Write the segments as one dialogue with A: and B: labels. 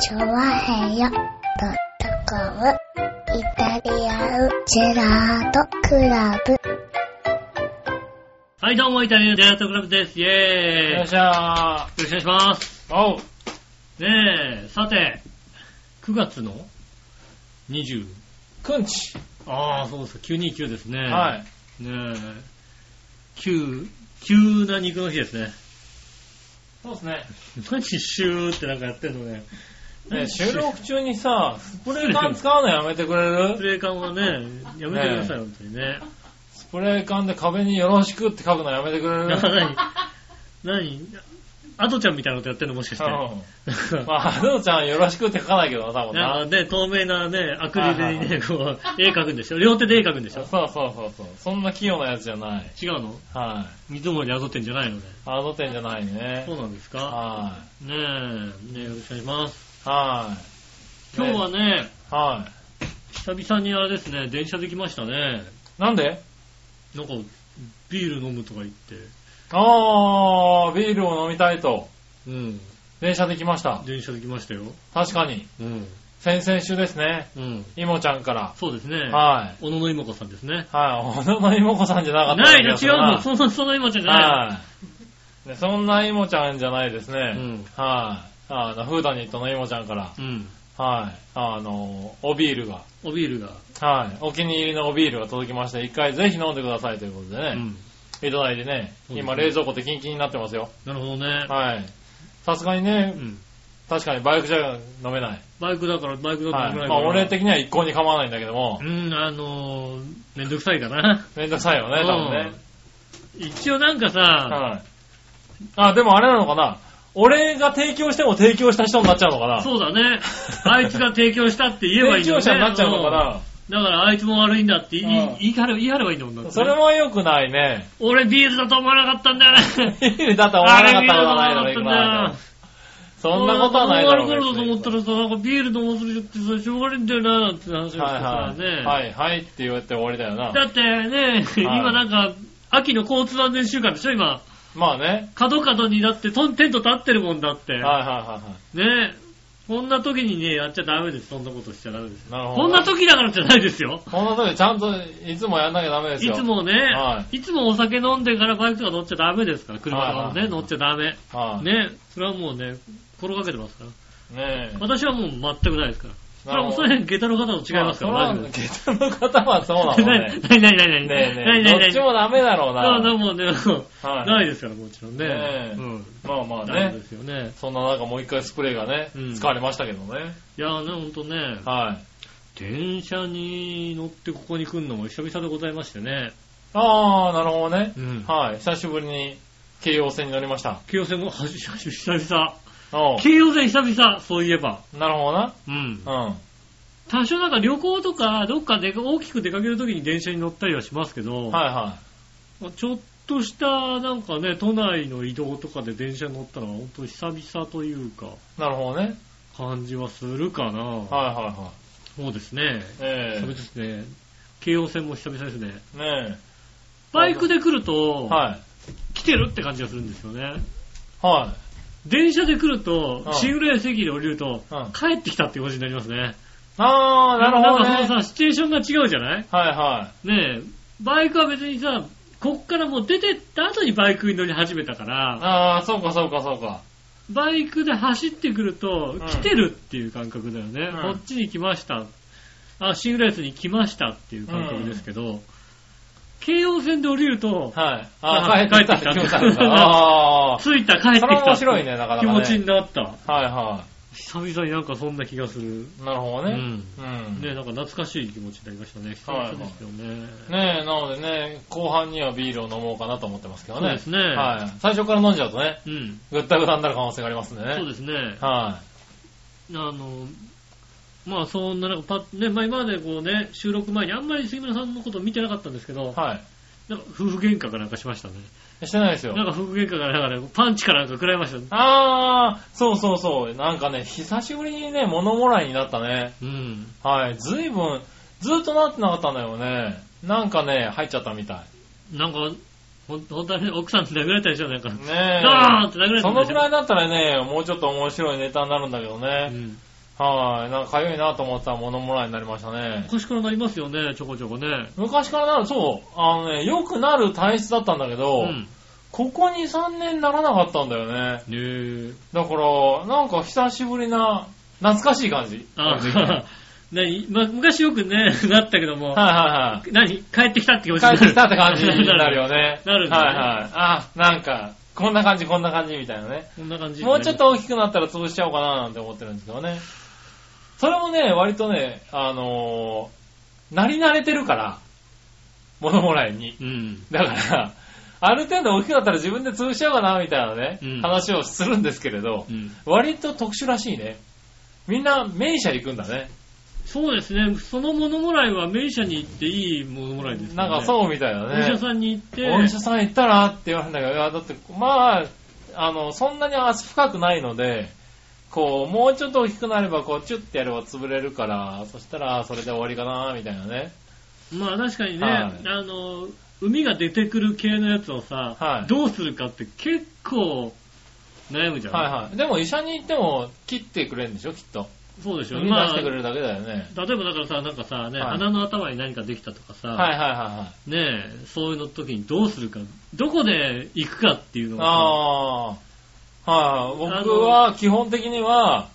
A: チョワヘヨドットコムイタリアンジェラートクラブ。
B: はい、どうも、イタリアンジェラートクラブです。イェーイ。
C: よ
B: よ
C: っしゃ
B: ろしくお願いします。
C: ー。おう。
B: ねえ、さて、9月の 20?
C: くんち。
B: ああ、そうですか、929ですね。
C: はい。
B: い。ねえ、急、急な肉の日ですね。
C: そうですね。
B: 何シューってなんかやってんのね。
C: ね
B: 何
C: 収録中にさ、スプレー
B: 失
C: 缶
B: 礼
C: 使うのやめてくれ
B: スプ
C: る
B: レー缶はね、やめてください、本当にね。
C: スプレー缶で壁によろしくって書くのやめてくれる
B: なんか何 何アトちゃんみたいなことやってんのもしかして。
C: うん。まあ、アドちゃんよろしくって書かないけどな、多分
B: な
C: な。
B: んかね、透明なね、アクリルに
C: は
B: ね、こう、絵描くんでしょ両手で絵描くんでし
C: そう
B: ょ
C: そうそうそう。そんな器用なやつじゃない。
B: 違うの
C: はい。
B: 水森にあぞってんじゃないのね。
C: アド店じゃないね
B: そ。うなんですか
C: は
B: ねえ、ねえ、よろしくお願いします。
C: い。は
B: 今日はね、
C: い。は
B: 久々にあれですね、電車できましたね。
C: い。なんで
B: なんか、ビール飲むとか言って、
C: あー、ビールを飲みたいと。
B: うん、
C: 電車で来ました。
B: 電車できましたよ。
C: 確かに。
B: うん、
C: 先々週ですね。
B: うん。
C: いもちゃんから。
B: そうですね。
C: はい。
B: 小野の妹子さんですね。
C: はい、小野のいもこさんじゃなかった
B: ないな、
C: 気
B: 違う
C: が
B: の。
C: す
B: その、その妹ちゃん
C: る
B: じゃない。
C: はい。でそんないもちゃんじゃないですね。
B: うん
C: はい。あの、フーダニットのいもちゃんから、
B: うん。
C: はい。あの、おビールが、
B: おビールが。
C: はい。お気に入りのおビールが届きまして、一回ぜひ飲んでくださいということで
B: う
C: ね、
B: ん。
C: いただいてね、
B: そ
C: 今
B: うで
C: 冷
B: すね
C: 蔵庫でキンキンになってますよ。
B: なるほどね。
C: はい。さすがにね
B: う、ん。
C: 確かにバイクじゃ飲めない。
B: バイクだから、バイクだから
C: は
B: 飲
C: い。
B: めない
C: ま
B: か
C: あ
B: ら。
C: 俺的には一向に構わないんだけども
B: う、ん、あのー、めんどくさいかな。
C: めんどくさいよね、多分ね。
B: うん一応なんかさ、
C: はい。あ、でもあれなのかな俺が提供しても提供した人になっちゃうのかな
B: そうだね。あいつが提供したって言えばいい
C: 提
B: んだよね。
C: 供者になっちゃうのか
B: ん
C: な、
B: だからあいつも悪いんだって言い,、
C: うん
B: 言い張れ言い張ればいいんだもんだってね
C: それは良くないね。
B: 俺ビールだと思わなかったんだよね。
C: だって思わなかったことはないだろ、今までそんなことはないだ
B: だ
C: ろ
B: ろ。
C: う
B: アルコールだと思ったらさ、なんかビール飲ませるってさ、しょうがないんだよな、なんて話をしてさ
C: は、い
B: ね。
C: はい。はいはいって言って終わりだよな。
B: だってね、今なんか、秋の交通安全週間でしょ、今。
C: まあね。
B: 角角にだって、とテント立ってるもんだって。
C: はいはいはいは
B: ねこんな時にね、やっちゃダメです。そんなことしちゃダメです。
C: い。なるほど。
B: こんな時だからじゃないですよ。
C: こんな時ちゃんといつもやんなきゃダメです
B: い
C: よ。
B: つ。もね、、
C: はい
B: つもお酒飲んでからバイクとか乗っちゃダメですから、車とかも
C: は
B: ね、
C: い
B: 乗っちゃダメ。
C: はい。ね
B: ね、それはもうね、心がけてますから。
C: え。
B: 私はもう全くないですから。それ
C: な
B: はも
C: る
B: う、
C: ほ
B: そ
C: ど
B: れは下駄の方と違いますから、
C: まあ
B: 大丈夫
C: それは
B: です。
C: 下駄の方はそうなの ね。
B: ないないないない
C: ねえ
B: ない
C: ね
B: な
C: え
B: い。な
C: どっ
B: い
C: ちもダメだろう
B: そう
C: な
B: だ。もうね、
C: はい
B: ないですから、もちろんね。
C: ねえ
B: うん。
C: まあまあ
B: ダメで
C: ね。
B: すよね。
C: そんな中もう一回スプレーがね
B: うん、
C: 使われましたけどね。
B: いやーね、ほんとね、
C: はい。
B: 電車に乗ってここに来るのも久々でございましてね。
C: ああ、なるほどね
B: う。ん。
C: はい。久しぶりに京王線に乗りました。
B: 京王線も、はじ久々。
C: おう
B: 京王線久々、そういえば。
C: なるほどな。
B: うん。
C: うん。
B: 多少なんか旅行とか、どっかで大きく出かけるときに電車に乗ったりはしますけど、
C: はいは
B: ちょっとしたなんかね、都内の移動とかで電車に乗ったのは本当久々というか、
C: い。なるほどね。
B: 感じはするかな。
C: はいはいはい。
B: そうですね。
C: え
B: 久々ですね。京王線も久々ですね。
C: え。ね
B: バイクで来ると、
C: え。はい。
B: 来てるって感じがするんですよね。
C: は
B: 電車で来ると
C: う、ん
B: シングレー席で降りると
C: うん、
B: 帰ってきたって感じになりますね。
C: い。ああ、なる
B: なん
C: ほど
B: かそ
C: ね。
B: のさ、シチュエーションが違うじゃない
C: はいは
B: ねえ、バイクは別にさ、こっからもう出てった後にバイクに乗り始めたか
C: い。
B: ら、
C: ああ、そうかそうかそうか。
B: バイクで走ってくると
C: ん、
B: 来てるっていう感覚だよね。
C: うん
B: こっちに来ました。あ、シングレースに来ましたっていう感覚ですけど、京王線で降りると、
C: はい。
B: あ
C: ああ、
B: ー
C: 帰ってきた。
B: 帰
C: 帰
B: っ
C: ってて
B: きた
C: きた。ああ。
B: 着いた、帰ってきた。
C: それは面白いね、なかな
B: 気
C: か
B: 持
C: ね。
B: ちになった。
C: はいは
B: 久々になんかそんな気がする。
C: い。なるほどね。
B: う
C: うん。
B: ね、なんか懐かしい気持ちになりましたね。久々ですよね。
C: ねえ、なのでね、後半にはビールを飲もうかなと思ってますけどね。
B: そうですね
C: はい。最初から飲んじゃうとね、
B: うん。
C: ぐったぐたになる可能性がありますんでね。
B: そうですね。あ
C: は
B: の、まあそんな中、パッ、ね、まあ今までこうね、収録前にあんまり杉村さんのこと見てなかったんですけど、
C: い。は
B: なんか夫婦喧嘩かなんかしましたね。
C: い。してないですよ
B: な。んか夫婦喧嘩かなんかね、パンチかなんか食らいましたね。
C: あー、そうそうそう。なんかね、久しぶりにね、物もらいになったね。
B: うん。
C: はい。ずいぶん、ずっとなってなかったんだよね。なんかね、入っちゃったみた
B: なんか、ほん、本当はね、奥さん殴られたでしょ、なんか。
C: い。ね
B: ダーンっ
C: え。
B: て殴られた
C: そ
B: んで
C: の
B: し
C: ぐ
B: ょ
C: らいだったらね、もうちょっと面白いネタになるんだけどね。
B: うん
C: はい。なんかかゆいなと思ってたら物もらいになりましたね。
B: 昔からなりますよね、ちょこちょこね。
C: 昔からな、そう、あのね、良くなる体質だったんだけ
B: う
C: ど、
B: ん。
C: ここ2、3年ならなかったんだよね。
B: ねえ。
C: だから、なんか久しぶりな、懐かしい感じ。
B: あ
C: はいはい
B: あ、何、まあ、昔よくね、 なったけども、
C: は
B: 何帰ってきたって気持
C: い。
B: ちになる
C: 帰ってきたって感じに なる。よね。
B: なるんだ
C: はい
B: ね
C: はい。あ、なんか、こんな感じ、こんな感じみたいなね。
B: こんな感じ。
C: もうちょっ。と大きくなったら潰しちゃおうかななんて思ってるんですけどね。それもね、割とね、あのー、なり慣れてるから、物もらいに。
B: うん。
C: だから、ある程度大きくなったら自分で潰しちゃおうかなみたいなね、
B: うん
C: 話をするんですけれど
B: う、ん。
C: 割と特殊らしいね。みんな、名車行くんだね。
B: そうですね、そのものもらいは名車に行っていいものもらいです、ね。
C: なんか
B: う、
C: そうみたいだ
B: お医者
C: ね。
B: さんに行って、
C: お医者さん行ったらって言われるんだけど、いや、だって、まあ、あの、そんなに足深くないので、こう、もうちょっと大きくなれば、こう、チュッてやれば潰れるから、そしたら、それで終わりかな、みたいなね。
B: まあ確かにね、
C: はい
B: あの、海が出てくる系のやつをさ、
C: はい
B: どうするかって結構悩むじゃん。
C: はいはい。でも、医者に行っても、切ってくれるんでしょ、きっと。
B: そうでし
C: 切
B: ょ。
C: り出
B: まあ、
C: してく
B: 例
C: れるだけだよね。
B: えばだからさ、なんかさ、ね、
C: はい
B: 鼻の頭に何かできたとかさ、
C: はいはいはいはい。
B: ねえ、そういうの時にどうするか、どこで行くかっていうのが
C: ああ、はい、
B: あの
C: 僕は基本的には、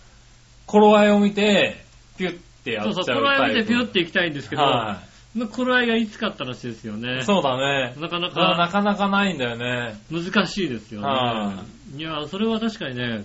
C: 頃合いを見て、ピュッてやっ
B: さ、
C: ち
B: そ
C: ゃ
B: ううそう、
C: タイプ。
B: 頃合い見てピュって行きたいんですけど、
C: は
B: まあ頃合いがいつかって話ですよね
C: い。。そうだね。
B: なかな
C: それはな
B: か
C: かなかないんだよね。
B: 難しいですよね。、
C: はい
B: や、それは確かにね、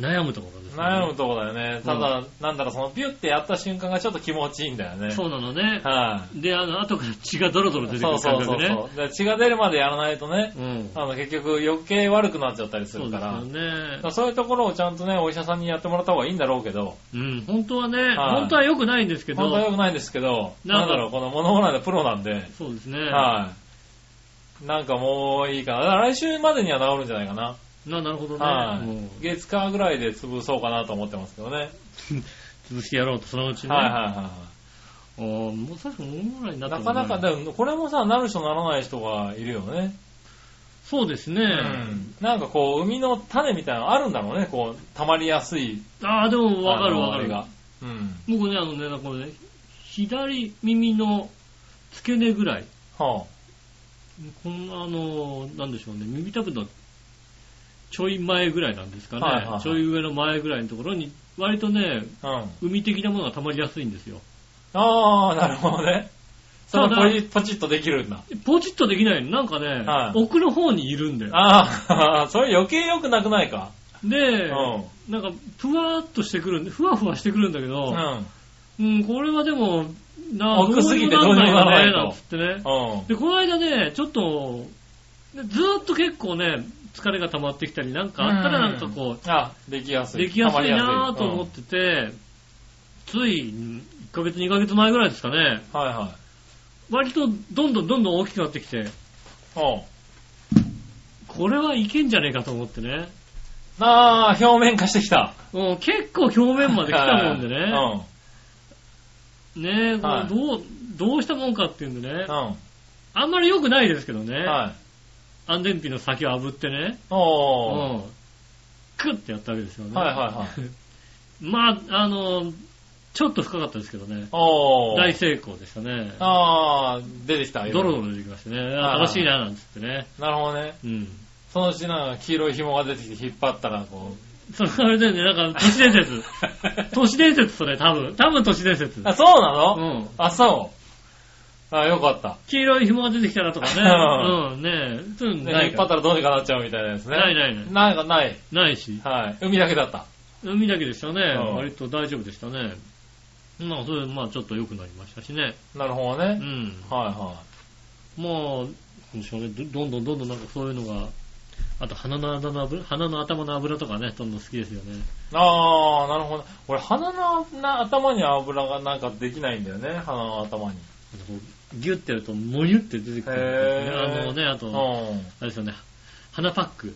B: 悩むところですね。
C: 悩むとこだよね。ただ、なんだろう、そのピュッてやった瞬間がちょっと気持ちいいんだよね。
B: そうなのね。
C: は
B: で、あの、後から血がドロドロ
C: い、
B: 出てく
C: そう
B: る
C: そ
B: 感
C: うそ
B: 覚
C: う
B: ね。
C: そう。で血が出るまでやらないとね、
B: うん。
C: あの結局余計悪くなっちゃったりす
B: そう
C: る
B: で
C: か
B: す
C: ら。
B: よね
C: だか。らそういうところをちゃんとね、お医者さんにやってもらった方がいいんだろうけど、
B: うん、本当はね、
C: はい
B: 本当は良くないんですけ
C: 本当は
B: ど、
C: 良くないんですけど、
B: な
C: なん
B: か
C: んだろう、この物もらいのプロなんで、
B: そうですね。
C: はい。なんかもういいかな。だから来週までには治るんじゃないかな。
B: な、なるほどね。も
C: は
B: う
C: い。月火ぐらいで潰そうかなと思ってますけどね。
B: 潰してやろうと、そのうちね。
C: はいはいは
B: あーもう最初、もぐらいに
C: い
B: な
C: はい。
B: った
C: な
B: もん
C: かなか、でもこれもさ、なる人ならない人がいるよね。
B: そうですね。
C: うん。なんかこう、海の種みたいなのあるんだろうね。こう、溜まりやすい。
B: ああ、でもわかるわか
C: あ
B: る
C: の。あれが。うん。
B: 僕ね、あのね、なんかこれね、左耳の付け根ぐらい。
C: は
B: こんな、あの、なんでしょうね、耳たぶのちょい前ぐらいなんですかね。
C: はいはいはい
B: ちょい上の前ぐらいのところに、割とね、
C: あ。うん。
B: 海的なものが溜まりやすいんですよ。
C: ああ、なるほどね。そ
B: ただ
C: のポリポチッとできるんだ。
B: ポチッとできないの。なんかね、
C: はい
B: 奥の方にいるんだよ。
C: ああ、 それ余計良くなくないか。
B: で、
C: う
B: なんか、ふわーっとしてくるんで、ふわふわしてくるんだけ
C: ん。
B: ど
C: う、ん。
B: うん、これはでも、な
C: 奥すぎて
B: どうにもなんないよね、
C: どうにもならないと
B: なんつってね。
C: うん。
B: で、この間ね、ちょっと、ねずーっと結構ね、疲れが溜まってきたり、なんかあったらなんかこう、
C: あ、できやすい。
B: できやす
C: 溜まり
B: いなーと思ってて、つい1ヶ月、2ヶ月前ぐらいですかね、
C: うんはいはい。
B: 割とどんどんどんどん大きくなってきて、
C: お
B: これはいけんじゃねえかと思ってね。
C: あー、表面化してきた。
B: うん結構表面まで来たもん で
C: う
B: ね。ねえ、こ
C: は
B: れ
C: い
B: どう、どうしたもんかっていうんでね。
C: ん。
B: あんまり良くないですけどね
C: うん。。はい。
B: 安全ピンの先を炙ってね。う
C: おー。
B: ん。クッてやったわけですよね。
C: はいはいはい。
B: まあ、あの、ちょっと深かったですけどね。
C: おー。
B: 大成功でしたね。
C: あー、出てきた。
B: ドロド
C: 今
B: ロ出てきましたね。
C: はい
B: 楽しいな、なんつってね。
C: なるほどね。
B: うん。
C: そのうちなんか黄色い紐が出てきて引っ張ったら、こう。
B: それあれだよね、なん か、都市伝説。都市伝説それ、多分。多分都市伝説。
C: あ、そうなの
B: うん。
C: あ、そう。あ、よかった。
B: 黄色い紐が出てきたらとかね。うん、ねえ。そういうの
C: ね
B: な
C: 引
B: い
C: っ張
B: か
C: ったらどうにかなっちゃうみたいなやつね。
B: ないないない
C: なんかない。
B: ら。ないし。
C: はい。海だけだった。
B: 海だけでしたね。
C: うん
B: 割と大丈夫でしたね。まあ、それ、まあ、ちょっと良くなりましたしね。
C: なるほ
B: う
C: どね。
B: ん。
C: はいは
B: まあ、でしょうね。どどんどんどんどんなんかそういうのが、あと鼻の頭の油、鼻の頭の油とかね、どんどん好きですよね。
C: い。あー、なるほど。俺、鼻のな頭に油がなんかできないんだよね。鼻の頭に。
B: こうギュッてやると、もゆって出てくるんですよね、
C: へー
B: あのね、あ
C: う
B: と、
C: ん。
B: あれですよね、鼻パック。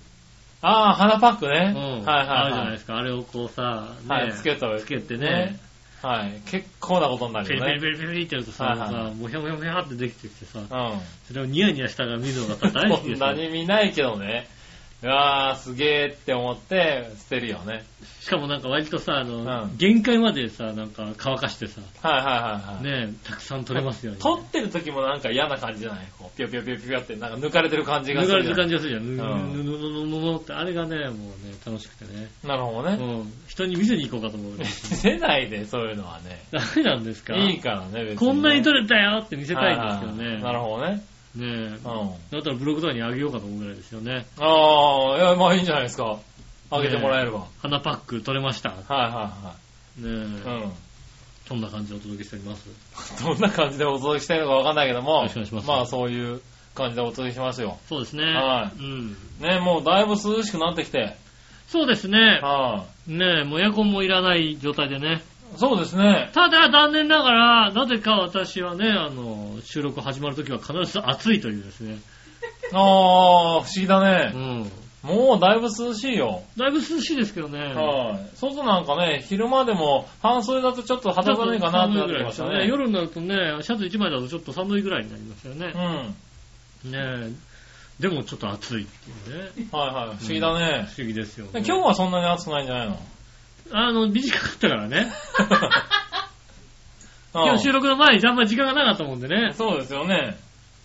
C: ああ、鼻パックね。
B: うん。
C: は
B: あ
C: いは
B: る
C: い
B: じゃない
C: は
B: で
C: い。
B: すか。あれをこうさ、ね、
C: はい、つけと
B: つけてね、
C: はい。結構なことにな
B: ペ
C: る
B: リ
C: よ
B: ペリ
C: ね。
B: ペリペリってやるとさ、
C: はいはい
B: さもひゃもひゃもひゃってできてきてさ、
C: うん。
B: それをニヤニヤしたがら見るのがさ、大好
C: そ
B: きで
C: ん
B: すよ
C: なに見ないけどね。うわー、すげーって思って捨てるよね。
B: しかもなんか割とさ、あの、
C: うん
B: 限界までさ、なんか乾かしてさ、
C: はいはいはいはい。
B: ねえ、たくさん取れますように。
C: 取ってる時もなんか嫌な感じじゃないこう、ぴょぴょぴょぴょって、なんか抜かれてる感じが
B: 脱
C: す
B: が
C: る
B: れ
C: じ
B: て
C: ゃ
B: る感
C: ない。
B: じがするじゃん。ぬ
C: うん
B: ぬぬぬぬぬぬぬって、あれがね、もうね、楽しくてね。
C: なるほど
B: う
C: ね。
B: ん。人に見せに行こうかと思 う。
C: 出ないで、そういうのはね。
B: ダメなんですか
C: いいからね、別にね。
B: こんなに
C: れ
B: 取れたよって見せたいんですけどね。
C: なるほどね。
B: ね
C: う
B: え。
C: ん。
B: だったらブログとかにあげようかと思うぐらいですよね。
C: ああ、いや、まあいいんじゃないですか。あげてもらえれば。
B: 花パック取れました。ね
C: はいは
B: え。
C: いはい。うん。
B: そんな感じでお届けしております。
C: どんな感じでお届けしてるのかわかんないけど
B: よ
C: も
B: ろしくお願いしま、す
C: まあそういう感じでお届けしますよ。
B: そうですね。
C: はい
B: うん。
C: ね、もうだいぶ涼しくなってきて。
B: そうですね。
C: は
B: ねえ、もうエアコンもいらない状態でね。
C: い。そうですね。
B: ただ、残念ながら、なぜか私はね、あの、収録始まるときは必ず暑いというですね。
C: ああ、不思議だ
B: う
C: ね。
B: ん。
C: もうだいぶ涼しいよ。
B: だいぶ涼しいですけどね。
C: はい。外なんかね、昼間でも半袖だとちょっと肌寒いかなってなってきましたね。
B: 夜になるとね、シャツ1枚だとちょっと寒いぐらいになりますよね
C: うん。。はい
B: ねえ。でもちょっと暑いっていうね。
C: はい。不思議だね。
B: 不思議ですよ、
C: で
B: ね。
C: 今日はそんなに暑くないんじゃない の
B: あの、短かったからね。
C: うん
B: 今日収録の前にあんまり時間がなかったもんでね。
C: そうですよね。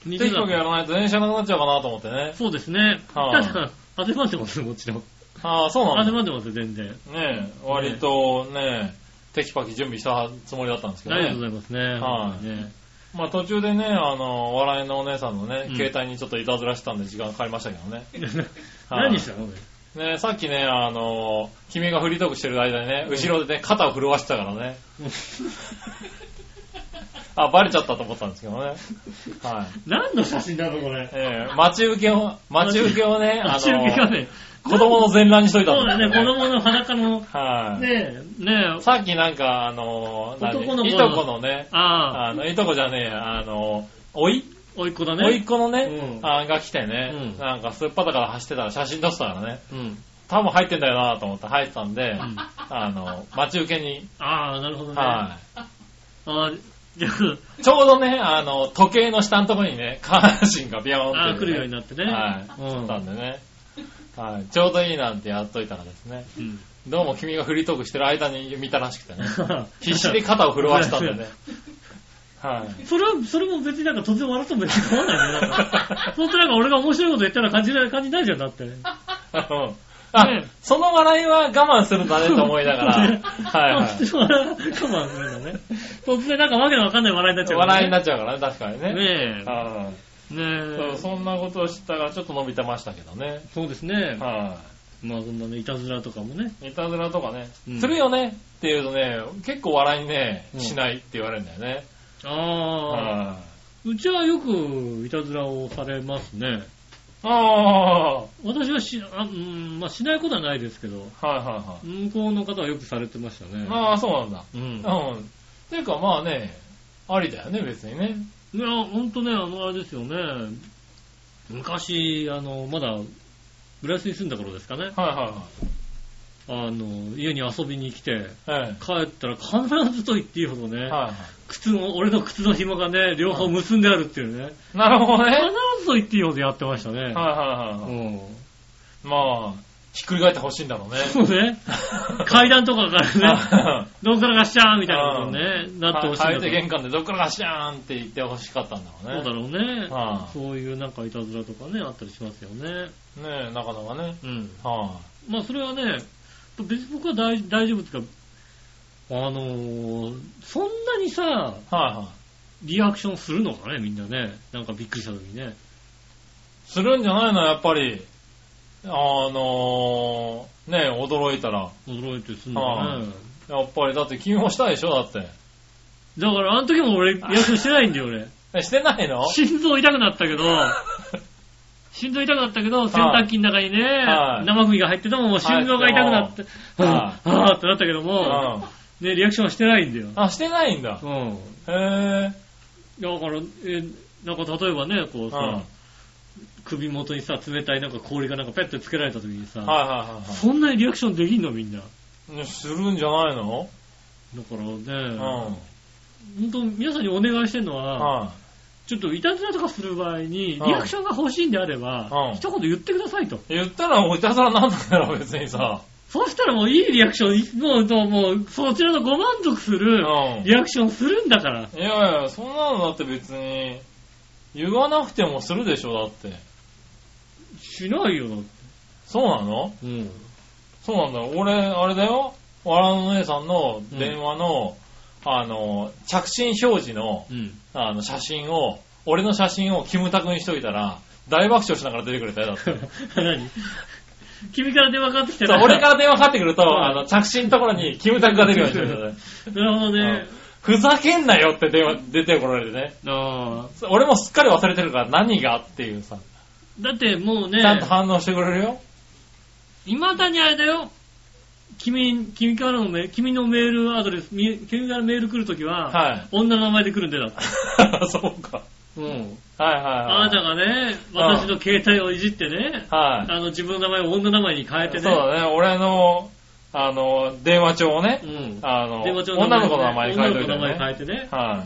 B: 短
C: テキ
B: か
C: パ
B: っ
C: キ
B: た
C: やらないと電車なくなっちゃうかなと思ってね。
B: そうですね。
C: は
B: た
C: い
B: だ、汗ばんでますよ、もちろん。
C: ああ、そうなん
B: 汗
C: だ。
B: ばんでますよ、全然。
C: ねえ、割とね、テキパキ準備したつもりだったんですけど
B: ありがとうござ
C: ね。
B: いますね。
C: はい
B: ね
C: まあ途中でね、あの、笑いのお姉さんのね
B: う、ん
C: 携帯にちょっといたずらしたんで時間かかりましたけどね。はい
B: 何したの
C: ねさっきね、あの、君がフリートークしてる間にね、後ろでね、肩を震わしてたからね。あ、バレちゃったと思ったんですけど ね。はい。
B: 何の写真なのこれ。
C: ええ待ち受けを、待ち受けをね、あ
B: 待ち受けが
C: の、
B: ね。
C: 子供の全乱にしといた
B: そうんだ
C: です
B: ね、子
C: よ
B: 供の裸の、
C: はい。
B: ねえ、ねえ、
C: さっきなんか、あの、何
B: 男の子
C: いとこのね、
B: ああ、
C: あの、いとこじゃねえや、あの、おい、
B: おいっ子だ
C: おい
B: ね
C: っ。子のね、
B: うん
C: あが来てね、
B: うん
C: なんかすっぱだから走ってたら写真撮ってたからね、
B: うん。
C: 多分入ってんだよなと思って入ってたんで、
B: ん
C: あの、待ち受けに、
B: ああ、なるほどね。あ
C: は
B: あ、じゃ
C: い。ちょうどね、あの、時計の下のところにね、 下半身がビヨーンっ
B: あ、
C: て、
B: ああ、来るようになってね。
C: はい。
B: う
C: 来
B: ん
C: たんでね、はい。ちょうどいいなんてやっといたらですね、
B: うん。
C: どうも君がフリートークしてる間に見たらしくてね、必死で肩を震わしたんだよね。はい。
B: それは、それも別になんか突然笑っても別に構わないね。なんか本当なんか俺が面白いこと言ったら感じない、感じないじゃん、だって。
C: うんあ、
B: ねえ
C: その笑いは我慢するんだねと思いながら、
B: ね
C: はいは
B: 突然笑うかもしれないね。突然なんかわけのわかんない笑いになっち
C: い。
B: ゃうから
C: 笑い
B: ね、
C: になっちゃうからね、確かにね。
B: ね
C: は
B: え。ね
C: い
B: え。
C: そうそんなことを知ったらちょっと伸びてましたけどね。
B: そうですね。
C: は
B: まあそんなね、いたずらとかもね。
C: い。いたずらとかね、
B: うん
C: するよねって言うとね、結構笑いにね
B: う、ん
C: しないって言われるんだよね。
B: ああ、
C: は
B: うちはよくいたずらをされますね。
C: い。ああ、はい
B: 私はし、あうん、まあしないことはないですけど、
C: はいは
B: 向こうの方はよくされてましたね
C: い。。ああ、そうなんだ。
B: うん。
C: うん。っていうかまあね、ありだよね、別にね。
B: いや、ほんとね、あの、あれですよね。昔、あの、まだ、浦安に住んだ頃ですかね。
C: はいは
B: あの、家に遊びに来て、
C: いはい。え
B: 帰ったら必ずと言っていいほど
C: え
B: ね、
C: はいは
B: 靴の、俺の靴の紐がね、両方結んであるっていうね。
C: い。なるほど ね。
B: 必
C: はい
B: ずと言っていいほどやってましたね。
C: はいはいは
B: う
C: い。
B: ん。
C: まあ、ひっくり返ってほしいんだろ うね。
B: そうね。階段とかからね、
C: は
B: どっからがっしゃーみたいなことにね、
C: い
B: なってほしいんだ
C: 相
B: と
C: 手玄関でどっからガシャーンって言ってほしかったんだろう
B: そう
C: ね。
B: だろうね。
C: はい
B: そういうなんかいたずらとかね、あったりしますよね。
C: ねえ、なかなかね。
B: うん。
C: は
B: まあそれはね、別に僕は大大丈夫っていうか、あのーそんなにさ、
C: い、はいはい。
B: リアクションするのかね、みんなね。なんかびっくりした時にね。
C: するんじゃないの、やっぱり。あのー、ねえ、驚いたら。
B: 驚いてすんのか
C: は
B: ね。
C: やっぱり、だって君もしたでしょ、だって。
B: だからあの時も俺、リアクションしてないんだよ、俺。
C: え、してないの
B: 心臓痛くなったけど、心臓痛くなったけど、洗濯機の中にね、
C: はい
B: 生首が入っててももう心臓が痛くなって、は
C: は
B: ぁ、はぁってなったけど
C: う
B: も、
C: ん。
B: ね、リアクションはしてないんだよ。
C: あ、してないんだ
B: う。ん。
C: へえ。
B: だから、え、なんか例えばね、こう
C: うん。
B: さ、
C: はい
B: 首元にさ、冷たいなんか氷がなんかペッてつけられた時にさ、
C: は
B: そんなにリアクションできんのみんな。だか
C: いはい。ねするんじゃないの
B: らね、
C: うん。
B: 本当皆さんにお願いしてるのは、
C: は
B: ちょっといたずらとかする場合に、リ
C: うん
B: アクションが欲しいんであれば
C: う、ん
B: 一言言ってくださいと。
C: 言ったらもういたずらなんだから別にさ。
B: そうしたらもういいリアクション、もう、もうもう、そちらのご満足す
C: う
B: る
C: ん。い
B: リアクションするんだから。
C: やいや、そんなのだって別に、言わなくてもするでしょ、だって。
B: しないよ。
C: そうなの
B: うん。
C: そうなんだ。俺、あれだよ。わらの姉さんの電話の、あの、着信表示の、
B: うん。
C: あの、写真を、俺の写真をキムタクにしといたら、大爆笑しながら出てくれたよ、だって。
B: 何 君から電話かかってきた
C: そう
B: ら。
C: 俺から電話かかってくると、
B: ん
C: あの、着信のところにキムタクが出るようにしてくれたね。
B: なるほどね。
C: ふざけんなよって電話出てこられてね。
B: あ
C: そう俺もすっかり忘れてるから何がっていうさ、
B: ーだってもうね
C: ち、ゃんと反応してくれるよ。
B: いまだにあれだよ。君、君からのメ君のメールアドレス、み君からメール来るときは、
C: はい
B: 女の名前で来るんでだって。
C: そうか。
B: うん。
C: はいはいはい。
B: あなたがね、私の携帯をいじってね、
C: はい。
B: あの自分の名前を女の名前に変えてね。
C: そうだね、俺の、あの、電話帳をね
B: う、ん。
C: あの、
B: 電話帳
C: 女の子の名前に変えとい
B: 女
C: て
B: の子の名前変
C: ね。
B: えてね。
C: は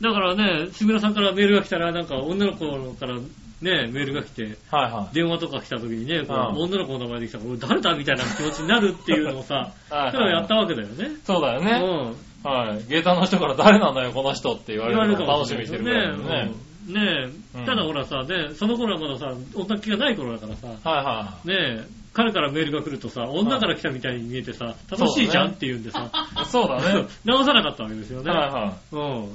B: だからね、杉村さんからメールが来たら、なんか女の子からね、メールが来て、
C: い。はいは
B: 電話とか来た時にね、こう
C: うん
B: 女の子の名前で来たら、俺誰だみたいな気持ちになるっていうのをさ、
C: い。 はいはい
B: それをやったわけだよね。
C: そうだよ
B: う
C: ね。
B: ん。
C: はい。芸タの人から誰なんだよ、この人って言われ
B: 言われ
C: る
B: るか
C: のを
B: も
C: 楽
B: し
C: しみ
B: れ
C: にして
B: ない
C: るからいね。
B: ねえ、
C: うん
B: ただほらさ、ね、その頃はまださ、女気がない頃だからさ、ね
C: はいは
B: え、彼からメールが来るとさ、女から来たみたいに見えてさ、楽しいじゃんって言うんでさ、
C: い。そうだね。
B: 直さなかったわけですよね。
C: はいは
B: うん。
C: い。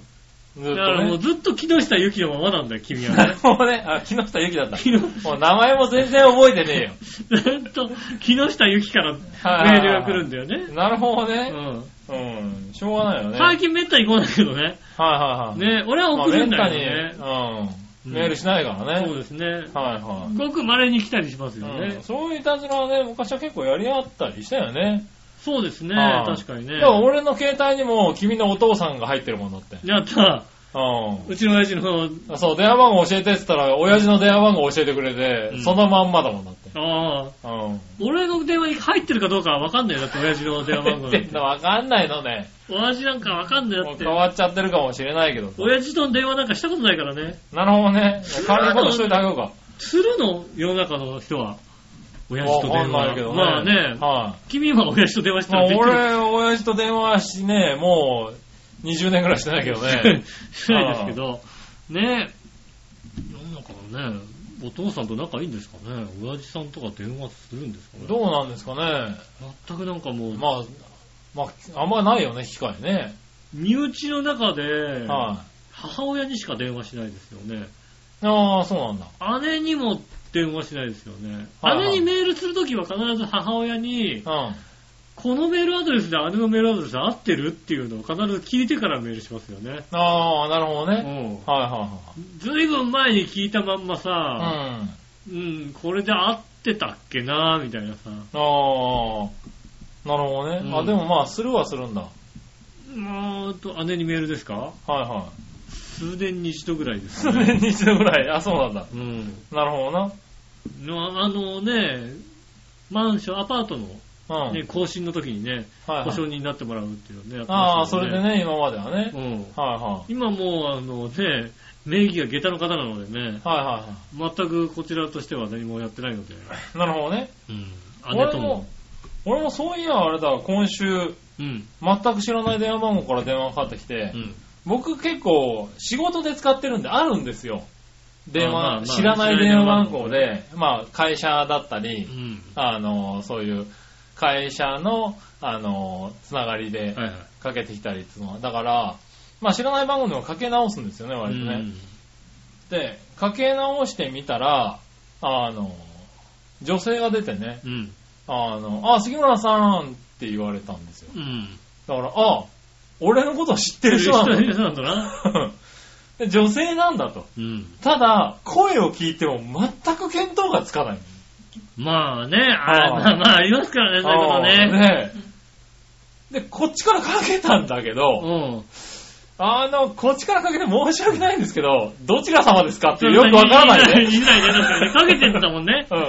C: ず
B: だ
C: っ
B: からも
C: と
B: う
C: ね。
B: ずっと木下ゆきのままなんだよ、君は
C: なる
B: ね。
C: ほどね。あ、木下ゆきだった。
B: 木下
C: もう名前も全然覚えてね
B: ずっと木下ゆきからメールが来るんだよ
C: えよ。
B: ね。
C: なるほど
B: う
C: ね。
B: ん。
C: うん。しょうがないよね。はい
B: 最近めったに来ないけどね。
C: はいはい。
B: ね、俺は
C: まあ
B: 送
C: め
B: るん
C: っ
B: だ
C: た
B: けどね。
C: に、う
B: うん
C: ん。メールしないから
B: そう
C: ね。
B: ですね。
C: はいはい。
B: ごく稀に来たりしますよ
C: う
B: ね
C: ん。そういういたずらはね、昔は結構やり合ったりしたよね。
B: そうですね、
C: はい
B: 確かにね
C: で。も俺の携帯にも君のお父さんが入ってるもんだって。
B: やった。
C: う
B: うちの親父の、
C: ん。そう、電話番号教えてって言ったら、親父の電話番号教えてくれて、
B: うん
C: そのまんまだもんだって。
B: ああ、
C: うん。
B: 俺の電話に入ってるかどうかはわかんないよ。だって親父の電話番 号なん
C: 入ってん
B: て。
C: のわかんないのね。
B: 親父なんかわかんないよ
C: も
B: だ
C: う
B: って
C: 変。わっちゃってるかもしれないけどさ。
B: 親父との電話なんかしたことないからね。
C: なるほど ね。代わりにことしといてあげようか。
B: するの世の中の人は。親父と
C: わか
B: 電
C: んないけど
B: 話。
C: ね。
B: まあね、
C: は
B: 君今親父と電話し
C: い。
B: た
C: まあ
B: らびっくり。
C: 俺、親父と電話しね、もう20年ぐらいしてないけど ね。
B: しないですけど、ねえ、なんかね、お父さんと仲いいんですかね、親父さんとか電話するんですかね。
C: どうなんですかね。
B: 全くなんかもう、
C: まあ、まあ、あんまないよね、機会ね。
B: 身内の中で、
C: は
B: 母親にしか電話しないですよね。
C: い。ああ、そうなんだ。
B: 姉にも電話しないですよね。
C: はいはい
B: 姉にメールするときは必ず母親に、
C: うん。
B: このメールアドレスで姉のメールアドレスで合ってるっていうのを必ず聞いてからメールしますよね。
C: ああ、なるほ
B: う
C: どね。
B: ん。
C: はいはい
B: ずいぶん前に聞いたまんまさ、
C: はい。う
B: う
C: ん。
B: ん、これで合ってたっけなみたいなさ。
C: ああ、なるほどね。
B: うん
C: あ、でもまあ、するはするんだ。は
B: うーんと、姉にメールですか
C: い は
B: 数年に一度ぐらいで
C: い。
B: す
C: 数年に一度ぐらい。あ、そうなんだ。
B: うん。
C: なるほど
B: のあのね、マンション、アパートの、
C: な。うん。
B: ね、更新の時にね、
C: は
B: 保
C: いはい
B: 証人になってもらうっていうのね、やって
C: ああ、
B: ました
C: そ
B: よ
C: れで。ね、今まではね。
B: うん。
C: はいは
B: 今もう、あのね、名義が下駄の方なのでね、
C: い。はいはいは
B: 全くこちらとしては何もやってないので、
C: い。なるほどね。
B: うん。姉
C: 俺
B: とも
C: も、、俺もそういや、あれだ、今週、
B: うん。
C: 全く知らない電話番号から電話がかかってきて、
B: うん。
C: 僕結構仕事で使ってるんであるんですよ。電
B: まあまあ
C: 話、
B: まあ
C: 知らない電話番号で、まあ会社だったり
B: う、ん。
C: あの、そういう会社の、あの、つながりで
B: はいはい。
C: かけてきたりっていうのは、だから、まあ知らない番号でもかけ直すんですよね、割とね。
B: うん
C: で、かけ直してみたら、あの、女性が出てね、
B: うん。
C: あの、あ、杉村さんって言われたんですよ。
B: うん。
C: だから、あ、俺のこと知ってる人
B: 人
C: な
B: は
C: んだ
B: 人なんだな。
C: で 女性なんだと。
B: うん。
C: ただ、声を聞いても全く見当がつかない。
B: まあね、あ
C: あー
B: まあまあありますからね、そういうことね。
C: えで、こっちからかけたんだけど、
B: うん。
C: あの、こっちからかけて申し訳ないんですけど、どちら様ですかってよくわからない
B: 言
C: ね。
B: いづらいね、確かにね。かけてんだもんね。
C: うん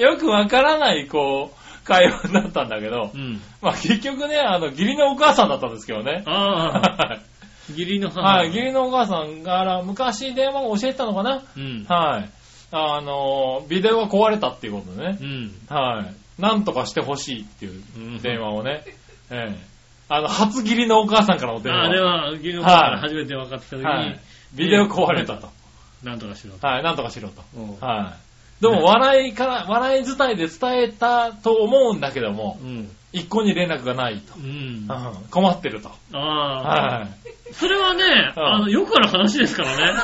C: よくわからない、こう、会話になったんだけど
B: う、ん。
C: まあ結局ね、あの、義理のお母さんだったんですけどね。
B: ああ、
C: はい
B: 義義理の母。
C: はい、義理のお母さんから昔電話を教えてたのかな
B: うん。
C: はい。あの、ビデオが壊れたっていうことでね
B: う。ん。
C: はい。なんとかしてほしいっていう
B: うん
C: 電話をね。ええ。あの、初義理のお母さんからの電話。
B: ああれは、義理の母から初めて分かってきた時に、
C: はい。ビデオ壊れたと。
B: なんとかしろと。
C: はい、なんとかしろと。
B: うん
C: はい。でも、笑いから、笑い伝いで伝えたと思うんだけども
B: う、ん。
C: 一向に連絡がないと。
B: うん。あ
C: うん困ってると。
B: あ、
C: はい。
B: それはね、
C: うん
B: あの、よくある話ですから ね。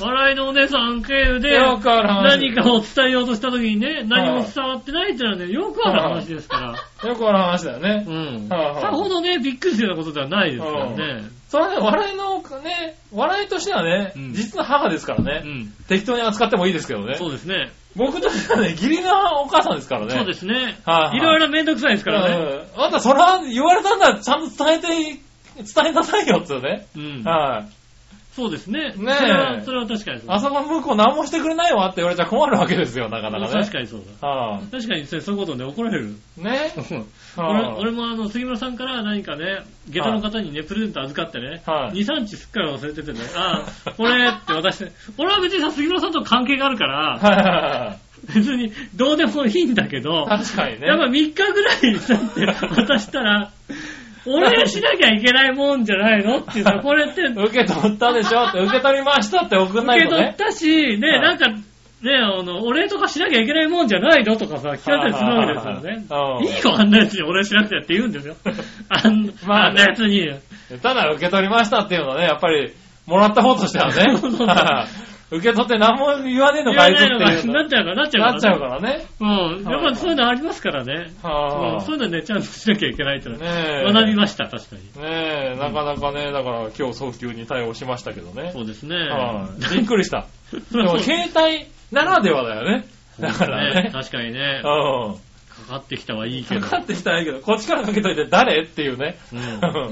B: 笑いのお姉さん経由で、
C: よくある話
B: 何かを伝えようとした時にね、何も伝わってないっていうのはね、よくある話ですから。
C: よくある話だよね
B: う。ん。
C: はいはい
B: さほどね、びっくりするようなことではないですからね。
C: それはね、笑いの、ね、笑いとしてはね、
B: うん
C: 実の母ですから
B: う
C: ね、
B: ん。
C: 適当に扱ってもいいですけどね。
B: そうですね。
C: 僕としてはね、義理のお母さんですからね。
B: そうですね。
C: はいはい
B: いろいろめんどくさいですからね。
C: うんあんた、それは言われたんだら、ちゃんと伝えて、伝えなさいよってね。
B: うん。
C: はい。
B: そうですね。
C: ねえ
B: それは、それは確かにそうだ
C: あそこ向こう何もしてくれないわって言われちゃ困るわけですよ、なかなかね。
B: 確かにそうだ。
C: は
B: 確かにそういうことね、怒られる。
C: い。ね。
B: 俺
C: は
B: 俺もあの、杉村さんから何かね、下駄の方にね、プレゼント預かってね、
C: はい
B: 2、3日すっかり忘れててね、あ あ、これって渡して、俺は別にさ、杉村さんと関係があるから、
C: はいはいはい
B: 別にどうでもいいんだけど、
C: 確かにね。
B: やっぱ3日ぐらいになって渡した ら、お礼しなきゃいけないもんじゃないのってさ、これって受
C: 受け取ったでしょって、受け取りましたって送んない
B: け
C: と
B: 取っ
C: ね。
B: たし、ね、
C: はい
B: なんか、ね、あの、お礼とかしなきゃいけないもんじゃないのとかさ、聞かれたりするわけです
C: はいはい
B: よ
C: はいうん
B: ね。いいよ、あんなやつにお礼しなくてって言うん ですよ。あん
C: まあ
B: あん
C: ね
B: なやつに。
C: ただ受け取りましたっていうのはね、やっぱり、もらった方としてはね
B: そうそうそう
C: はい。受け取って何も言わねえの
B: 言
C: かあ
B: わ
C: いつ
B: ない
C: って
B: のが、
C: いう
B: な
C: の。
B: っちゃうから、なっちゃうから。
C: なっちゃうからね。
B: うん。
C: はい
B: やっぱりそういうのありますからね。
C: は
B: うん
C: あ
B: そういうのね、ちゃんとしなきゃいけないってのは
C: ねえ。
B: 学びました、確かに。
C: ねえ、なかなかね、だから今日早急に対応しましたけど ね。
B: そうですね。
C: はいびっくりした。でも
B: そう
C: 携帯ならではだよね。だからね。
B: 確かにね。
C: うん。
B: かかってきたはいいけ
C: か
B: ど。
C: かってきたらいいけど、こっちからかけといて誰っていうね。
B: う。
C: うん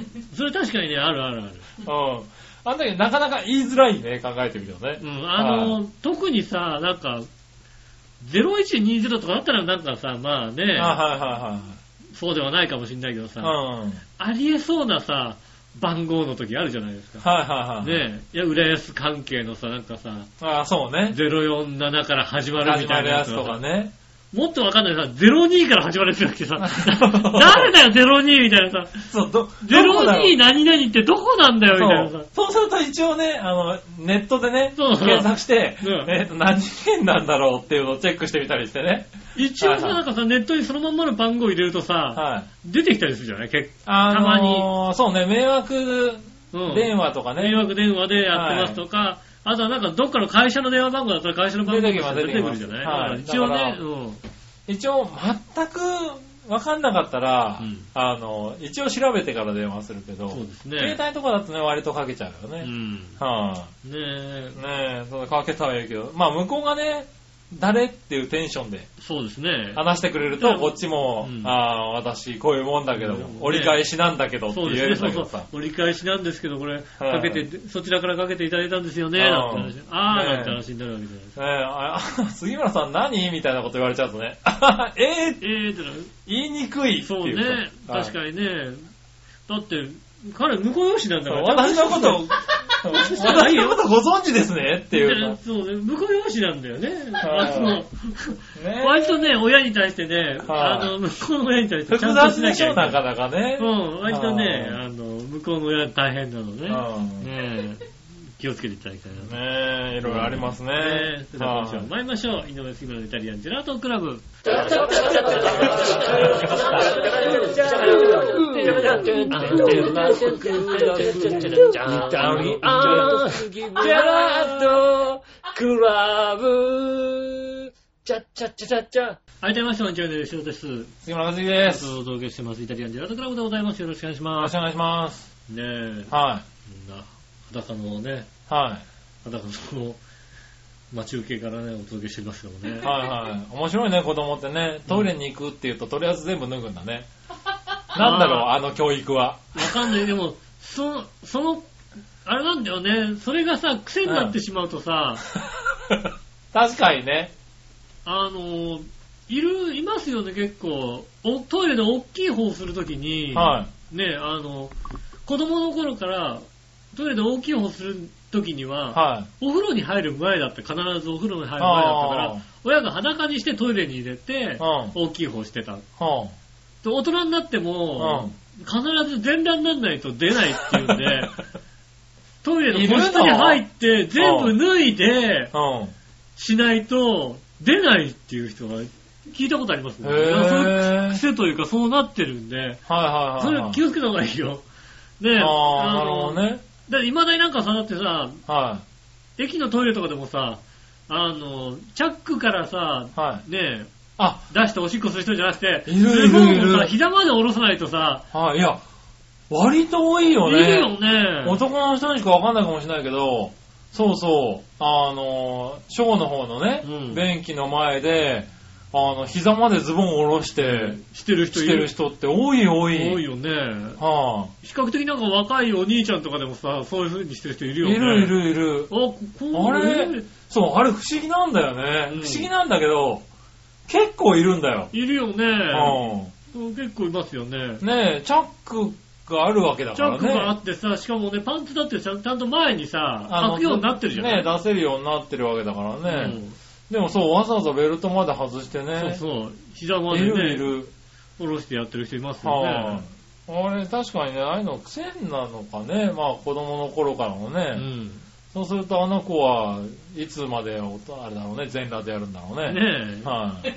C: ん。
B: それ確かにね、あるあるある。
C: うん。あの時なかなか言いづらいね、考えてみるとね
B: う。ん。あの、特にさ、なんか、0120とかだったらなんかさ、まあね、
C: あは
B: そうではないかもしんないけど
C: い
B: さ、
C: はいはい。うん。
B: ありえそうなさ、番号の時あるじゃないですか。
C: はいはいはい。
B: ねえ、いや、浦安関係のさ、なんかさ、
C: ああ、そうね。
B: 047から始まるみ
C: 始
B: た
C: ま
B: い
C: る
B: な
C: や
B: つ
C: つ
B: が
C: と
B: さ
C: かね。
B: もっとわかんないさ、02から始まるやつだっけさ、 誰だよ、02みたいなさ、
C: そう、ど、どこだろう
B: 02何々ってどこなんだよ、みたい
C: そ
B: なさ
C: う。そうすると一応ね、あの、ネットでね、
B: そうそう
C: 検索して、
B: うん
C: えっと、何件なんだろうっていうのをチェックしてみたりしてね。
B: 一応さ、
C: はいは
B: な
C: い
B: んかさ、ネットにそのまんまの番号入れるとさ、
C: はい。
B: 出てきたりするじゃない結
C: あのー、
B: たま
C: そうね、迷惑
B: 構、うん
C: 電話とか
B: 迷
C: ね。
B: 惑電話でやってますとか、あとはなんかどっかの会社の電話番号だったら会社の番号
C: 出
B: が
C: てきます
B: 出てくるじゃない、
C: は
B: だ
C: い
B: から
C: だ
B: 一
C: か
B: 応ね、
C: 一応、全く分かんなかったら、
B: うん
C: あの、一応調べてから電話するけど、
B: そうですね
C: 携帯とかだとね、割とかけちゃうよ
B: う
C: ね。
B: ん。
C: は
B: うん。ねえ
C: い、ねえ、そうかけたはいいけど、まあ、向こうがね、誰っていうテンションで
B: そうですね。
C: 話してくれる
B: う
C: と、
B: ん
C: こっちも、
B: うん
C: ああ、私、こういうもんだけど、
B: うん
C: 折り返しなんだけどって
B: そう
C: 言
B: で
C: え
B: すね、
C: るん
B: そう
C: だけ
B: そ
C: ど
B: う
C: さ。。
B: 折り返しなんですけど、これ、かけて、そちらからかけていただいたんですよね、
C: うん
B: なんて話。あー、
C: ねえ
B: なんて話になるわけじゃないですか。
C: ねえあ あ杉村さん何みたいなこと言われちゃうとね、あははえー、
B: えーってなる。
C: 言いにくいって
B: そう
C: いう
B: ね、
C: はい
B: 確かにね。だって、彼、婿養子なんだから。
C: 私のことを、私のことご存知ですねっていう
B: でそうね、向こう養子なんだよね。
C: はい
B: あの
C: の。ね
B: 割とね、親に対してね、
C: はい
B: あの、向こうの親に対してちゃ
C: 複
B: んとし
C: 雑
B: な
C: で
B: き
C: し
B: ゃ
C: ょ、
B: いけな。
C: ないかなかね
B: う。ん、割とね、
C: は
B: あの、向こうの親大変なのね。
C: うん
B: ねえ気をつけていただきたいな。
C: ねえ、いろいろありますね。
B: ねえそれでは今週も
C: はい
B: 参りましょう。井上杉村のイタリアンジェラートクラブ。はい、どうも、こんにちは、吉尾です。
C: 杉村和樹
B: ゲ
C: で
B: ス
C: す。よ
B: トをお届けしてます、イタリアンジェラートクラブでございます。よろしくお願いし
C: ろ
B: ま
C: し
B: す。
C: くお願いします。
B: ねえ、
C: は
B: みんな、裸のね、
C: い。は
B: 裸の待ち受けからね、お届けしてますけどもね
C: い。。 はいはい。面白いね、子供ってね。トイレに行くって言うと、とりあえず全部脱ぐんだね。なんだろう、あの教育は。
B: わかんない。でも、そ、その、あれなんだよね。それがさ、癖になってしまうとさ、
C: 確かにね。
B: あの、いる、いますよね、結構。おトイレで大きい方をするときに、
C: は
B: ね、あの、子供の頃から、トイレで大きい方する時には、
C: はい。
B: お風呂に入る前だった。必ずお風呂に入る前だったか
C: あー
B: ら、親が裸にしてトイレに入れて
C: う、ん。
B: 大きい方してた。
C: は
B: で大人になっても、必ず全裸にならないと出ないってい うんで、トイレの個室に入って、全部脱いで、
C: あ。うん。
B: しないと出ないっていう人が聞いたことありますね。
C: へー
B: だからそういう癖というかそうなってるんで、
C: はい
B: そ
C: はいはい
B: れ
C: はい。
B: 気をつけた方がいいよ。ね
C: ああ、な
B: の
C: るほどね。
B: だって未だになんかさ、だってさ、
C: は
B: 駅のトイレとかでもさ、あの、チャックからさ、
C: い。はい。
B: ねえ、
C: あ、
B: 出しておしっこする人じゃなくて、
C: いるいるいる
B: ズボンをさ、膝まで下ろさないとさ、
C: はい。いや、割と多いよ
B: い
C: ね。
B: るよね。
C: 男の人にしかわかんないかもしれないけど、そうそう、あの、ショーの方のね、
B: うん
C: 便器の前で、あの、膝までズボンを下ろして、
B: してる人
C: し
B: い
C: て
B: る
C: る。人って多い多い。
B: 多いよね。
C: はあ、
B: 比較的なんか若いお兄ちゃんとかでもさ、そういう風にしてる人いる
C: い
B: よね。
C: るい。るいる
B: あ、。ここ
C: あれそう、あれ不思議なんだよね。
B: うん
C: 不思議なんだけど、結構いるんだよ。
B: いるよね。
C: は
B: 結構いますよね
C: あ。ねえ、チャックがあるわけだ
B: チ
C: か
B: ャ
C: ら
B: ッ
C: ね。
B: クがあってさ、しかもね、パンツだってちゃんちゃんと前にさ、
C: あの
B: 履くようになってるじゃん。
C: ねえ、出せるようになってるわけだからね。
B: うん
C: でもそう、わざわざベルトまで外してね。
B: そうそう。膝ま
C: い
B: で
C: るい
B: ね、
C: る。
B: 下ろしてやってる人いますよ
C: は
B: ね。
C: あ、あれ、確かにね、ああいうの癖なのかね。まあ、子供の頃からもね
B: う。ん。
C: そうすると、あの子はいつまでおと、あれだろうね、全裸でやるんだろうね。
B: ね
C: はい、
B: え、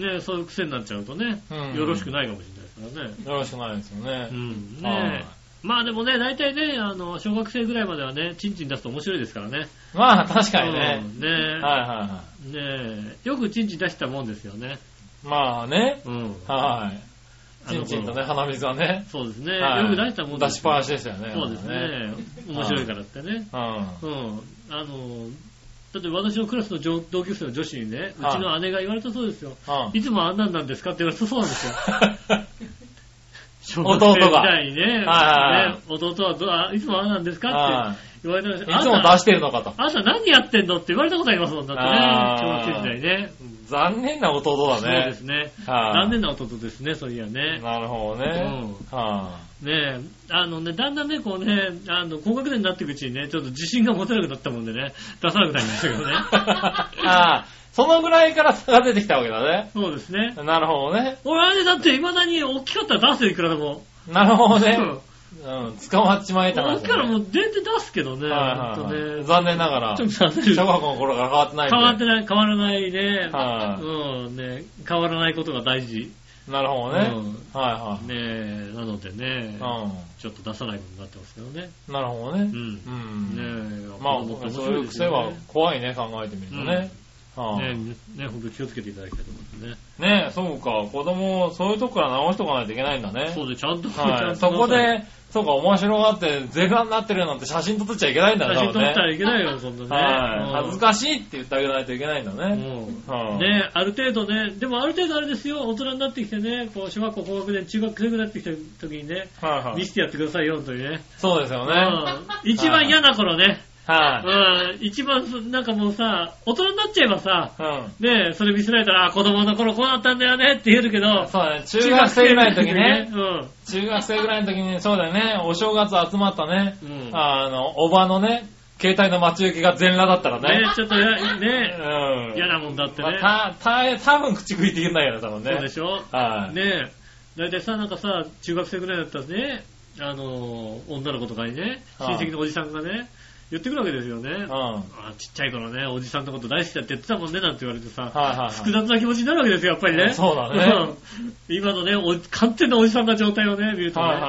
B: ねえ、そういう癖になっちゃうとね、
C: うん
B: よろしくないかもしれないからね。
C: よろしくないですよね。
B: うん。
C: は
B: ね
C: い
B: え。まあでもね、大体ね、あの、小学生ぐらいまではね、チンチン出すと面白いですからね。
C: まあ、確かにね
B: う。ん。ねえ。
C: はいはいは
B: ねえ、よくチンチン出してたもんですよね。
C: い。まあね。
B: うん。
C: はい。
B: あ
C: ち
B: の
C: んちんとね、鼻水はね。
B: そうですね。
C: はい
B: よく出してたもん
C: 出
B: です
C: しっぱなしでしたよね。
B: そうですね。面白いからってね。
C: まだね。
B: うん。あの、だって私のクラスの上同級生の女子にね、う
C: はい
B: ちの姉が言われたそうですよ。
C: うん。うん。
B: いつもあんなんなんですかって言われたそうなんですよ。小
C: 弟
B: 学
C: が
B: 生時代にね、
C: はい
B: ね弟はどうあいつもあんなんですかっ
C: は
B: て言われてまし
C: い。い
B: た。
C: つも
B: あ
C: 出
B: ん
C: してるのかと。
B: たあんた何やってんのって言われたことありますもんだってね。
C: あー
B: 小学生時代ね。
C: 残念な弟だ
B: そう
C: ね。
B: ですね。
C: はい
B: 残念な弟ですね、そういやね。
C: なるほどね。は。
B: ねえ、あのね、だんだんね、こうね、あの、高学年になっていくうちにね、ちょっと自信が持てなくなったもんでね、出さなくなりましたけどね
C: ああ、そのぐらいから差が出てきたわけだね。
B: そうですね。
C: なるほどね。
B: 俺あれだって未だに大きかったら出すよ、いくらでも。
C: なるほどね
B: う。ん
C: うん、捕まっちまえた
B: 大きいからもう全然出すけどね、
C: はい
B: ほんと
C: はいはい
B: ね。
C: 残念ながら、
B: ち
C: 小
B: ょっと出せ
C: 学
B: る
C: 校の頃から変わってないんで
B: 変わってない、変わらないね。
C: はい
B: うん、ね、変わらないことが大事。
C: なるほどね。
B: う
C: は
B: ねえ、なのでね
C: い、は
B: ちょっと出さないことになってますけどね。
C: い。うん。なるほどね
B: う。ん。
C: うん。
B: ねえ、
C: まあ、
B: 子供って面
C: そう
B: 白
C: い
B: いうです
C: 癖
B: よね
C: は怖いね、考えてみるとね。はい
B: ねね、ほんと気をつけていただきたいと思いますね。
C: ねえ、そうか。子供をそういうとこから直しとかないといけないんだね。
B: そうで、ちゃんと、ちゃ
C: は
B: ん
C: い、
B: と
C: そこで、そうか、面白がって、ゼガになってるなんて写真撮っちゃいけないんだ
B: 写
C: ね、
B: 真撮った
C: 多分
B: ら
C: ね
B: いけないよ、そんなね。
C: はい。恥ず
B: し
C: かしいって言ってあげないといけないんだね。うん
B: ねある程度ね、でもある程度あれですよ、大人になってきてね、こう小学校高学年、中学生ぐらいになってきた時にね、
C: はいは
B: 見
C: い。
B: せてやってくださいよ、本当にね。
C: そうですよ
B: う
C: ね。
B: ん一番嫌な頃ね。
C: は
B: うん一番、なんかもうさ、大人になっちゃえばさ、
C: い。うん。
B: ねそれ見せられたら、あ子供の頃こうだったんだよねって言えるけど、
C: そうだね、中学生ぐらいの時ね。
B: 中学
C: 中学生ぐらいの時に、そうだよね、お正月集まったね
B: 生、の時ね。うん。うん
C: あの、おばのね、携帯の待ち受けが全裸だったら
B: ね
C: ね。
B: ちょっとや、ね
C: うん。
B: 嫌なもんだってね。
C: まあた、た、多分口食いっていけないよね、多分ね。
B: そうでしょ
C: はい。
B: ねえ。だいたいさ、なんかさ、中学生ぐらいだったらね、あのー、女の子とかにね、
C: はい
B: 親戚のおじさんがね、言ってくるわけですよね。
C: うん。はい
B: あちっちゃい頃ね、おじさんのこと大好きだって言ってたもんね、なんて言われてさ、
C: はいはい。
B: 複雑な気持ちになるわけですよ、やっぱりね。
C: そうだね
B: うん。今のね、お完全なおじさんな状態をね、見るとね。
C: はいはい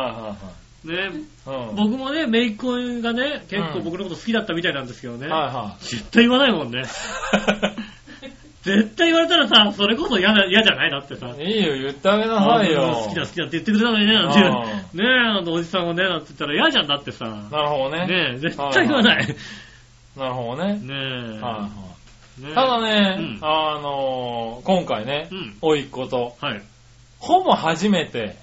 B: ね
C: はいはい。うん。
B: 僕もね、姪っ子がね、結
C: う
B: 構
C: ん
B: 僕のこと好きだったみたいなんですけどね。
C: はいはい。
B: 絶対言わないもんね。絶対言われたらさ、それこそ嫌だ嫌じゃないだってさ。
C: いいよ、言ってあげなさいよ。
B: 好きだ好きだって言ってくれたのにね、なんてねえ、あのおじさんがね、なんて言ったら嫌じゃんだってさ。
C: なるほどね。
B: ねえ、絶対言わない。ね
C: なるほどね。
B: え。
C: はいは
B: ねえ
C: いただね、
B: うん
C: あのー今回ね
B: う、ん。
C: 甥いっ子と、
B: はい。
C: ほぼ初めて、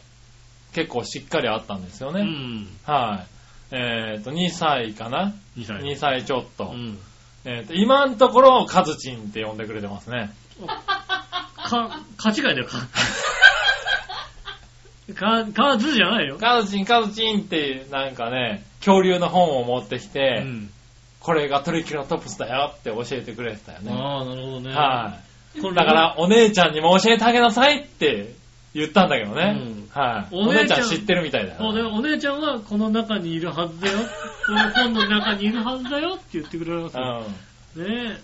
C: 結構しっかりあったんですよ
B: う
C: ね。
B: ん。
C: はい。えっ、と、2歳かな
B: 2歳。
C: ?2 歳ちょっと。
B: うん。
C: えっ、と、今のところ、カズチンって呼んでくれてますね。
B: か、勘違いだよ、か。か、かずじゃないよ。
C: カズチン、カズチンって、なんかね、恐竜の本を持ってき
B: う
C: て、
B: ん。
C: これがトリキュラトプスだよって教えてくれてたよね。はい、
B: ああ、なるほどね。これ
C: だから、お姉ちゃんにも教えてあげなさいって言ったんだけどね。
B: うん
C: はい、
B: お
C: お
B: 姉
C: 姉
B: ち
C: ち
B: ゃん
C: ゃん知ってるみたいだ
B: そうだよ
C: よ。
B: お姉ちゃんはこの中にいるはずだよ。この本の中にいるはずだよって言ってくれます
C: うん。
B: よ。
C: うん
B: ね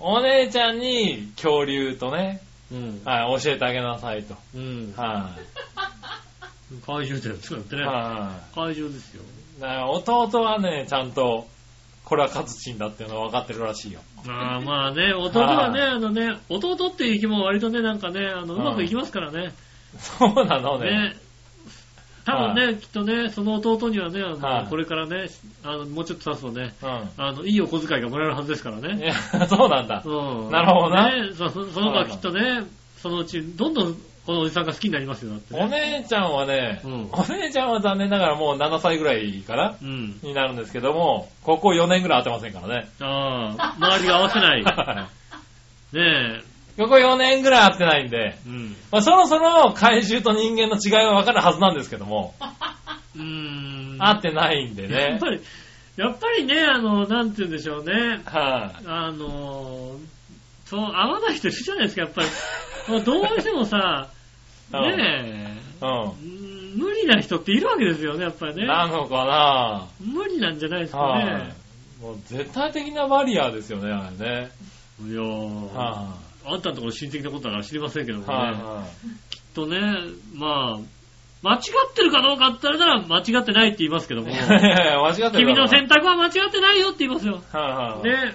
C: お姉ちゃんに恐竜とね、
B: え。うん。
C: はい、教えてあげなさいと。
B: うん。
C: は
B: 怪獣だよ、そうやって
C: い、
B: ね。
C: は
B: 怪獣ですよ。
C: い、だから弟はね、ちゃんと、これはカズチンだっていうのは分かってるらしいよ。
B: まあまあね、弟はね、
C: は
B: あのね、弟っていう生き物は割とね、なんかね、あの、うまくいきますからね。
C: そうなのね。
B: ね。多分ね、きっとね、その弟にはね、あの
C: はい
B: これからね、あの、もうちょっと経つとね、
C: うん。
B: あの、いいお小遣いがもらえるはずですからね。
C: いや、そうなんだ。
B: うん。
C: なるほどな
B: ね、そそその子はきっとね、そのうち、どんどんこのおじさんが好きになりますよ、だって、
C: お
B: ね。
C: 姉ちゃんはね、
B: うん
C: お姉ちゃんは残念ながらもう7歳ぐらいから
B: うん。
C: になるんですけども、ここ4年ぐらい会ってませんからね。
B: ああ、周りが合わせ ない。ねえ。
C: ここ4年ぐらい会ってないんで、
B: うん。
C: まあ、そろそろ怪獣と人間の違いは分かるはずなんですけども、
B: うーん。
C: 会ってないんで
B: やっ
C: ね。
B: ぱり、やっぱりね、あの、なんて言うんでしょうね。
C: はい、
B: あの、そう、合わない人いるじゃないですか、やっぱり。もうどうしても さ、
C: うん
B: ねえ、
C: う
B: うん無理な人っているわけですよね、やっぱり
C: ん。
B: ね。
C: なのかな
B: 無理なんじゃないですか
C: はい、
B: ね。
C: もう絶対的なバリアですよね、あれね。
B: いやー
C: は
B: あんたのところ親戚のことだから知りませんけども
C: い、
B: ね。
C: は
B: きっとね、まあ、間違ってるかどうかって言ったら間違ってないって言いますけど
C: い、
B: も
C: い、やいやいや間 違ってるから
B: 君の選択は間違ってないよって言いますよ。
C: はい、はい、
B: ね、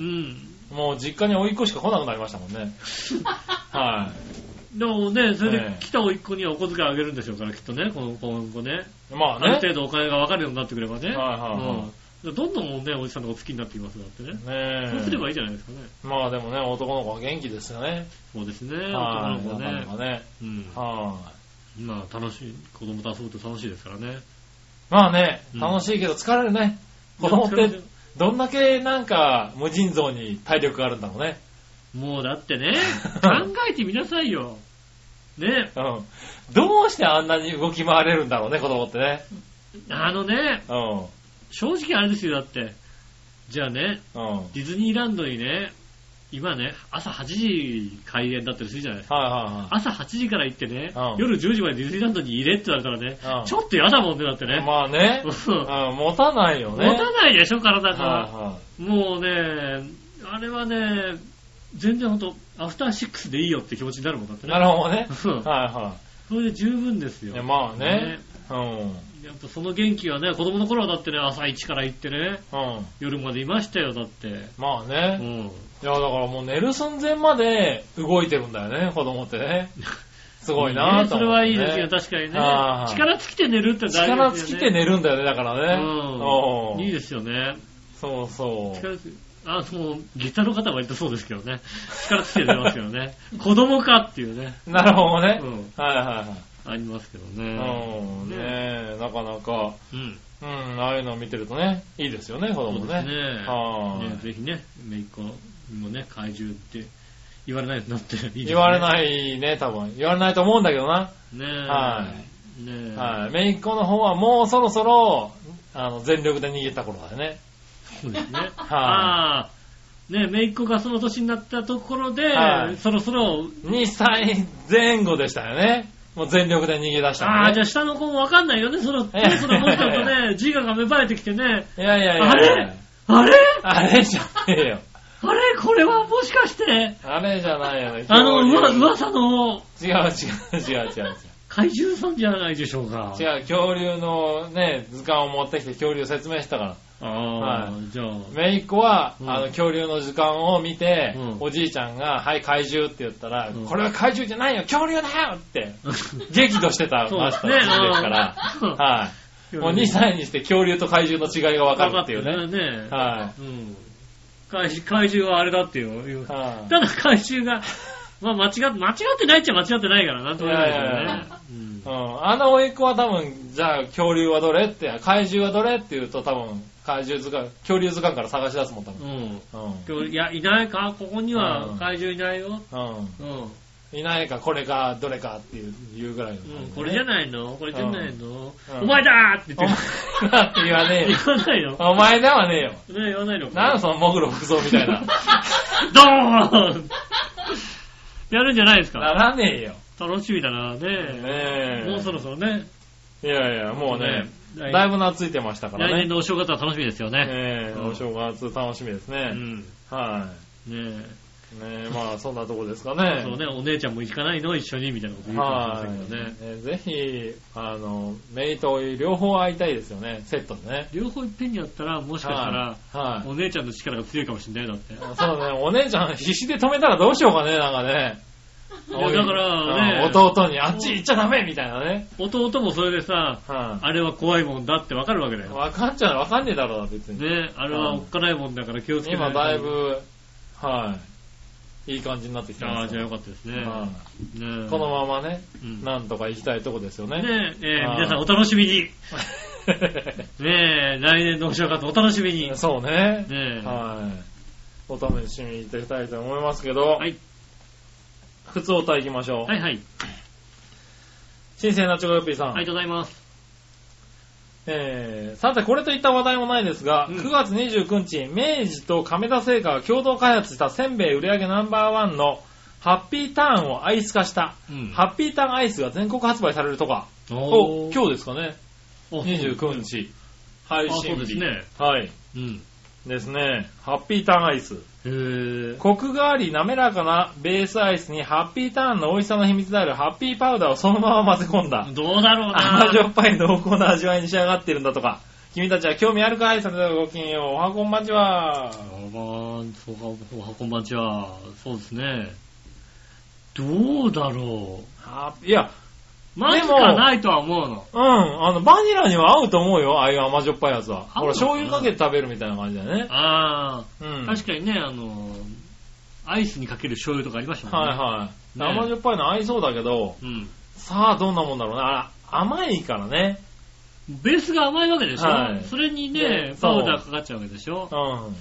C: うん
B: うん。
C: もう実家に甥いっ子しか来なくなりましたも んね。は
B: でもね、それで
C: ええ
B: 来た甥っ子にはお小遣いあげるんでしょうから、きっとね、この子の子ね。
C: い。まあ
B: ある
C: ね。
B: 程度お金が分かるようになってくればね。
C: はいは
B: うんどんどんね、おじさんのこと好きになってきますよだってね。
C: ねえ
B: そうすればいいじゃないですかね。
C: まあでもね、男の子は元気ですよね。
B: そうですね、男
C: は
B: の
C: い。
B: 子
C: な
B: ね
C: かな。かね。
B: うん。
C: は
B: まあ楽しい、子供と遊ぶと楽しいですからね。
C: い。まあね、
B: うん
C: 楽しいけど疲れるね。子供ってどんだけなんか無尽蔵に体力があるんだろうね。
B: もうだって ね、考えてみなさいよ。ね、
C: うん。どうしてあんなに動き回れるんだろうね、子供ってね。
B: あのね、
C: うん。
B: 正直あれですよ、だって。じゃあね、
C: うん。はい
B: ディズニーランドにね、今ね、朝8時開園だったりするじゃないですか。
C: は
B: 朝8時から行ってね、
C: うん
B: 夜10時までディズニーランドに入れって言われたらね、
C: うん
B: ちょっと嫌だもんね、だって
C: いはい。
B: ね。
C: まあね
B: う。
C: うん
B: ん
C: 持たないよ
B: 持
C: ね。
B: たないでしょ、体が。
C: は
B: もうね、あれはね、全然ほんと、アフターシックスでいいよって気持ちになるもんだって
C: いはい。
B: ね。
C: なるほどね。
B: うん
C: はいは
B: それで十分です
C: い。い
B: よ。
C: やまあね
B: ね。
C: うん。
B: やっぱその元気はね、子供の頃はだってね、朝一から行ってね、
C: うん。
B: 夜までいましたよ、だって。
C: まあ
B: う
C: ね。
B: ん。
C: いや、だからもう寝る寸前まで動いてるんだよね、子供っ てね。すごいな
B: ね
C: ぁと
B: それ
C: 思っ
B: は
C: て
B: い
C: ね、
B: いですよ、確かにね。
C: はい
B: 力尽きて寝るって大事
C: 力
B: です
C: 尽
B: よね。
C: きて寝るんだよね、だからね。
B: うん。いい
C: で
B: ですよね。
C: す。そうそう。
B: 力尽きあ、もう、ギターの方は割とそうですけどね。力尽きて寝ますけどね。子供かっていうね。
C: なるほどね。
B: うん。
C: はいは
B: ありますけど
C: いはい。
B: ね。
C: うん、ねえ、なかなか、
B: うん。
C: うん、ああいうのを見てるとね、いいですよね、子
B: そう
C: 供
B: です
C: ね。
B: ね。
C: はい
B: ねぜひね、めいっ子もね、怪獣って言われないようになっていいですね
C: 言われないね、多分。言われないと思うんだけどな。
B: ねえ。
C: は
B: ねえ。
C: はい。めいっ子の方はもうそろそろ、あの、全力で逃げた頃だよね。
B: そうですね。ああ。ねえ、めいっ子がその年になったところで、
C: はい
B: そろそろ、
C: 2歳前後でしたよね。もう全力で逃げ出したのね
B: ああ、じゃあ下の子もわかんないよね、その、
C: ええ
B: そのもうちょっとね、 自我が芽生えてきてね、
C: いやいやいや。
B: あれあれ
C: あれじゃねえよ。
B: あれこれはもしかして、
C: あれじゃないよね。
B: あの、うわ、
C: 恐竜
B: 噂の
C: 違う違う違う違う
B: 怪獣さんじゃないでしょうか。
C: 違う。違う、恐竜のね、図鑑を持ってきて恐竜を説明したから。
B: ああ、
C: は
B: じゃあ、
C: めいっ子は、
B: うん
C: あの、恐竜の図鑑を見て、
B: うん
C: おじいちゃんが、はい、怪獣って言ったら、
B: うん
C: これは怪獣じゃないよ、恐竜だよって、激怒してた、
B: そう
C: マ
B: で
C: ス
B: す
C: タ
B: ね
C: ーですから。
B: うん
C: はい。もう2歳にして恐竜と怪獣の違いが分かるっていう
B: わか
C: ね。
B: ってるね。
C: は
B: うん怪獣怪獣はあれだっていう。いう
C: い。はい
B: ただ怪獣が、まあ間違って、間違ってないっちゃ間違ってないから、なんとも言え
C: いやいや
B: ないいですよね。
C: うんあの甥っ子は多分、じゃあ恐竜はどれって、怪獣はどれって言うと多分、怪獣図鑑、恐竜図鑑から探し出すもん多
B: う
C: 分。
B: ん。うん
C: うん。
B: 今日、いや、いないかここには
C: うん
B: 怪獣いないよ。
C: うん。
B: うん。
C: いないか、これか、どれかっていういうぐらいの感じね、
B: うん、これじゃないのこれじゃないの、
C: うん
B: お前だーって
C: お
B: 言っ
C: 前
B: て
C: だって言わねえよ。
B: 言わないのね
C: お前だはねえよ。
B: 言わないの
C: なんだそのモグロ服装みた いな。
B: ドーン やるんじゃないです
C: な
B: から
C: ねえよ。
B: 楽しみだなね
C: ねえ。
B: もうそろそろね。
C: いやいや、もうね、
B: 来
C: だいぶ懐いてましたから
B: 来
C: ね
B: 年。のお正月は楽しみですよね。
C: ええ
B: うん
C: お正月楽しみです
B: う
C: ね。
B: ん。ね
C: は
B: え。
C: い。ねえ、まあそんなとこですかね。
B: そうね、お姉ちゃんも行かないの一緒にみたいなこと言うかもし
C: は
B: れませんけどね。
C: い。ねぜひ、あの、メイと両方会いたいですよね、セットでね。
B: 両方いっぺんにやったら、もしかしたら、
C: はい。
B: お姉ちゃんの力が強いかもしれないよだって。
C: そうね、お姉ちゃん必死で止めたらどうしようかね、なんかね。
B: いやだからね
C: うん弟にあっち行っちゃダメみたいなね。
B: 弟もそれでさ、
C: は
B: あれは怖いもんだってわかるわけだ
C: い。
B: よ。
C: わかっちゃうわかんねえだろうな、別に。
B: ね、あれはおっかないもんだから気をつけな
C: 今
B: いと
C: だい。ぶ、はい。いい感じになってきて
B: あ
C: ま
B: あ、
C: す
B: じゃ
C: よ
B: あよかったですね。
C: は
B: ね
C: いこのままね、
B: うん
C: なんとか行きたいとこですよね。
B: ねえ、えー
C: はい
B: 皆さんお楽しみに。ねえ、来年のお正月お楽しみに。ね
C: そうね。
B: え。
C: はい。お試しにいただきたいと思いますけど、
B: はい、
C: 靴をた行きましょう。
B: はい、はい。
C: 新鮮なチョコヨッピーさん。
B: ありがとうございます。
C: えーさて、これといった話題もないですが、
B: うん
C: 9月29日、明治と亀田製菓が共同開発したせんべい売り上げナンバーワンのハッピーターンをアイス化した、
B: うん
C: ハッピーターンアイスが全国発売されるとか、
B: お
C: お
B: ー
C: 今日ですかね、
B: お
C: 29日、配
B: あ、そ
C: 信
B: うです
C: 日。
B: ね。
C: はい。
B: うん。
C: ですね。ハッピーターンアイス。
B: へぇ
C: コクがあり滑らかなベースアイスにハッピーターンの美味しさの秘密であるハッピーパウダーをそのまま混ぜ込んだ。
B: どうだろうな
C: 甘じょっぱい濃厚な味わいに仕上がってるんだとか。君たちは興味あるかいそれではごきげんよう。おはこんばんちは。
B: まあ、そうか、おはこんばんちは。そうですね。どうだろ
C: あいや、
B: う。まずかないとは思うの。
C: うん、あの、バニラには合うと思うよ。ああいう甘じょっぱいやつは。
B: 合う
C: ほら、
B: のかな
C: 醤油かけて食べるみたいな感じだよね。
B: あ
C: う
B: あ、
C: ん。
B: 確かにね、あの、アイスにかける醤油とかありましたもんね。
C: はいはい。
B: ね
C: 甘じょっぱいの合いそうだけど、
B: うん。
C: さあどんなもんだろうね。あら、甘いからね。
B: ベースが甘いわけでしょ、
C: はい
B: それに
C: で
B: ね、
C: そ
B: パ
C: う
B: ウダーかかっちゃうわけでしょ
C: うん。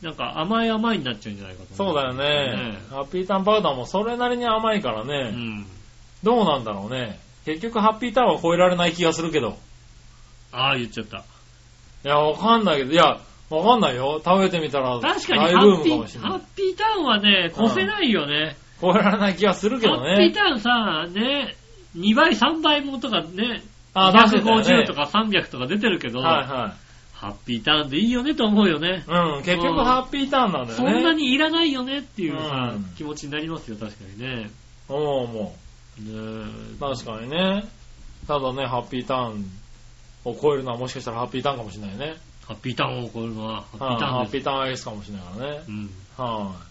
B: なんか甘い甘いになっちゃうんじゃないかと
C: そう
B: 思
C: だよね。ハッピーターンパウダーもそれなりに甘いから
B: う
C: ね。
B: ん。
C: どうなんだろうね。結局ハッピーターンは超えられない気がするけど。
B: ああ、言っちゃった。
C: いや、わかんないけど、いや、わかんないよ。食べてみたら、
B: 確かに
C: 大
B: ハ
C: ブー
B: ッ
C: ム
B: ピ
C: かもし
B: ー、
C: れ
B: ハ
C: な
B: ッ
C: い。
B: ピーターンはね、越せないよね。
C: 超えられない気がするけど
B: ハッピー
C: ね。
B: ターンさ、ね、2倍、3倍もとかね、
C: あ出してたよね
B: 250とか300とか出てるけど、
C: は
B: ハッピーターンでいいよねと思うよね
C: い。はい。うん、結局ハッピーターンなんだよね。
B: そんなにいらないよねっていうさ、
C: うん
B: 気持ちになりますよ、確かにね。ね
C: 思う思
B: え
C: う。確かにね。ただね、ハッピーターンを超えるのはもしかしたらハッピーターンかもしれないね。
B: ハッピーターンを超えるのは、ハッピ
C: はい
B: ータ
C: ハ
B: ーン
C: ッ
B: で
C: ピ
B: す。
C: ーターンアイスかもしれないからね。
B: うん
C: はい。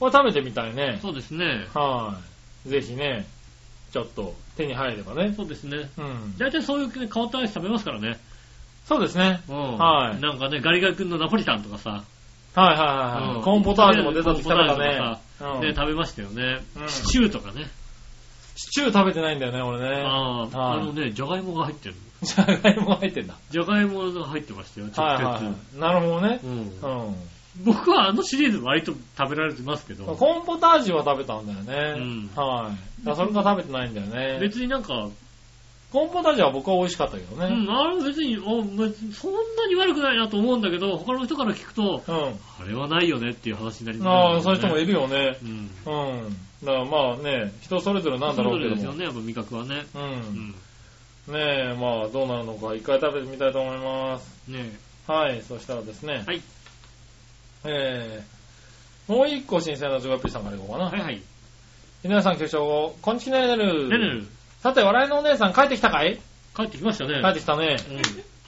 C: これ食べてみたいね。
B: そうですね。
C: はい。ぜひね、ちょっと手に入ればね。
B: そうですね。
C: うん。
B: 大体そういうね変わったアイス食べますからね。
C: そうですね。
B: うん。
C: はい
B: なんかね、ガリガリ君のナポリタンとかさ、
C: はいはいはいは
B: うん
C: い。コーンポタージュも出たってきたからね
B: コ
C: う
B: ね、
C: ん。
B: 食べましたよね。
C: うん
B: シチューとかね。
C: シチュー食べてないんだよね、俺ね。
B: ああ、あ
C: はい
B: のね、じゃがいもが入ってる。
C: じゃがいも入ってんだ。
B: じゃがいもが入ってましたよ、直
C: はい
B: 接。
C: はいはい。なるほどね。
B: うん
C: う、
B: 僕はあのシリーズ割と食べられてますけ
C: ん。
B: ど、
C: コーンポタージュは食べたんだよね。
B: う
C: はい。だからそれが食べてないんだよね。
B: 別になんか、
C: コーンポタージュは僕は美味しかったけど
B: う
C: ね。
B: ん、あれ別にお別にそんなに悪くないなと思うんだけど、他の人から聞くと、
C: う
B: あれはないよねっていう話になり
C: ん。
B: ます
C: ああ、そういう人も
B: い
C: いるよね。
B: うん。
C: うん。だからまあね、人それぞれなんだろうけ
B: それぞれで
C: ど
B: すよ
C: も。
B: ね、やっぱ味覚はね。
C: う。
B: うんん。
C: ねえ、まあどうなるのか一回食べてみたいと思います。
B: ねえ。
C: はい、そしたらですね。
B: はい。
C: えー、もう一個新鮮なジョガピーさんからいこうかな。
B: はいはい。
C: 皆さん局長、こんちきなねる。
B: ねるねる
C: さて、笑いのお姉さん帰ってきたかい
B: 帰ってきましたね。
C: 帰ってきたね。
B: うん。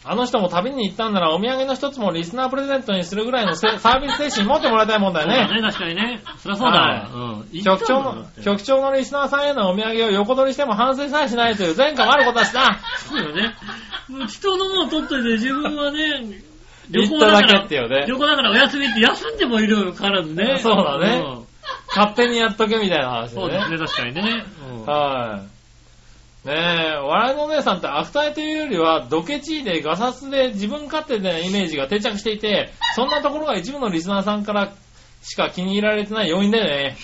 C: あの人も旅に行ったんならお土産の一つもリスナープレゼントにするぐらいの せサービス精神持ってもらいたいもんだ
B: そう
C: よ
B: だ ね、
C: ね。
B: 確かにね。そりゃそうだわ。うん。
C: 局
B: 行
C: 長
B: ったんだ
C: の
B: もんだって、
C: 局長のリスナーさんへのお土産を横取りしても反省さえしないという前科もあることだし な。
B: そうだよね。もう人のもの取っといて自分はね、
C: 行っただけってよね
B: 旅行だからお休みって休んでもいるよからずね。
C: そうだね
B: うん
C: 勝手にやっとけみたいな話で
B: そうです
C: ね。
B: ね、確かにね。うん
C: はい。ねえ、笑いのお姉さんって悪態というよりは、ドケチでガサツで自分勝手なイメージが定着していて、そんなところが一部のリスナーさんからしか気に入られてない要因だよね。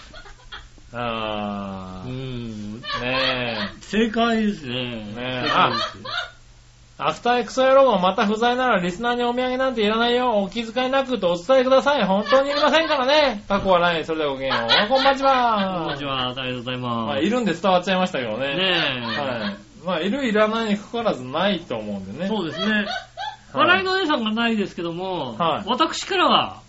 C: あ
B: う
C: ー。
B: ん。
C: ね
B: 正解ですね。
C: え。ねえ。
B: 正解
C: あ
B: です、
C: アフターエクソ野郎がまた不在ならリスナーにお土産なんていらないよ。お気遣いなくとお伝えください。本当にいりませんからね。過去はない。それではごきげんよう。こんばんちは。
B: こんにちは、ありがとうござい
C: ま
B: ま
C: あ、
B: す。
C: いるんで伝わっちゃいましたけどね。
B: ねえ。
C: はい。まあ、いるいらないにかかわらずないと思うんでね。
B: そうですね。笑いのお姉さんがないですけども、
C: はい
B: 私からは、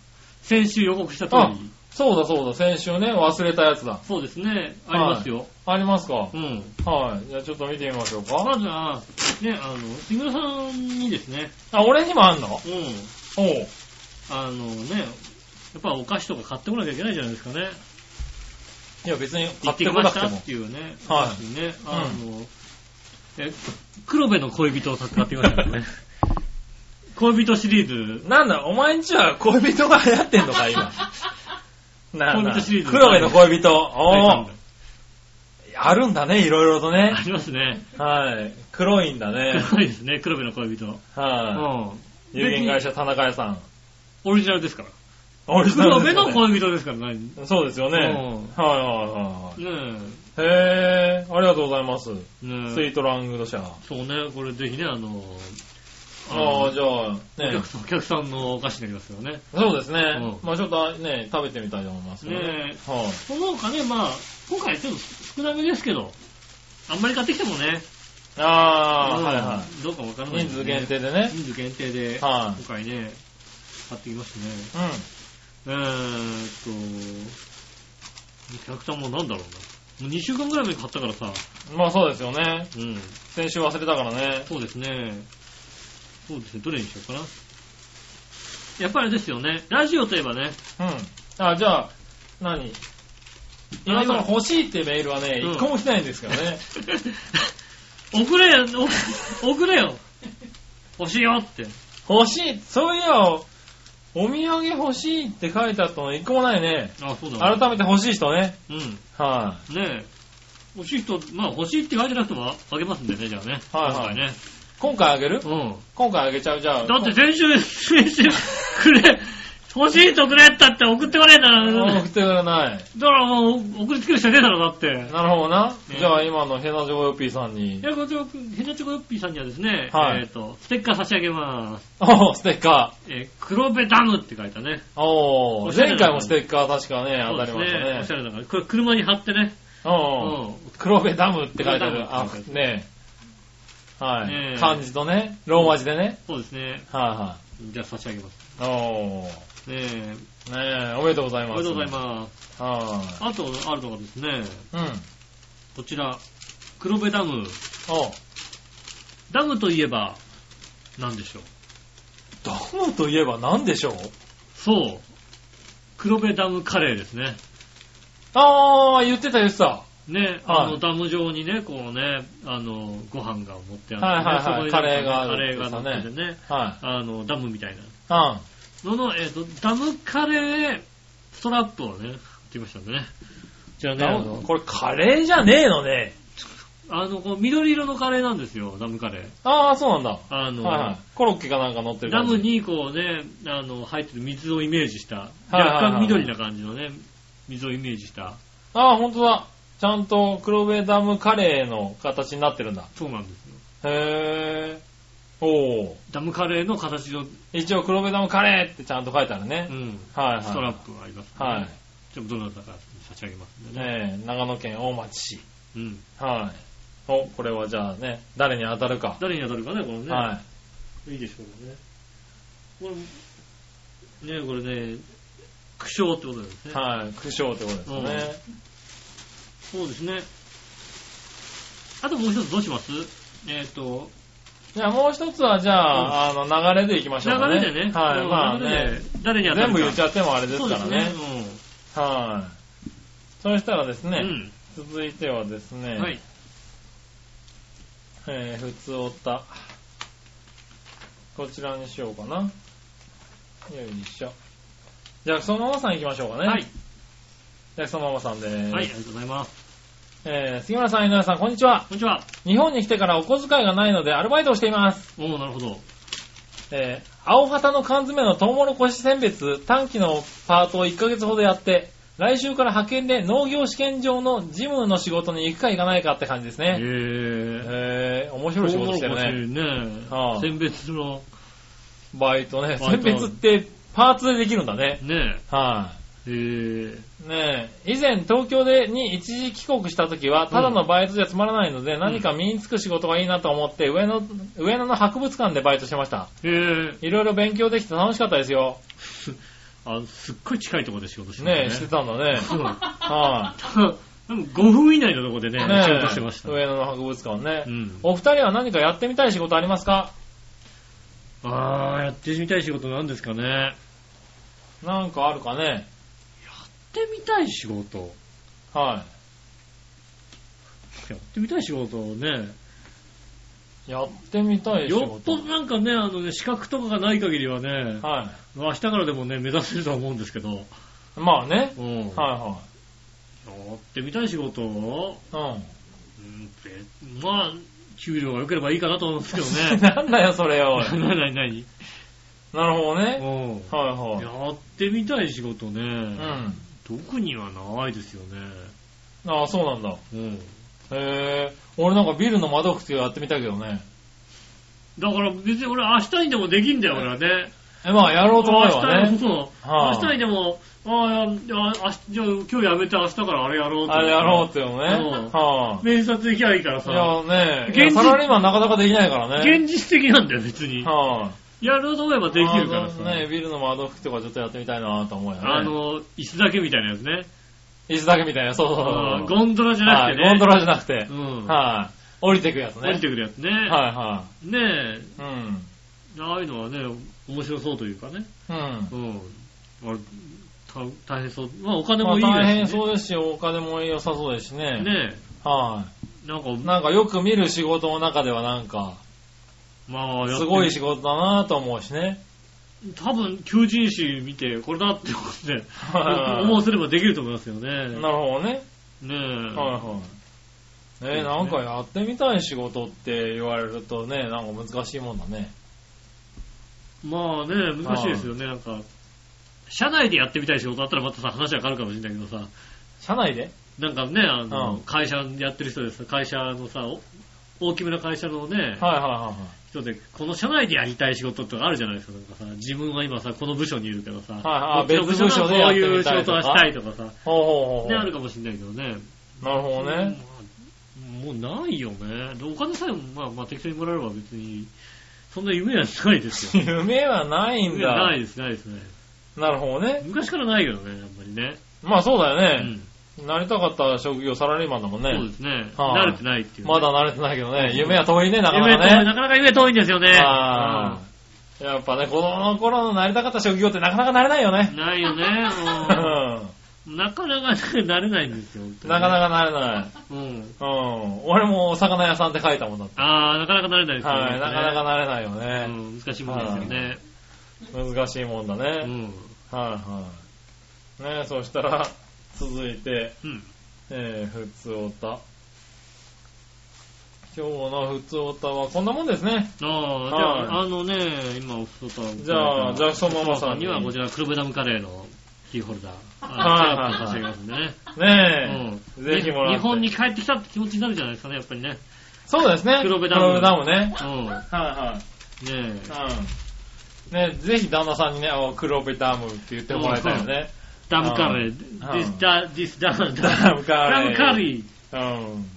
B: 先週予告した通
C: あ
B: り、
C: そうだそうだ、先週ね、忘れたやつだ。
B: そうですね、ありますよ。
C: ありますか
B: うん。
C: はい。じゃあちょっと見てみましょうか。
B: まずは、ね、あの、木村さんにですね、
C: あ、俺にもあん
B: う
C: の
B: ん、
C: おう。
B: あのね、やっぱお菓子とか買ってこなきゃいけないじゃないですかね。
C: いや、別に
B: 行
C: 買
B: っ
C: ってて
B: き
C: こ
B: ま
C: な
B: し
C: くて
B: た
C: も
B: っ。ていうね、
C: はい
B: 話にね、あの、え黒部の恋人を買ってきましたから ね。恋人シリーズ、
C: なんだ、お前んちは恋人が流行ってんの か、今。なんだ
B: 恋人シリーズ
C: 黒目の恋人。お
B: 第
C: ーあるんだね、いろいろと
B: 三弾
C: ね
B: あ。りますね。
C: はい。黒いんだね。
B: 黒いですね、黒部の恋人。うん。
C: はい。有限会社田中屋さん。
B: オリジナルですから。
C: 俺
B: 黒部の恋人ですから、何ね
C: そうですよ
B: う
C: ね。はい
B: ん
C: は
B: え。
C: いはいはい。へー、ありがとうございます。
B: ね
C: ス
B: え。
C: イートラングド社。
B: そうね、これぜひね、あの、
C: あ
B: う
C: あ、
B: ん
C: じゃあ、
B: お
C: ね
B: 客。さんお客さんのお菓子になりますよね。
C: そうですね。
B: う
C: まあちょっとね、食べてみたいと思いますよね。
B: ねえ。
C: はい、
B: その他ね、まあ、今回ちょっと少なめですけど、あんまり買ってきてもね、
C: ああ、
B: うん
C: はいは。
B: どうかわからないいん
C: 人
B: で
C: 数
B: ね、
C: 限定でね。
B: 人数限定で、今
C: はい、
B: 回ね、買ってきましたね。
C: うん。
B: えーっと、お客さんもなんだろうな。もう2週間ぐらい前に買ったからさ、
C: まあそうですよね。
B: うん、
C: 先週忘れたからね。
B: そうですね。そうですね、どれにしようかな。やっぱりあれですよね、ラジオといえばね、
C: うん。あじゃあ、何今の
B: あ
C: ところ欲しいってメールはね、
B: うん
C: 一個も来てないんですからね。
B: 送れよ、送れよ。欲しいよって。
C: 欲しいそういや、お土産欲しいって書いてあったの一個もないね。
B: あ、そうだ、
C: 改めて欲しい人ね。
B: うん。
C: は
B: ねえ。欲しい人、まあ欲しいって書いてなくてもあげますんでね、じゃあね。
C: はいはい
B: 今
C: い。今回あげる
B: 回ね。
C: 今回あげちゃうじゃ
B: う
C: あ。
B: ん。だって先週、先週、くれ、欲しいとくれったって送ってこねえだ
C: あ
B: ろ
C: 送。ってくれない。
B: だからもう送りつけるしかねえだろ、だって。
C: なるほどな。
B: ね
C: じゃあ今のヘナジョコヨッピーさんに
B: い。や、こちら、ヘナチョコヨッピーさんにはですね、
C: はい
B: えっ、と、ステッカー差し上げます。
C: おーステッカ
B: えー黒部ダムって書いたね。
C: ー。お
B: お
C: ー
B: しゃれ
C: 前
B: な
C: 回もステッカー確かね、当たりまし
B: そうですおしたゃ
C: ね。
B: れだから。これ車に貼ってね。
C: おー
B: うん
C: 黒部ダムって書いてある。
B: 黒
C: あ
B: 部ダムって書い、て
C: ねは
B: ね
C: い。
B: え
C: 漢字とね、ローマ字でね。
B: そうですね。
C: は
B: じゃあ差し上げます。
C: いはい。おー。
B: ねえ、
C: ねえ、おめでとうござい
B: お
C: ま
B: めで
C: す。
B: とうございます。
C: す。は
B: あと、あるのがですね、
C: い。うん。
B: こちら、黒部ダム。
C: おう
B: ダムといえば、なんでしょう。
C: ダムといえば何でしょう
B: そう。黒部ダムカレーですね。
C: あー、言ってた言ってた。
B: ね、あ
C: はい
B: の、ダム上にね、こうね、あの、ご飯が持ってあって、ね
C: はいはいはい
B: そこに
C: カレーが
B: カレーが乗
C: あ
B: っ
C: るん
B: て
C: で
B: てね、
C: は
B: あの、ダムみたいな。
C: い。うん。
B: のの、えっ、と、ダムカレーストラップをね、買ってきましたんでね。じゃあね、あの、
C: これカレーじゃねえのね。
B: あのこう緑色のカレーなんですよ、ダムカレー。
C: ああ、そうなんだ。は
B: あの、
C: いはい。コロッケかなんか乗ってる
B: ダ
C: 感じ
B: ム。にこうね、あの、入ってる水をイメージした、
C: いはいはい
B: 若干緑な感じのね、水をイメージした、
C: ああ、ほんとだ。ちゃんと黒部ダムカレーの形になってるんだ。
B: そうなんですよ。
C: へえ。おお。
B: ダムカレーの形の、
C: 一応黒部ダムカレーってちゃんと書いてあるね
B: う。ん、
C: はいはい。
B: ストラップがあります、
C: はい。。
B: ちょっとどなたか差し上げますんでね。
C: ねえ、長野県大町市。
B: うん。
C: はい。お、これはじゃあね、誰に当たるか。
B: 誰に当たるかね、これね。。
C: はい
B: いでしょうね。これ、ね、これね、苦笑ってことです
C: い。
B: ね。
C: はい。苦笑ってことですよね。
B: そうですね。あともう一つどうしますえっ、と、
C: じゃあもう一つはじゃあ、あの、流れでいきまし
B: 流
C: ょうかね。
B: れでね、
C: はい。
B: うん
C: まあ
B: 流れ
C: ね
B: で、誰に当たる
C: 全
B: か
C: 部言っちゃってもあれですから
B: そう
C: ね
B: で。す
C: はい。そしたらですね、
B: ね。
C: 続いてはです
B: う
C: ね、
B: ん。はい。
C: えー、普通おた。こちらにしようかな。よいしょ。じゃあ、そのママさん行きましょうかね。
B: はい。。
C: じゃあ、そのママさんでーす。
B: はい、ありがとうございます。
C: えー、杉村さん、井上さん、こんにちは。
B: こんにちは。
C: 日本に来てからお小遣いがないのでアルバイトをしています。
B: おー、なるほど。
C: えー、青旗の缶詰のトウモロコシ選別短期のパートを1ヶ月ほどやって、来週から派遣で農業試験場の事務の仕事に行くか行かないかって感じです
B: へ
C: ね。
B: ぇ
C: えー、面
B: ー。
C: 白い仕事してるね。
B: ね。
C: ああ
B: 選別の、
C: バイトね。
B: バイ
C: 選
B: ト
C: 別ってパーツでできるんだね。
B: ね
C: はい、
B: え。へぇ
C: ねえ、以前東京でに一時帰国した時は、ただのバイトじゃつまらないので、何か身につく仕事がいいなと思って、上野、上野の博物館でバイトしてました。
B: ー。へぇー。
C: いろいろ勉強できて楽しかったですよ。
B: あすっごい近いところで仕事してま
C: ねえ、し
B: してたね。
C: たんだね。
B: そう
C: は
B: 多分5分以内のところでね、
C: い、
B: 仕
C: ね
B: 事してました。
C: 上野の博物館ね、
B: うん
C: お二人は何かやってみたい仕事ありますか
B: あー、やってみたい仕事なんですかね。やっ
C: なんかあるかね
B: てみたい仕事。
C: は
B: やってみたい仕事をね、
C: い。やってみたい仕事。
B: よっぽどなんかね、あのね、資格とかがない限りはね、
C: は
B: 明日からでもね、目指せるとは思うんですけど、
C: い。まあね。
B: うん。や
C: は
B: ってみたい仕事を、
C: いはい。
B: うんってまあ、給料が良ければいいかなと思うんですけど
C: うん。
B: ね。
C: なんだよ、それよ。
B: 何何何
C: なるほどね。
B: うん。
C: はいはい。
B: やってみたい仕事ね、
C: うん。
B: 特にはないですよね。
C: ああ、そうなんだ。
B: うん。
C: へえ。俺なんかビルの窓拭きやってみたいけどね。
B: だから別に俺明日にでもできんだよ、俺はね。
C: え、まあやろうと思えば
B: 明日に
C: ね。
B: そう
C: はあ
B: 明日にでも、あーいやあ明日じゃあ今日やめて明日からあれやろうと
C: あれやろうっていうのね。
B: うん
C: は
B: 面接できゃいいから
C: い。い
B: さ、
C: やね、
B: 現
C: いや
B: 実
C: サラリーマンなかなかできないからね。
B: 現実的なんだよ、別に。
C: はい。
B: やろうと思えばできるから
C: あのね、
B: さ。
C: ビルの窓拭きとかちょっとやってみたいなと思うよね。
B: あ、の、椅子だけみたいなやつね。
C: 椅子だけみたいな、そうそうそう
B: うん
C: ン
B: ゴンドラじゃなくてね。
C: ゴンドラじゃなくて。
B: うん。
C: はい。降りてくやつね。
B: 降りてくるやつね。
C: はいは
B: ね
C: い。うん。
B: え、ああいうのはね、面白そうというかね。
C: うん
B: う。ん。あれた大変そう。まあお金
C: ま
B: も
C: あ
B: いいですしね。
C: 大変そうですし、お金も良さそうですしね。
B: ね
C: は
B: え。なんか、
C: い。なんかよく見る仕事の中ではなんか、
B: まあ、やって
C: すごい仕事だなと思うしね。
B: 多分、求人誌見て、これだってことで、
C: はい
B: 思うすればできると思いますよね。
C: なるほどね。
B: ねえ。
C: はいはい。えーなんかやってみたい仕事って言われるとね、なんか難しいもんだね。
B: まあね、難しいですよね、なんか。社内でやってみたい仕事だったらまたさ、話は変わるかもしれないけどさ、
C: 社内で
B: なんかね、あの、
C: うん
B: 会社やってる人です。会社のさ、お大きめな会社のね、
C: はいはいはいはい。
B: 人で、この社内でやりたい仕事ってのがあるじゃないですか。なんかさ、自分は今さ、この部署にいるけどさ、
C: はいは
B: こっ
C: い
B: ちの
C: 別部署で
B: のこ
C: や
B: う
C: って
B: いう
C: み
B: 仕
C: たいと
B: 事
C: か
B: はしたいとかさ、
C: ほうほうほう。
B: ね、あるかもしれないけどね。
C: なるほどね。
B: まあもうないよね。でお金さえも、まあ、まあ、適当にもらえれば別に、そんな夢はないですよ。
C: 夢はないん
B: 夢はな
C: だ
B: い。です、ないですね。
C: なるほどね。
B: 昔からないけどね、あんまりね。
C: まあそうだ
B: う
C: よね。
B: ん
C: なりたかった職業サラリーマンだもん
B: そう
C: ね
B: で。すね。
C: はい
B: 慣れてないっていうね、
C: まだ慣れてないけどね。
B: うん
C: 夢は遠いね、なか
B: 夢
C: な
B: 遠い
C: か
B: な
C: ね。
B: かなか夢遠いんですよね。
C: あーやっぱね、子供の頃のなりたかった職業ってなかなかなれないよ
B: う
C: ね
B: ん。ないよね。
C: うん。
B: うんなかなか、慣れないんですよ。
C: なかな
B: か。
C: かなれない。
B: うん。
C: うん。俺もお魚屋さんって書いたもんだって。
B: ああ、なかなか慣れないですよね。
C: はい、なかなかなれないよ
B: う
C: ね。
B: ん、難しいもんですよね。
C: 難しいもんだ
B: う
C: ね。
B: ん。
C: はいはい。ねそしたら、続いて、
B: うん。
C: えー、ふつおた。今日のふつおたはこんなもんですね。
B: ああ、じゃあ、あのね、今、おふとた
C: じゃあ、ジャクソンママ
B: さ
C: さ
B: ん
C: ん
B: に
C: に
B: は
C: は
B: こちら、クルベダムカレーのキーホルダー。
C: はい
B: あー、差し上げますんでね。
C: ねえ、
B: うん
C: ぜひもらって。
B: 日本に帰ってきたって気持ちになるじゃないですかね、やっぱりね。
C: そうですね。
B: 黒部ダム
C: 黒部ダムね。
B: うん。ね
C: は
B: え
C: い。はい。うん。ねぜひ旦那さんにね、あ黒部ダムって言ってもらいたいよね。
B: ダムカレー。
C: あー
B: This, da, this, da,
C: ダムカレー
B: ダムカレー。
C: うん。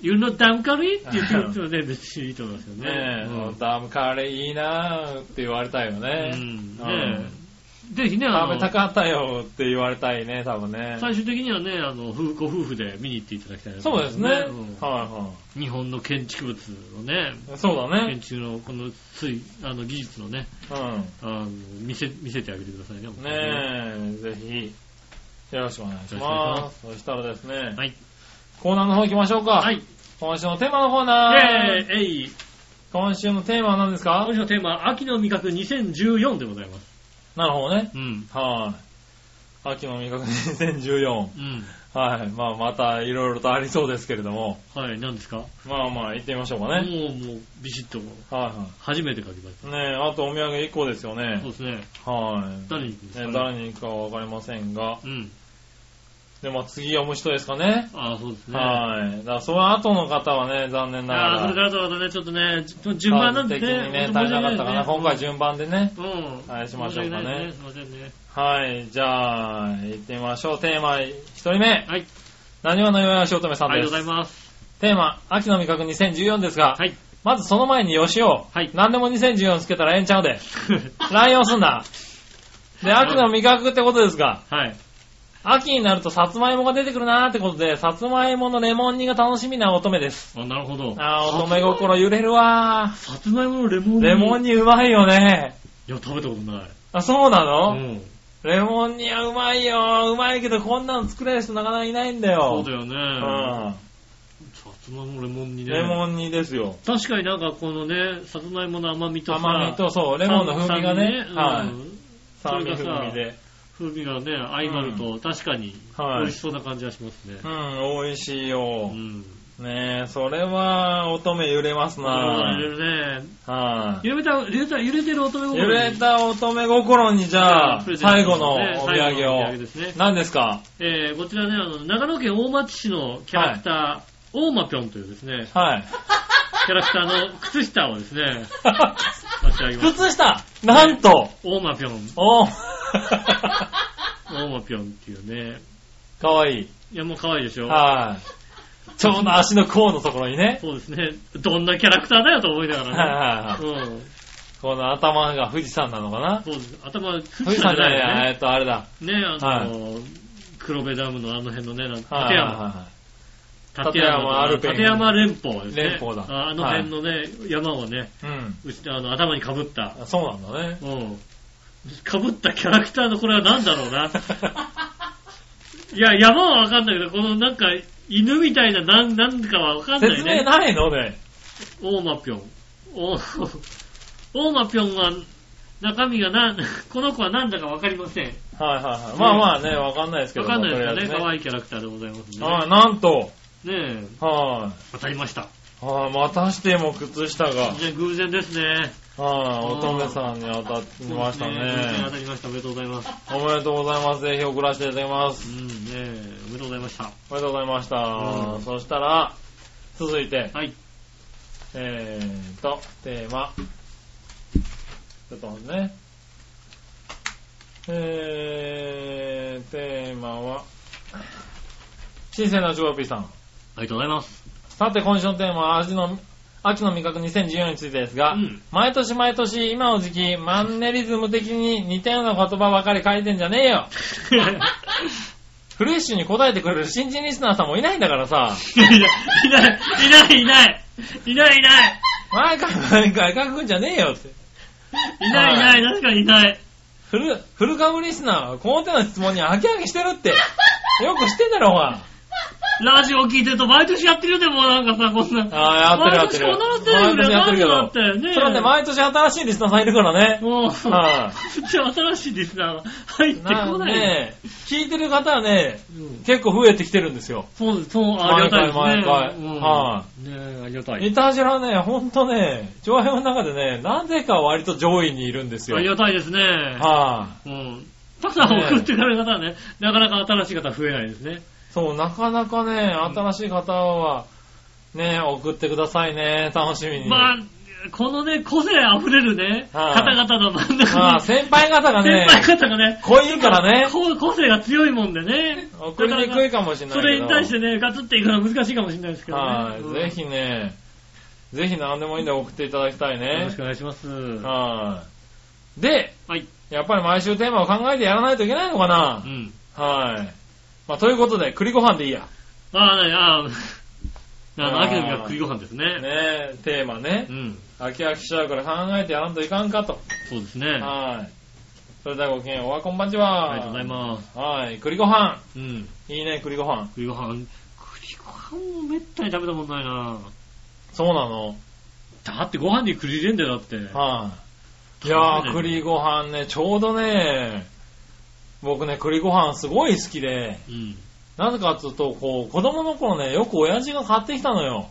B: You know ダムカレーって言ってるのね、別にいいと思いますよね。
C: ねえ、ダムカレーいいなーって言われたいよ
B: うん。う
C: ね。
B: ん。ね
C: うん
B: え。ぜひね、あ
C: 食べた
B: の、
C: かったよって言われたいね、多分ね。
B: 最終的にはね、あの、夫ご夫婦で見に行っていただきたいなと
C: そう
B: 思いま
C: で
B: す
C: ね。はい
B: うん
C: は
B: 日本の建築物のね、
C: い。そうだ
B: 建
C: ね。
B: 築のこのつい、あの、技術のね、
C: うん。
B: あの、見せ、見せてあげてくださいね。本当に
C: ねえ、ぜひ、よろしくお願いし
B: よろしくお願いし
C: ま。
B: ます
C: そしたらですね、
B: はい。
C: コーナーの方行きましょうか。
B: はい。
C: 今週のテーマのコーナー。
B: えー、えい。
C: 今週のテーマは何ですか
B: 今週のテーマは、秋の味覚2014でございます。
C: なるほどね。
B: うん。
C: はい。秋の味覚2014。
B: うん。
C: はい。まあ、またいろいろとありそうですけれども。
B: はい、何ですかも
C: まあまあ、行ってみましょうか
B: う、
C: ね。
B: もう、ビシッと、
C: はいは
B: 初めて書きまし
C: い。ねえ、あとお土産1個ですよ
B: た。そう
C: ね。
B: ですね。
C: はい。
B: 誰に行くんですか、
C: ね、誰に行くかはわかりませんが、
B: うん。
C: で、まあ次は面白いですかね。
B: ああ、そうですね。
C: はい。だからその後の方はね、残念ながら。
B: ああ、それからとはまたね、ちょっとね、じ順番なんで
C: 的にね、
B: ね、
C: 足りなかったかな。
B: 本
C: 今回順番でね。
B: 当申し訳ないですねうん。
C: はいしましょうか
B: 申
C: ね
B: 訳ないですねすいませんね。
C: はい。じゃあ、行ってみましょう。テーマ、1人目。
B: はい。
C: 何話のよやしおとめさん
B: あり
C: で
B: がとう
C: す。
B: ございます。
C: テーマ、秋の味覚2014ですが、
B: はい。
C: まずその前によしお。
B: はい
C: 何でも2014つけたらええんちゃうで。乱用すんな。で、秋の味覚ってことですが、
B: はい。
C: 秋になるとさつまいもが出てくるなーってことで、さつまいものレモン煮が楽しみな乙女です。
B: あ、なるほど。
C: あー、乙女心揺れるわ
B: さつまいものレモン
C: ー。
B: 煮
C: レモン煮うまいよね。
B: いや、食べたことない。
C: あ、そうな
B: う
C: の、
B: ん。
C: レモン煮はうまいよ。うまいけど、こんなの作れる人なかなかいないんだよ。
B: そうだよね。
C: うん。
B: さつまいもレモン煮ね。
C: レモン煮ですよ。
B: 確かになんかこのね、さつまいもの甘みとさ、
C: 甘みと、そう、レモンの風味がね、
B: 酸
C: は
B: 味
C: い。
B: うん
C: 酸味風味で。
B: 風味がね、相まると、確かに、
C: はい
B: 美味しそうな感じがしますね。
C: うん、美味しいうよ。
B: ん。
C: ねえ、それは、乙女揺れますな
B: 揺れるね。
C: はい。
B: 揺れた、揺れた、揺れてる乙女心
C: 揺れた乙女心に、じゃあ
B: プレ、ゼント
C: 最後のお土
B: ね最
C: 産
B: 後のお
C: を
B: 土産ですね。
C: 何ですか
B: えー、こちらね、あの、長野県大町市のキャラクター、大間ぴょんというですね、
C: はい。
B: キャラクターの靴下をですね、差し上げます。
C: 靴下なんと
B: 大間ぴょん、
C: お
B: 大間ぴょんっていうね、
C: かわい
B: いやもう可愛いでし
C: い。
B: ょ。
C: はい。ちょうど足の甲のところにね。
B: そうですね、どんなキャラクターだよと思いな
C: は
B: が
C: い
B: らね。
C: はいはい。
B: うん。
C: この頭が富士山なのかな
B: そうです。頭、富
C: 富士山じ
B: よ
C: ゃないや、
B: ね。
C: えっと、あれだ。
B: ね、あの、黒部ダムのあの辺のね、なんか
C: は
B: 立
C: いはい
B: 山。
C: は
B: 立
C: 立山アルペン
B: 立山連峰ですね。
C: 連峰だ
B: ああの辺のね、山をね、
C: いはい。うん
B: うちあの頭に被った。
C: あ。そうなんだね。
B: うん。被ったキャラクターのこれは何だろうな。いや、山はわかんないけど、このなんか、犬みたいななんなんかはわかんない
C: 説明
B: ね。
C: ないのね。
B: 大間ぴょん。お大間ぴょんは、中身がな、 この子は何だかわかりません。
C: はいはいはい。まあまあね、わかんないですけ
B: わ
C: ど。
B: かんないですよね。
C: とり
B: 可
C: あ
B: 愛いキャラクターでございますん
C: え
B: で
C: ず
B: ね。
C: ねはい、なんと。
B: ねえ、
C: は
B: 当たりました。
C: い。はい、またしても靴下が。
B: 偶然、偶然ですね。
C: はい、乙女さんに当たってました
B: そうです偶然当た
C: ね。
B: りました。おめでとうございます。
C: おめでとうございます。ぜひ送らせていただきま
B: う
C: す。
B: ん、ねえ、おめでとうございました。
C: おめでとうございました。
B: うん
C: そしたら、続いて、
B: はい。
C: えーと、テーマ。ちょっと待ってね。えー、テーマは、新鮮なジョーピーさん。
B: ありがとうございます。
C: さて、今週のテーマは、味の、秋の味覚2014についてですが、
B: うん
C: 毎年毎年、今の時期、マンネリズム的に似たような言葉ばかり書いてんじゃねえよ。
B: いや、い
C: フレッシュに答えてくれる新人リスナーさんもいないんだからさ、
B: ない、いない、いない、いない、いない、
C: 毎回毎回書くんじゃねえよって。
B: いない、いない、確かにいない。
C: フル、フルカムリスナーは、この手の質問に飽き飽きしてるって。よく知ってんだろ、お前。
B: ラジオ聞いてると毎年やってるよね、もうなんかさ、こんな。
C: ああ、やってるや
B: 毎
C: っ
B: 年必ず
C: てる。
B: テレビでやってるよ。
C: 毎年やってるけど。それはね、毎年新しいリスナーさんいるからね。
B: もう、
C: は
B: じゃあ新しいリスナーが入ってこ
C: な
B: ない。
C: ね聞いてる方はね、
B: うん
C: 結構増えてきてるんですよ。
B: そうです、そう、ありがたいですね。
C: 毎回毎回
B: うん
C: は
B: ねえ、ありがたい。
C: イタジラね、ほんとね、上辺の中でね、なぜか割と上位にいるんですよ。
B: ありがたいですね。
C: はい
B: うん。ただ送ってくれる方はね、なかなか新しい方増えないですね。
C: そう、なかなかね、新しい方は、ね、送ってくださいね、楽しみに。
B: まあ、このね、個性溢れるね、
C: はい
B: 方々の真ん中
C: ああ
B: に、
C: 先輩方が
B: 先
C: ね、
B: 輩方がね、
C: こういるからね、
B: こ個性が強いもんでね。
C: 送りにくいかもしれ
B: なかなかそ
C: ないけど。
B: れに対してね、ガツっていくのは難しいかもしれないですけどね。
C: はい、
B: うん
C: ぜひね、ぜひ何でもいいんで送っていただきた
B: よ
C: い
B: ろ
C: ね
B: しく。お願いします。は
C: はい。で、
B: い。
C: やっぱり毎週テーマを考えてやらないといけないのか
B: う
C: な、
B: ん。
C: はい。まあ、ということで、栗ご飯でいいや。
B: ああ、ね、ああ、あの、
C: あー
B: 秋の味覚栗ご飯ですね。
C: ねテーマね
B: う。ん。
C: 飽き飽きしちゃうから考えてやらんといかんかと。
B: そうですね。あ
C: はい。それではごきげんようおはこんばんちは。
B: りがとうございます。
C: はい。栗ご飯。
B: うん。
C: いいね、栗ご飯。
B: 栗ご飯、栗ご飯もめったに食べたことないな
C: そうなの。
B: だってご飯に栗入れんだよ、だって。
C: はい。いやー、栗ご飯ね、ちょうどね、僕ね、栗ご飯すごい好きで、
B: うん。
C: なぜかっていうと、こう、子供の頃ね、よく親父が買ってきたのよ。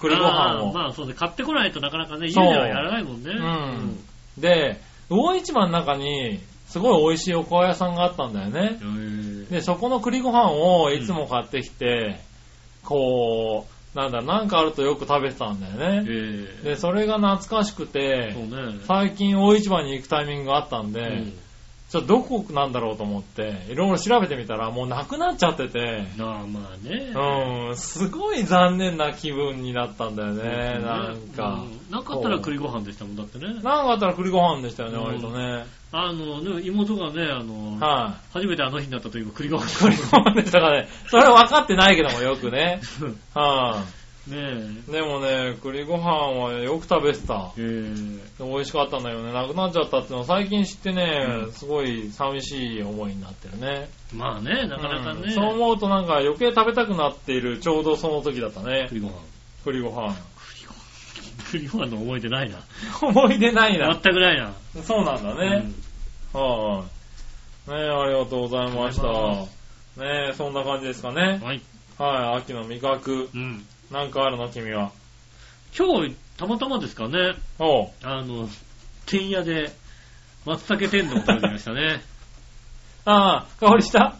C: 栗ご飯
B: あー
C: を。
B: まあそうね、買ってこないとなかなかね、家で
C: そう
B: はやらないもんね。
C: うん。で、魚市場の中に、すごい美味しいおこわ屋さんがあったんだよね。
B: うん。へ
C: で、そこの栗ご飯をいつも買ってきて、こう、なんだ、なんかあるとよく食べてたんだよね。
B: え
C: で、それが懐かしく
B: えそう
C: て、
B: ね。
C: 最近大市場に行くタイミングがあったんで、
B: うん
C: ちょっとどこなんだろうと思って、いろいろ調べてみたら、もうなくなっちゃってて、
B: まあまあね。
C: うん、すごい残念な気分になったんだよね、なんか
B: う。んなかったら栗ご飯でしたもん、だってね。
C: なんかあったら栗ご飯でしたよね、
B: うん
C: 割とね。
B: あの、ね妹がね、あの、
C: はい。
B: 初めてあの日になった時も栗ご飯
C: 栗ご飯でしたかね。それは分かってないけども、よくね。
B: ね
C: は
B: え。
C: い。でもね、栗ご飯はよく食べてた。
B: えー
C: で美味しかったんだよね。なくなっちゃったっていうのは最近知ってね、すごい寂しい思いになってるね。
B: まあね、なかなか
C: うん
B: ね、
C: そう思うとなんか余計食べたくなっている、ちょうどその時だったね。
B: 栗ご飯。
C: 栗ご 飯。
B: 栗ご飯の思い出ないな。
C: 思い出ない
B: 全
C: な。
B: くないな。
C: そうなんだね。はい、ねえ、ありがとうございました
B: ありがとうございま。
C: ねえ、そんな感じですか
B: うん
C: ね。
B: はい。
C: はい、秋の味覚。
B: うん。
C: なんかあるの君は。
B: 今日、たまたまですかね、
C: おう。
B: あの、天野で、松茸天丼を食べてきました ね。
C: ああ、香りした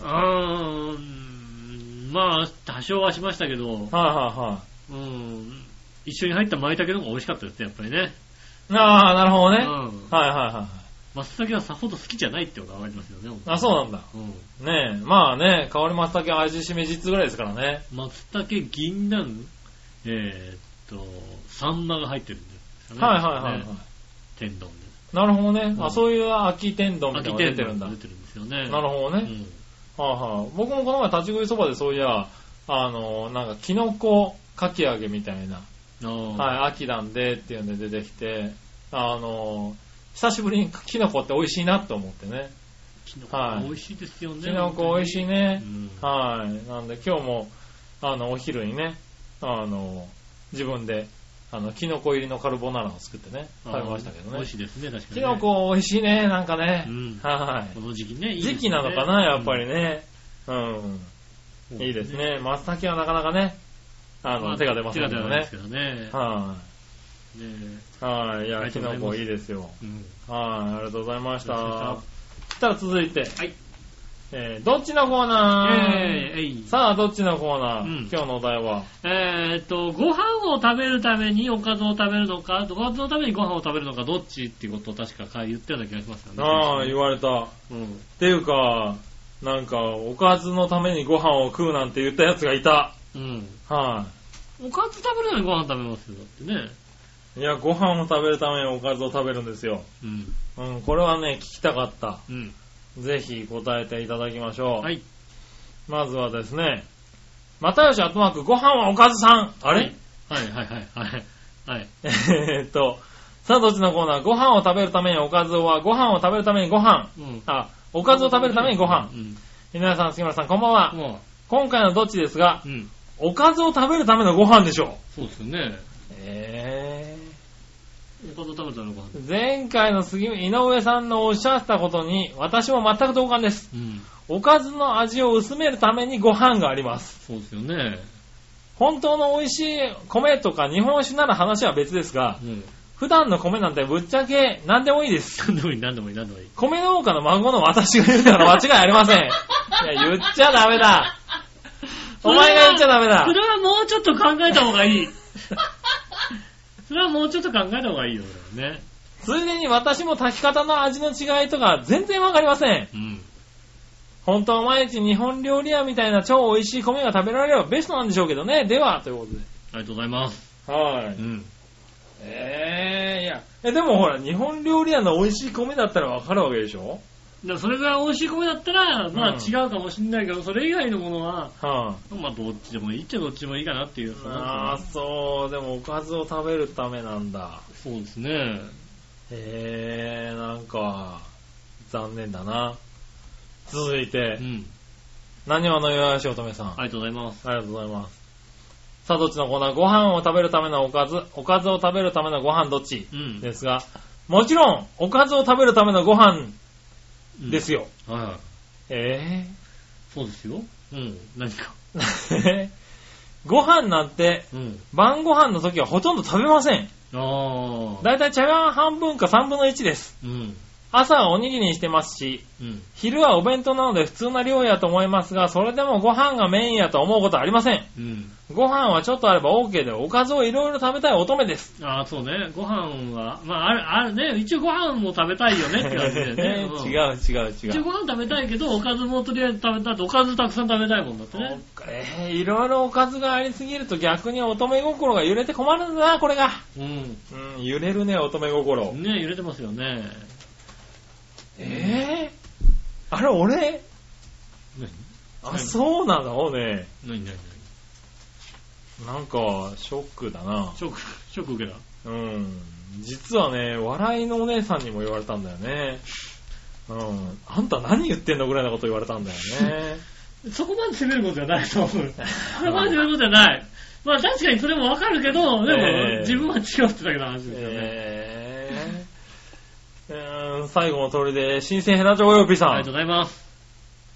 B: うーん、まあ、多少はしましたけど、
C: はいはいは
B: うん、一緒に入った舞茸の方が美味しかったですね、やっぱりね。
C: い。ああ、なるほどね。
B: うん。
C: はいはいはい。
B: 松茸はさほど好きじゃないってことが分かりますよね、本当に
C: あ、そうなんだ。
B: う
C: ねえ、まあね、香り松茸味しめじつぐらいですからね。
B: ん。松茸、銀杏、えー、っと、サンマが入ってるんですよね。
C: はいはいはい、はい
B: ね天丼で。
C: なるほどね。
B: う
C: あ、
B: ん
C: そういう秋天丼みたいなのが出てるんだ。
B: 出てるんですよね。
C: なるほど
B: う
C: ね。
B: ん
C: はいはい。僕もこの前立ち食いそばでそういや、あの、なんかキノコかき揚げみたいな。
B: あ
C: はい、秋なんでっていうので出てきて、あの、久しぶりにキノコって美味しいなと思ってね。
B: ーキノ
C: はい
B: コ美味しいですよね。
C: キノコ美味
B: い。
C: しいね
B: う。ん
C: はい。なんで今日も、あの、お昼にね、あの、自分で、あの、キノコ入りのカルボナーラを作ってね、食べましたけど
B: 美
C: ね
B: 味し。いですね、確かに
C: キ
B: ね。
C: ノコ美味しいね、なんかね
B: う。ん
C: は
B: この時期ね、いいで
C: い。
B: すね
C: 時期なのかな、やっぱり。ね。うん。
B: うん
C: いいです。ね。松茸はなかなかね、あ
B: ま
C: の、手が出ませんけ
B: 手が
C: ど
B: 出ます
C: ね
B: け。どね。
C: は
B: ね
C: い。はい。い
B: あり
C: や、
B: がと
C: キ
B: うござ
C: ノ
B: います
C: コいいですよ。
B: うん
C: はい。ありがとうございまし
B: ありがとうござい
C: た
B: ま。
C: そしたら続いて、
B: はい。
C: えーどっちのコーナー
B: えーえい
C: さあ、どっちのコーナ
B: う
C: ー、
B: ん
C: 今日のお題は
B: えーっと、ご飯を食べるためにおかずを食べるのか、おかずのためにご飯を食べるのか、どっちっていうことを確か言ったような気がしますよね。
C: ああ、言われた。っ
B: うん。
C: ていうか、なんか、おかずのためにご飯を食うなんて言ったやつがいた。
B: うん。
C: は
B: おかず食べるのにご飯食べますよ、だってね。
C: い。いや、ご飯を食べるためにおかずを食べるんですよ。
B: うん。
C: うん、これはね、聞きたかった。
B: うん。
C: ぜひ答えていただきましょう。
B: はい。
C: まずはですね、またよし、あとまく、ご飯はおかずさん。あれ、
B: はいはいはいはい。はい。
C: えーっと、さあ、どっちのコーナーご飯を食べるためにおかずは、ご飯を食べるためにご飯。
B: うん。
C: あ、おかずを食べるためにご飯
B: う。ん。
C: 皆さん、杉村さん、こんばんは。
B: も
C: 今回のどっちですが、
B: う、うん。
C: おかずを食べるためのご飯でしょ
B: そうですよね。
C: え
B: おかず食べたらご飯。
C: ー、前回の杉井上さんのおっしゃったことに、私も全く同感です。
B: うん。
C: おかずの味を薄めるためにご飯があります。
B: そうですよね。
C: 本当の美味しい米とか日本酒なら話は別ですが
B: う、ん。
C: 普段の米なんてぶっちゃけ何でもいいです。
B: 何でもいい、何でもいい、何でもいい。
C: 米農家の孫の私が言うから間違いありません。 いや、言っちゃダメだ。お前が言っちゃダメだ
B: そ。れはもうちょっと考えた方がいい。それはもうちょっと考えた方がいいよ、俺はね。
C: ついでに私も炊き方の味の違いとか全然わかりません。
B: うん。
C: 本当は毎日日本料理屋みたいな超美味しい米が食べられればベストなんでしょうけどね。では、ということで。
B: ありがとうございます。
C: は
B: う。ん。
C: えー、いや。え、でもほら、日本料理屋の美味しい米だったらわかるわけでしょ
B: だからそれぐらい美味しい米だったら、まあ
C: うん
B: 違うかもしんないけど、それ以外のものは、
C: は
B: まあどっちでもいいっちゃどっちでもいいかなっていう。
C: あ、あー、そう、でもおかずを食べるためなんだ。
B: そうですね。
C: えー、なんか、残念だな。続いて
B: う、ん。
C: 何話のよやしおとめさん。
B: ありがとうございます。
C: ありがとうございます。さあ、どっちのコーナーご飯を食べるためのおかず、おかずを食べるためのご飯どっち
B: うん。
C: ですが、もちろん、おかずを食べるためのご飯
B: うん
C: ですよ。
B: はい。
C: え
B: そうですよ。うん。何か。
C: ー、 ご飯なんて、
B: うん。
C: 晩ご飯の時はほとんど食べません。
B: ああ。
C: だいたい茶碗半分か3分の1です。
B: うん。
C: 朝はおにぎりにしてますし、
B: うん。
C: 昼はお弁当なので普通な量やと思いますが、それでもご飯がメインやと思うことはありません。
B: うん。
C: ご飯はちょっとあれば OK で、おかずをいろいろ食べたい乙女です。
B: ああ、そうね。ご飯は、まあ、ある、あるね。一応ご飯も食べたいよね って感じだよ ね。うん
C: 違 う違う
B: 一
C: 違
B: 応
C: う。
B: ご飯食べたいけど、おかずもとりあえず食べたいと、おかずたくさん食べたいもんだってね。
C: えー、いろいろおかずがありすぎると逆に乙女心が揺れて困るんだな、これが。
B: うん。
C: うん、揺れるね、乙女心。
B: ね揺れてますよね。
C: えー、あれ俺
B: 何
C: あ、そうなのね。
B: 何何
C: なんか、ショックだな。
B: ショック、ショック受けた。
C: うん。実はね、笑いのお姉さんにも言われたんだよね。うん。あんた何言ってんのぐらいのこと言われたんだよ ね。
B: そこまで責めることじゃない と思う。そこまで責めることじゃない。まあ確かにそれもわかるけど、でも、
C: ええ
B: 自分は違うってだけの話ですよね。
C: えー、うーん最後の通りで、新鮮ヘラジオおよびさ、
B: ありがとうんございます。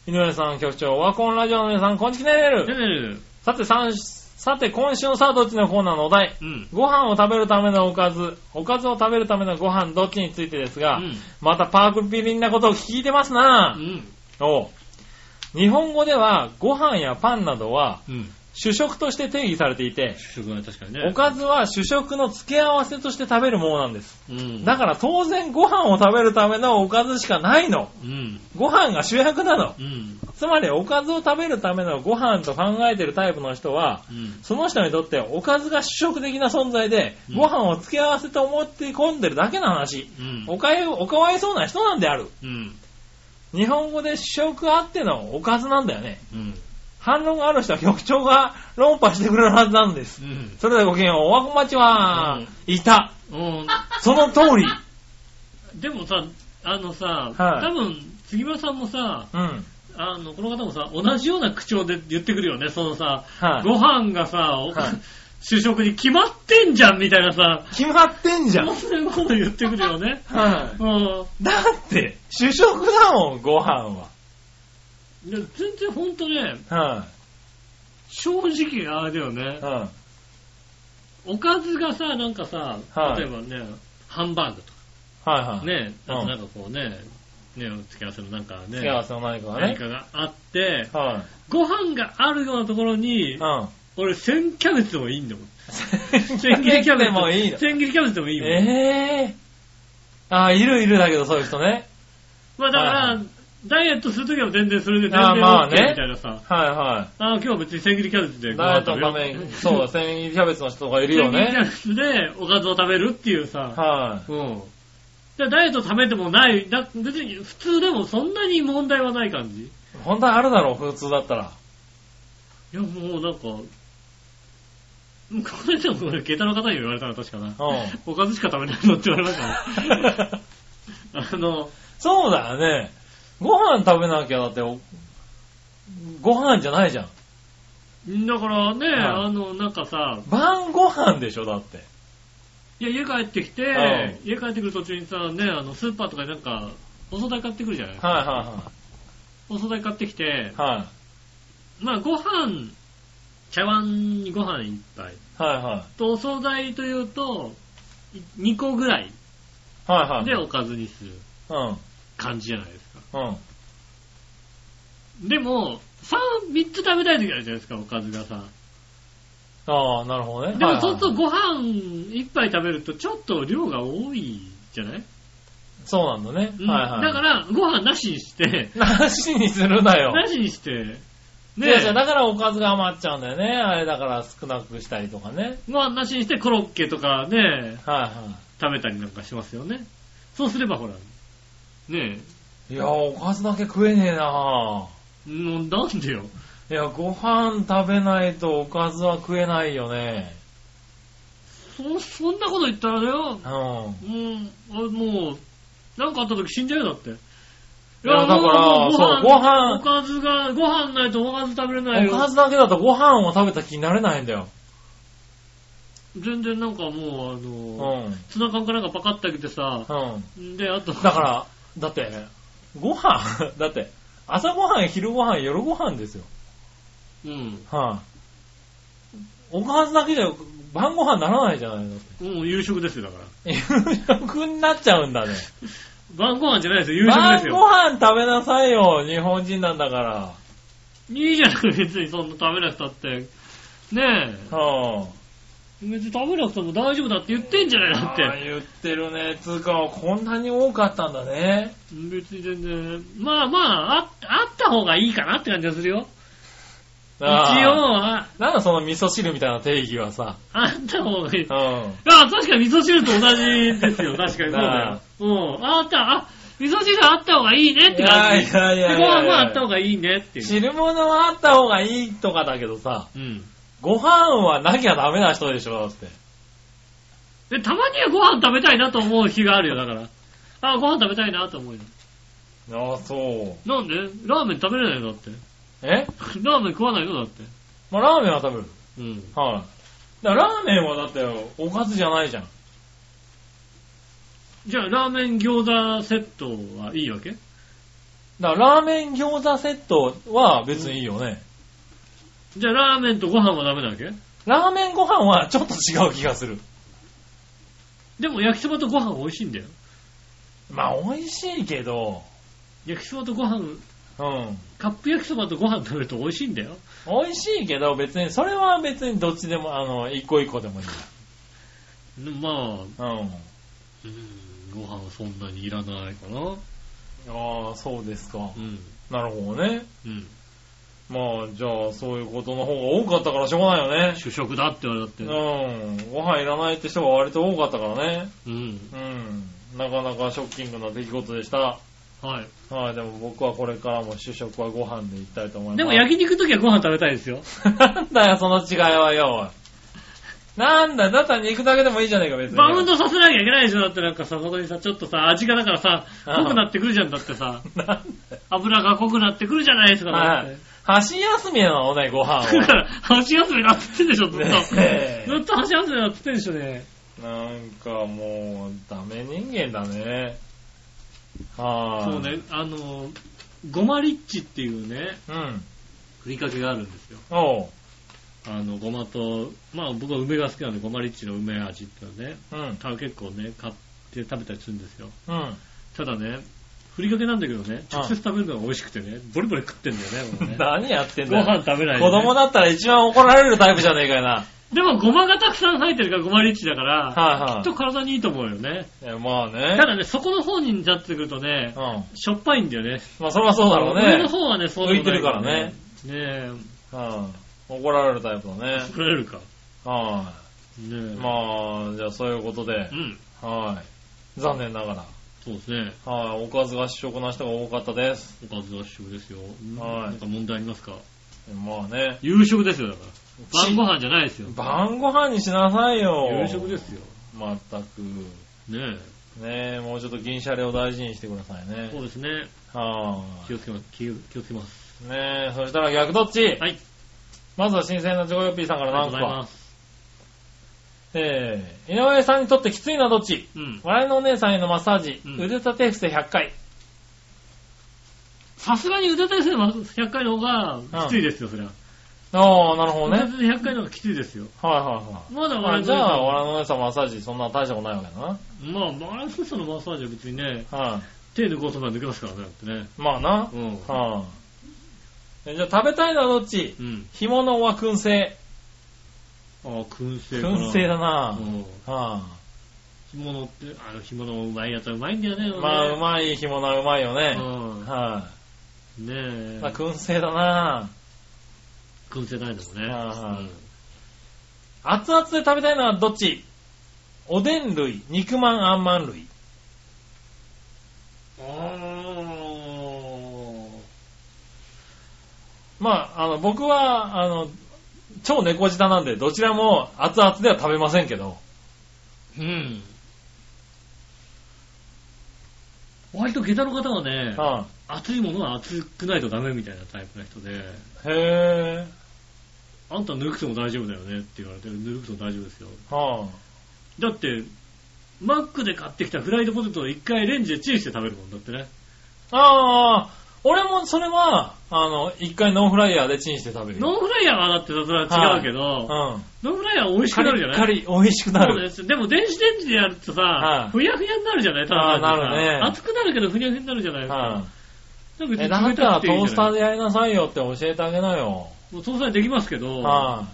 C: 井上さん局長、ワコンラジオの皆さん、こんちきねれ
B: ね
C: る。
B: ねる。
C: さて、さんさて、今週のさあ、どっちのコーナーのお題。
B: うん。
C: ご飯を食べるためのおかず、おかずを食べるためのご飯、どっちについてですが、
B: うん
C: またパークピリンなことを聞いてますな
B: う、ん。
C: おう日本語では、ご飯やパンなどは、
B: うん。
C: 主食として定義されていて、
B: 主食は確かにね。
C: おかずは主食の付け合わせとして食べるものなんです。
B: うん。
C: だから当然ご飯を食べるためのおかずしかないの。
B: うん。
C: ご飯が主役なの。
B: うん。
C: つまりおかずを食べるためのご飯と考えてるタイプの人は、
B: うん。
C: その人にとっておかずが主食的な存在で、
B: うん
C: ご飯を付け合わせと思って込んでるだけの話。
B: うん。
C: おかえおかわいそうな人なんである。
B: うん。
C: 日本語で主食あってのおかずなんだよね。
B: うん。
C: 反論がある人は局長が論破してくれるはずなんです。
B: うん。
C: それではごきげんよう。おわこまちは
B: うん、
C: いた。
B: うん。
C: その通り。
B: でもさ、あのさ、
C: はい
B: 多分、杉村さんもさ、
C: うん。
B: あの、この方もさ、同じような口調で言ってくるよね、そのさ、
C: はい
B: ご飯がさ、お
C: はい
B: 主食に決まってんじゃんみたいなさ、
C: 決まってんじゃん。
B: そんなこと言ってくるよね。
C: は
B: うん。
C: い。だって、主食だもん、ご飯は。
B: で全然ほんとね、
C: は
B: 正直あれだよね
C: い。。は
B: おかずがさ、なんかさ
C: は、い
B: 例えばね、ハンバーグと
C: い。はい。
B: か。ね、
C: うん
B: あとなんかこうね、ね、付け合わせのなんかね、
C: 付け合わせの何かが
B: 何
C: ね。
B: かがあって、
C: は
B: ご飯があるようなところ
C: い。
B: に、
C: うん。
B: 俺、千キャベツでもいいんだもん。
C: 千切りキャベツでもいいの。
B: 千切りキャベツでもいいもん。
C: ええー。ああ、いるいるだけど、そういう人ね。
B: まあだか
C: はい
B: ら、ダイエットするときは全然それで全然
C: あーまあ
B: OK み
C: ね
B: たいなさ。
C: はいは
B: ああ、今日は別に千切りキャベツで
C: い。
B: ご
C: ダイエ
B: 飯
C: ット
B: 食べ
C: のた
B: よ
C: めに、
B: う。
C: そう、千切りキャベツの人がいる
B: 千
C: よ
B: 切りキャ
C: ね。
B: ベツでおかずを食べるっていうさ。
C: は
B: うん。じゃあダイエット食べてもない、だ別に普通でもそんなに問題はない感じ
C: い。本当はあるだろう、普通だったら。
B: いや、もうなんか、これでも俺、下駄の方に言われたの確かな。
C: うん。
B: おかずしか食べないのって言われま したね。あの、
C: そうだよね。ご飯食べなきゃだってお、ご飯じゃないじゃん。
B: だからね、
C: はい
B: あの、なんかさ、
C: 晩ご飯でしょ、だって。
B: いや、家帰ってきて、
C: うん
B: 家帰ってくる途中にさ、ね、あの、スーパーとかでなんか、お惣菜買ってくるじゃない
C: はいは
B: お惣菜買ってきて
C: い、はい。
B: まあ、ご飯、茶碗にご飯一杯。
C: はいは
B: と、お惣菜というと、2個ぐらい
C: い。はいはい。
B: でおかずにする
C: うん。
B: 感じじゃないですか。
C: うん。
B: でも、3、3つ食べたい時あるじゃないですか、おかずがさ。
C: ああ、なるほどね。
B: で
C: はい
B: も、
C: はい
B: そうするとご飯1杯食べると、ちょっと量が多いじゃない、
C: そうなんだね。
B: うん
C: はいはい。
B: だか、ら、ご飯なしにして、
C: なしにするなよ。
B: なしにして、
C: いやいやだからおかずが余っちゃうんだよね。あれだから少なくしたりとかね。
B: ご飯なしにしてコロッケとかね、
C: はいは
B: 食べたりなんかしますよね。そうすればほら、ね
C: い。いや、おかずだけ食えねえな
B: え、もうなんでよ。
C: いや、ご飯食べないとおかずは食えないよね。
B: そ、そんなこと言ったらだよ、
C: うん。
B: うん、あもう、なんかあった時死んじゃうよ、だって。い
C: いやだからそ
B: お
C: うご
B: かずが、ご飯ないとおかず食べれない
C: おか
B: よ。
C: ずだけだとご飯を食べた気になれないんだよ。
B: 全然なんかもう、あ
C: う
B: の、
C: ん。
B: ツナ缶かなんかパカッて開けてさ、
C: うん。
B: で、あと、
C: だから、だって、ご飯、 だって、朝ご飯、昼ご飯、夜ご飯ですよ。
B: うん、
C: はい、おかずだけじゃ晩 ご飯ならないじゃないの。
B: もう夕食ですよ、だから。
C: 夕食になっちゃうんだね。
B: 晩ご飯じゃないですよ、夕食で
C: 晩
B: す
C: ご
B: よ。
C: 飯食べなさいよ、日本人なんだか
B: いいじゃない、別にそんな食べなくたって。ね
C: ら。うん。
B: え。別に食べなくても大丈夫だって言ってんじゃないだっ
C: あ
B: て
C: ー。言ってるね。つうか、こんなに多かったんだね。
B: 別に全然。まあまあ、あ、あった方がいいかなって感じがするよ。一応、
C: あ
B: あ
C: ー。なんだその味噌汁みたいな定義はさ。
B: あった方がいい。
C: うん。
B: あ、確かに味噌汁と同じですよ。確かにそうだよ。うん。ああった、あ、味噌汁あった方がいいねっ
C: い
B: て
C: や
B: 感
C: い
B: じ。
C: やいや
B: で
C: い
B: ご
C: や
B: 飯
C: い
B: もあ
C: や
B: った方がいいねっていう。
C: 汁物はあった方がいいとかだけどさ、
B: うん。
C: ご飯はなきゃダメな人でしょ、だって。
B: で、たまにはご飯食べたいなと思う日があるよ、だから。あ、ご飯食べたいなと思うよ。
C: ああ、そう。
B: なんでラーメン食べれないのだって。
C: え
B: ラーメン食わないのだって。
C: まあ、ラーメンは食べる。
B: うん。
C: はい。だからラーメンはだって、おかずじゃないじゃん。
B: じゃあ、ラーメン餃子セットはいいわけ
C: だからラーメン餃子セットは別にいいよね。
B: じゃあ、ラーメンとご飯はダメなわけ
C: ラーメンご飯はちょっと違う気がする。
B: でも、焼きそばとご飯美味しいんだよ。
C: まあ、美味しいけど、
B: 焼きそばとご飯、
C: うん。
B: カップ焼きそばとご飯食べると美味しいんだよ。
C: 美味しいけど、別に、それは別にどっちでも、あの、一個一個でもいい。
B: まあ、
C: うん。あ
B: うん、ご飯はそんなにいらないかな。
C: あ、そうですか。
B: うん。
C: なるほどね。
B: うん。
C: まあ、じゃあ、そういうことの方が多かったからしょうがないよね。
B: 主食だって言われたって。
C: うん。ご飯いらないって人が割と多かったからね。
B: うん。
C: うん。なかなかショッキングな出来事でした。
B: はい。
C: はい、でも僕はこれからも主食はご飯で行きたいと思います。
B: でも焼肉の時はご飯食べたいですよ。
C: なんだよ、その違いはよ。おいなんだよ、だったら肉だけでもいいじゃねえか、別に。
B: バウンドさせなきゃいけないでしょだってなんかさ、そこにさ、ちょっとさ、味がだからさ、
C: うん
B: 濃くなってくるじゃんだってさ、
C: なんだよ
B: 油が濃くなってくるじゃないですか。だっ
C: はい
B: て。
C: 箸休みなのね、ご飯
B: だか
C: は。
B: ら、箸休めなって言ってんでしょ、ずっと。
C: ねえ
B: ずっと箸休めなって言ってんでしょね。
C: なんかもう、ダメ人間だね。は
B: そう
C: ーい。
B: ね。、あの、ごまリッチっていうね、
C: うん。
B: ふりかけがあるんですよ。
C: おう。
B: あの、ごまと、まあ僕は梅が好きなんで、ごまリッチの梅味っていうのね、
C: うん。
B: た結構ね、買って食べたりするんですよ。
C: うん。
B: ただね、ふりかけなんだけどね、直接食べるのが美味しくてね、ボリボリ食ってんだよね、もう ね
C: 何やってん
B: ご
C: だよ。
B: 飯食べないでね
C: 子供だったら一番怒られるタイプじゃねえかよな。はい、
B: でも、ごまがたくさん入ってるから、ごまリッチだから、き
C: は
B: っと体にいいと思うよね。
C: い、えまあね。
B: ただね、そこの方になってくるとね
C: う、ん。
B: しょっぱいんだよね。
C: まあそれはそうだろう
B: 上の
C: ね。
B: 方はね、そうでもないよね。ね
C: うん。怒られるタイプだね。
B: え、作れるか。
C: は
B: ね
C: い、
B: え。あ。
C: まあ、じゃあそういうことで
B: う。ん。
C: はい。残念ながら。
B: そうですね。
C: はい、おかずが主食な人が多かったです。
B: おかずは主食ですよ。
C: はい
B: なんか問題ありますか
C: まあね。
B: 夕食ですよ、だから。
C: ち
B: 晩ご飯じゃないですよ。
C: 晩ご飯にしなさいよ。
B: 夕食ですよ。
C: まったく。
B: ね
C: ねえ、もうちょっと銀シャレを大事にしてください
B: え。そ
C: ね。
B: うですね。
C: は
B: 気をつけます。気を気をつけます。
C: い。ねえ、そしたら逆どっち
B: はい。
C: まずは新鮮なジョコヨッピーさんか
B: あ
C: ら
B: りがとう
C: 何個
B: ござい
C: か
B: ま。す。
C: ええ、井上さんにとってきついのはどっち
B: うん。
C: 笑いのお姉さんへのマッサージ、
B: うん
C: 腕立て伏せ100回。
B: さすがに腕立て伏せ100回の方がきついですよ、それは。
C: ああ、なるほど
B: 腕
C: ね。
B: 立て100回の方がきついですよ。
C: はいはいはい。
B: まだ
C: あ
B: 笑い
C: じゃあ、
B: の
C: 笑いのお姉さんマッサージそんな大したことないわけだな。
B: まあ、バランスのマッサージは別にね、
C: はい、
B: 手抜こうとか抜けますからね、だってね。
C: まあな。
B: うん。
C: はあ、えじゃあ食べたいのはどっち
B: うん。
C: 干物は燻製。
B: ああ、燻製かな。
C: 燻製だな。
B: う
C: は
B: ん。
C: あ、
B: 干物って、あの、干物もうまいやつはうまいんだよね、
C: まあ、うまい干物はうまいよね。はい、
B: うん。ねえ。
C: まあ、燻製だな。
B: 燻製ないのもね。
C: ああ
B: うん
C: 熱々で食べたいのはどっちおでん類、肉まん、あんまん類。
B: あー
C: まあ、あの、僕は、あの、超猫舌なんで、どちらも熱々では食べませんけど。
B: うん。割と下駄の方はね、
C: は
B: 熱いものは熱くないとダメみたいなタイプの人で、
C: あ、へ
B: あんた抜くても大丈夫だよねって言われて、抜くと大丈夫ですよ。
C: ぇー。はあ、
B: だって、マックで買ってきたフライドポテトを一回レンジでチンして食べるもんだってね。
C: ああ、俺もそれは、あの、一回ノンフライヤーでチンして食べるよ。
B: ノンフライヤーはだってそれは違うけど、
C: うん。
B: のぐらいは美味し
C: カ
B: く
C: リ
B: なるじゃな
C: ッ
B: い
C: カリ、美味しくな
B: そう
C: る。
B: です。でも電子レンジでやるとさ
C: はい、
B: ふやふやになるじゃないただ単に
C: あーなるね
B: さ熱くなるけどふにゃふにゃになるじゃないです
C: は
B: か。なんか
C: い。え、
B: 別
C: だ
B: に
C: っ
B: 冷
C: たら
B: たく
C: ト
B: ていい
C: ー
B: ん
C: ス
B: じゃ
C: タ
B: な
C: ー
B: い
C: でやりなさいよって教えてあげなよ。
B: もう搭載できますけど、
C: は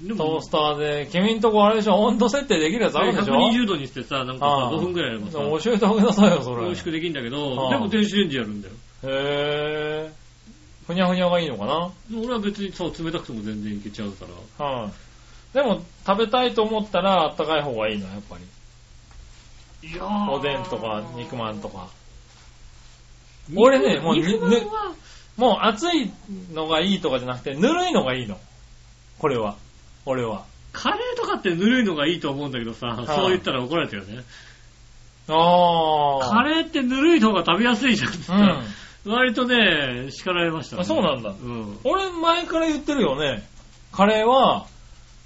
B: で
C: い。トー
B: も
C: スターで、君んとこあれでしょ、温度設定できるやつあるでしょ
B: 120度にしてさ、なんかさ
C: はい
B: 5分くらいやればさ、
C: 教えてあげなさいよ、それ。
B: 美味しくできるんだけ
C: は
B: ど、
C: い
B: でも電子レンジやるんだよ。
C: へぇー。ふにゃふにゃがいいのかな
B: 俺は別にそう冷たくても全然いけちゃうから。
C: はい。でも、食べたいと思ったら、あったかい方がいいな、やっぱり。
B: いやー
C: おでんとか、肉まんとか。俺ねもう
B: 肉まん
C: ね
B: は、
C: もう、熱いのがいいとかじゃなくて、ぬるいのがいいの。これは。俺は。
B: カレーとかってぬるいのがいいと思うんだけどさ
C: い、
B: そう言ったら怒られたよね。
C: あ
B: カレーってぬるい方が食べやすいじゃんって
C: う
B: さ
C: ん。
B: 割とね、叱られましたね
C: あそうなんだ
B: うん。
C: 俺、前から言ってるよね。カレーは、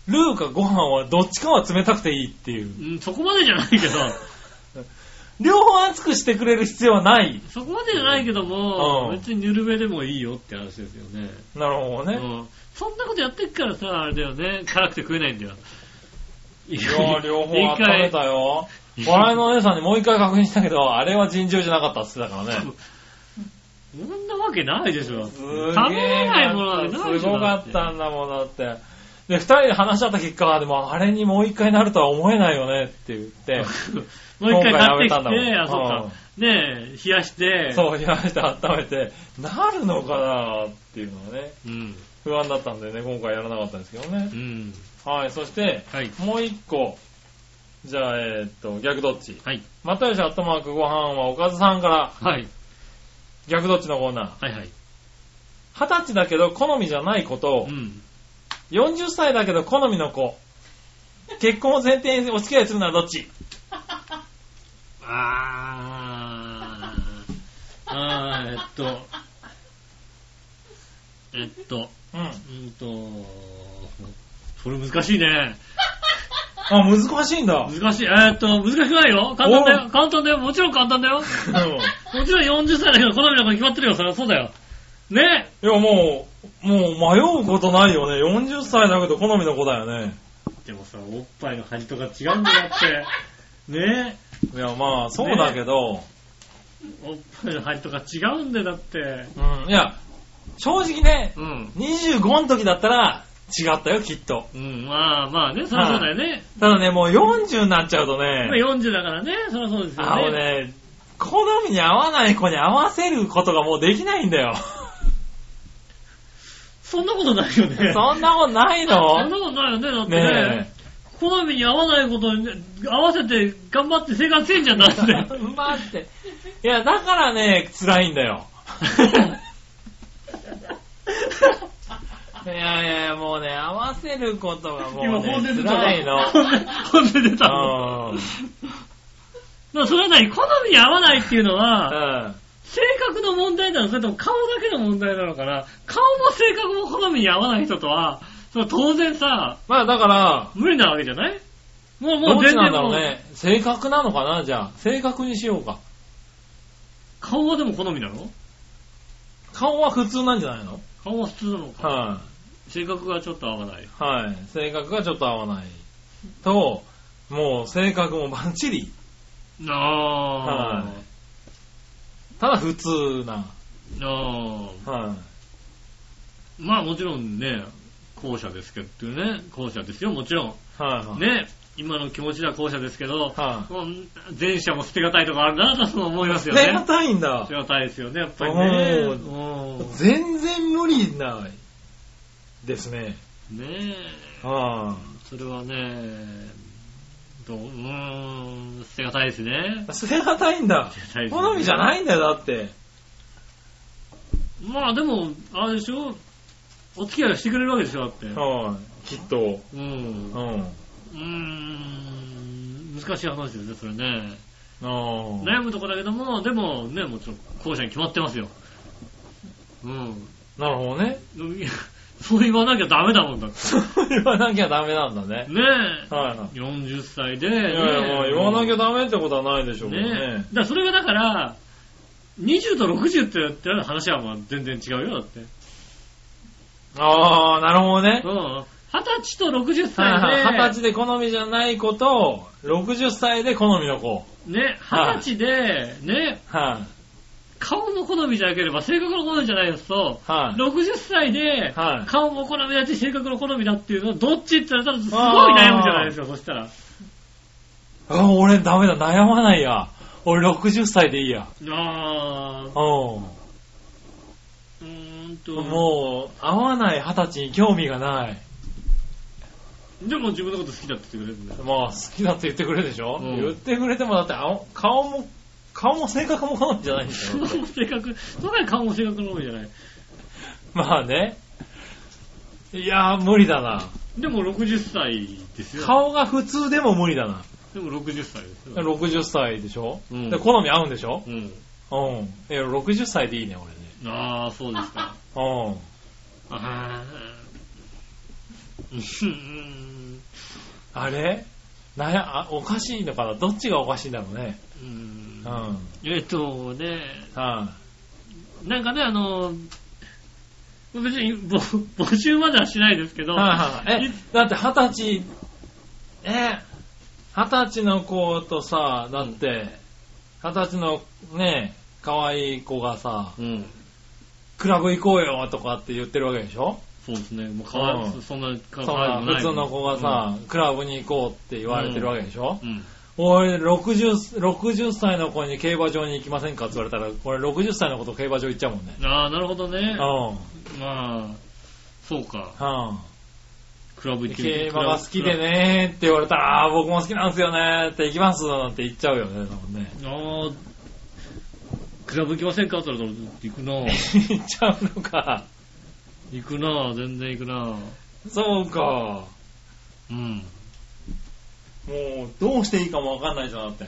C: ルーかご飯はどっちかは冷たくていいっていう。
B: うんそこまでじゃないけど、
C: 両方熱くしてくれる必要はない。
B: そこまでじゃないけども、
C: うん
B: 別にぬるめでもいいよって話ですよね。
C: なるほど
B: う
C: ね。
B: ん。そんなことやってっからさ、あれだよね、辛くて食えないんだよ。い
C: いやー両方温
B: 一回
C: めたよ。笑いのお姉さんにもう一回確認したけど、あれは尋常じゃなかったって言ってたからね。
B: そんなわけないでしょ。
C: す
B: 食
C: げ
B: べ
C: ー
B: れないものなんてないでし
C: す
B: ょ。
C: ごか
B: だ
C: った
B: て
C: んだもん、だって。で、二人で話し合った結果、でもあれにもう一回なるとは思えないよねって言って、
B: もう一回買って
C: 今
B: きて、
C: 回やめた
B: あ、
C: んだ
B: そ
C: も
B: うんか。ねえ、冷やして。
C: そう、冷やして温めて、なるのかなっていうのはね、
B: うん。
C: 不安だったんだよね、今回やらなかったんですけどね
B: う。ん。
C: はい、そして、
B: はい。
C: もう一個。じゃあ、えーっと、逆どっち。
B: はい。
C: またよしアットマークご飯はおかずさんから、
B: はい。
C: 逆どっちのコーナー。
B: はいはい。
C: 二十歳だけど好みじゃないことを
B: う、ん。
C: 40歳だけど好みの子、結婚を前提にお付き合いするのはどっち
B: あー。あー、えっと。えっと、
C: うん。
B: うんと、それ難しいね。
C: あ、難しいんだ。
B: 難しい。えーっと、難しくないよ。簡単だよ。簡単だよ。もちろん簡単だよ。
C: うん
B: もちろん40歳だけど好みの子決まってるよ。そりゃそうだよ。ね
C: いや、もう、もう迷うことないよね。40歳だけど好みの子だよね。
B: でもさ、おっぱいの端とか違うんだよって。ね
C: いや、まあ、そうだけど、
B: おっぱいの端とか違うんだよ、だって。
C: うん。いや、正直ね、
B: うん。
C: 25の時だったら違ったよ、きっと。
B: うん、まあまあね、そりゃそうだよね。
C: ただね、もう40になっちゃうと
B: ま
C: ね
B: あ、40だからね、そりゃそうです
C: あの
B: よね。
C: ね、好みに合わない子に合わせることがもうできないんだよ。
B: そんなことないよね。
C: そんなことない
B: そんな
C: の
B: ことないよね、だって
C: ね
B: ね。好みに合わないことに合わせて頑張って生活してんじゃんだって。
C: え。 待って。いや、だからね、辛いんだよ。いやいや、もうね、合わせることがも
B: 今
C: う、ね、
B: 本音出た
C: 辛いの。
B: 本音 本音出たの。
C: うん。
B: でもそれは何好みに合わないっていうのは、
C: うん
B: 性格の問題なのそれとも顔だけの問題なのかな顔も性格も好みに合わない人とは、それは当然さ、
C: まあだから、
B: 無理なわけじゃないもう、も
C: ど
B: う
C: っち
B: 全
C: な
B: 然
C: んだろ
B: も
C: う
B: う、
C: ね。性格なのかなじゃあ。性格にしようか。
B: 顔はでも好みなの
C: 顔は普通なんじゃないの
B: 顔は普通なのか、
C: は
B: 性格がちょっと合わない。
C: い。はい。性格がちょっと合わない。と、もう性格もバッチリ。
B: なあ、
C: はいただ普通な。
B: なあ
C: はい。
B: まあもちろんね、後者ですけどね、後者ですよ、もちろん。
C: はいはい。
B: ね、今の気持ちでは後者ですけど、
C: は
B: もう前者も捨てがたいとかあるなとは思います
C: い。
B: よ
C: 手
B: ね。
C: 堅いんだ
B: 捨て。がたいですよね、やっぱりね。
C: お
B: うん
C: 全然無理ない。ですね。
B: ねえ、
C: は
B: それはね、どう、うーん、捨てがたいですね。
C: い。捨てがたいん
B: 捨
C: だ。
B: てがたいですね
C: 好みじゃないんだよ、だって。
B: まあでも、あれでしょ、お付き合いをしてくれるわけでしょ、だって。
C: はい。きっと。
B: うん。う
C: う。
B: んーん、難しい話ですね、それね。
C: うん。
B: 悩むとこだけども、でもね、もちろん、後者に決まってますよ。うん。
C: なるほどね。
B: いや そう言わなきゃダメだもんだって。
C: そう言わなきゃダメなんだね。
B: ねえ。
C: はいはい。
B: 40歳で、
C: いやいや、まあ言わなきゃ
B: ゃ
C: ダメってことはないでしょうけど
B: ねえ。だ
C: ね
B: か。らそれがだから、20と60ってやってる話はまあ全然違うよ、だって。
C: ああ、なるほどね
B: う。ん。二十歳と60
C: はいはい
B: 歳で、
C: 二十歳で好みじゃない子と、60歳で好みの子。
B: ね、二十歳で、ね、
C: はい、
B: 顔の好みじゃなければ性格の好みじゃないですと、
C: はい
B: 60歳で
C: はい
B: 顔も好みだし性格の好みだっていうのはどっちって言ったらすごい悩むじゃないですか、そしたら。
C: あ、俺ダメだ、悩まないや。俺60歳でいいや。
B: あー、
C: うん。
B: うーんと。
C: もう、合わない二十歳に興味がない。
B: でも自分のこと好きだって言ってくれるんだよ。
C: まあ、好きだって言ってくれるでしょ、
B: うん
C: 言ってくれても、だってあお、顔も、顔も性格も好みじゃないんでし
B: そ
C: ょ
B: の性格、その顔も性格の多いじゃない。
C: まあね。いやー、無理だな。
B: でも60歳ですよ。
C: 顔が普通でも無理だな。
B: でも60歳ですよ。
C: 60歳でしょ、
B: うん
C: で、好み合うんでしょ
B: うん。
C: うん。いや、60歳でいいね、
B: ああ、そうですか。
C: 俺ね。
B: あーうん
C: うん。あれなや、あ、おかしいのかなどっちがおかしいんだろうね。
B: う
C: うんん。はい、
B: えっとね、なんかね、あの、別にぼ募集まではしないですけど、
C: はいはいはい
B: い
C: え、だって二十歳、え、二十歳の子とさ、だって、二十歳のね、可愛い子がさ、
B: うん、
C: クラブ行こうよとかって言ってるわけでしょ
B: そうですね、もうかわ
C: うん
B: いそんなか
C: そん
B: わい
C: な
B: くない。
C: 普通の子がさ、クラブに行こうって言われてるわけでしょ、
B: うん、うん
C: 俺60、60歳の子に競馬場に行きませんかって言われたら、俺60歳の子と競馬場行っちゃうもんね。
B: ああ、なるほどね。
C: う
B: まあ、そうか。
C: ん。うん。
B: クラブ行ってみて
C: 競馬が好きで。ねーって言われたら、あー僕も好きなんですよねーって行きますなんて言っちゃうよね、多分ね。
B: クラブああ、クラブ行きませんかって言われたら行くな ぁ
C: 行っちゃうのか。
B: 行くなぁ全然行くなぁ
C: そうか。
B: うん。
C: もう、どうしていいかもわかんないじゃん、だって。い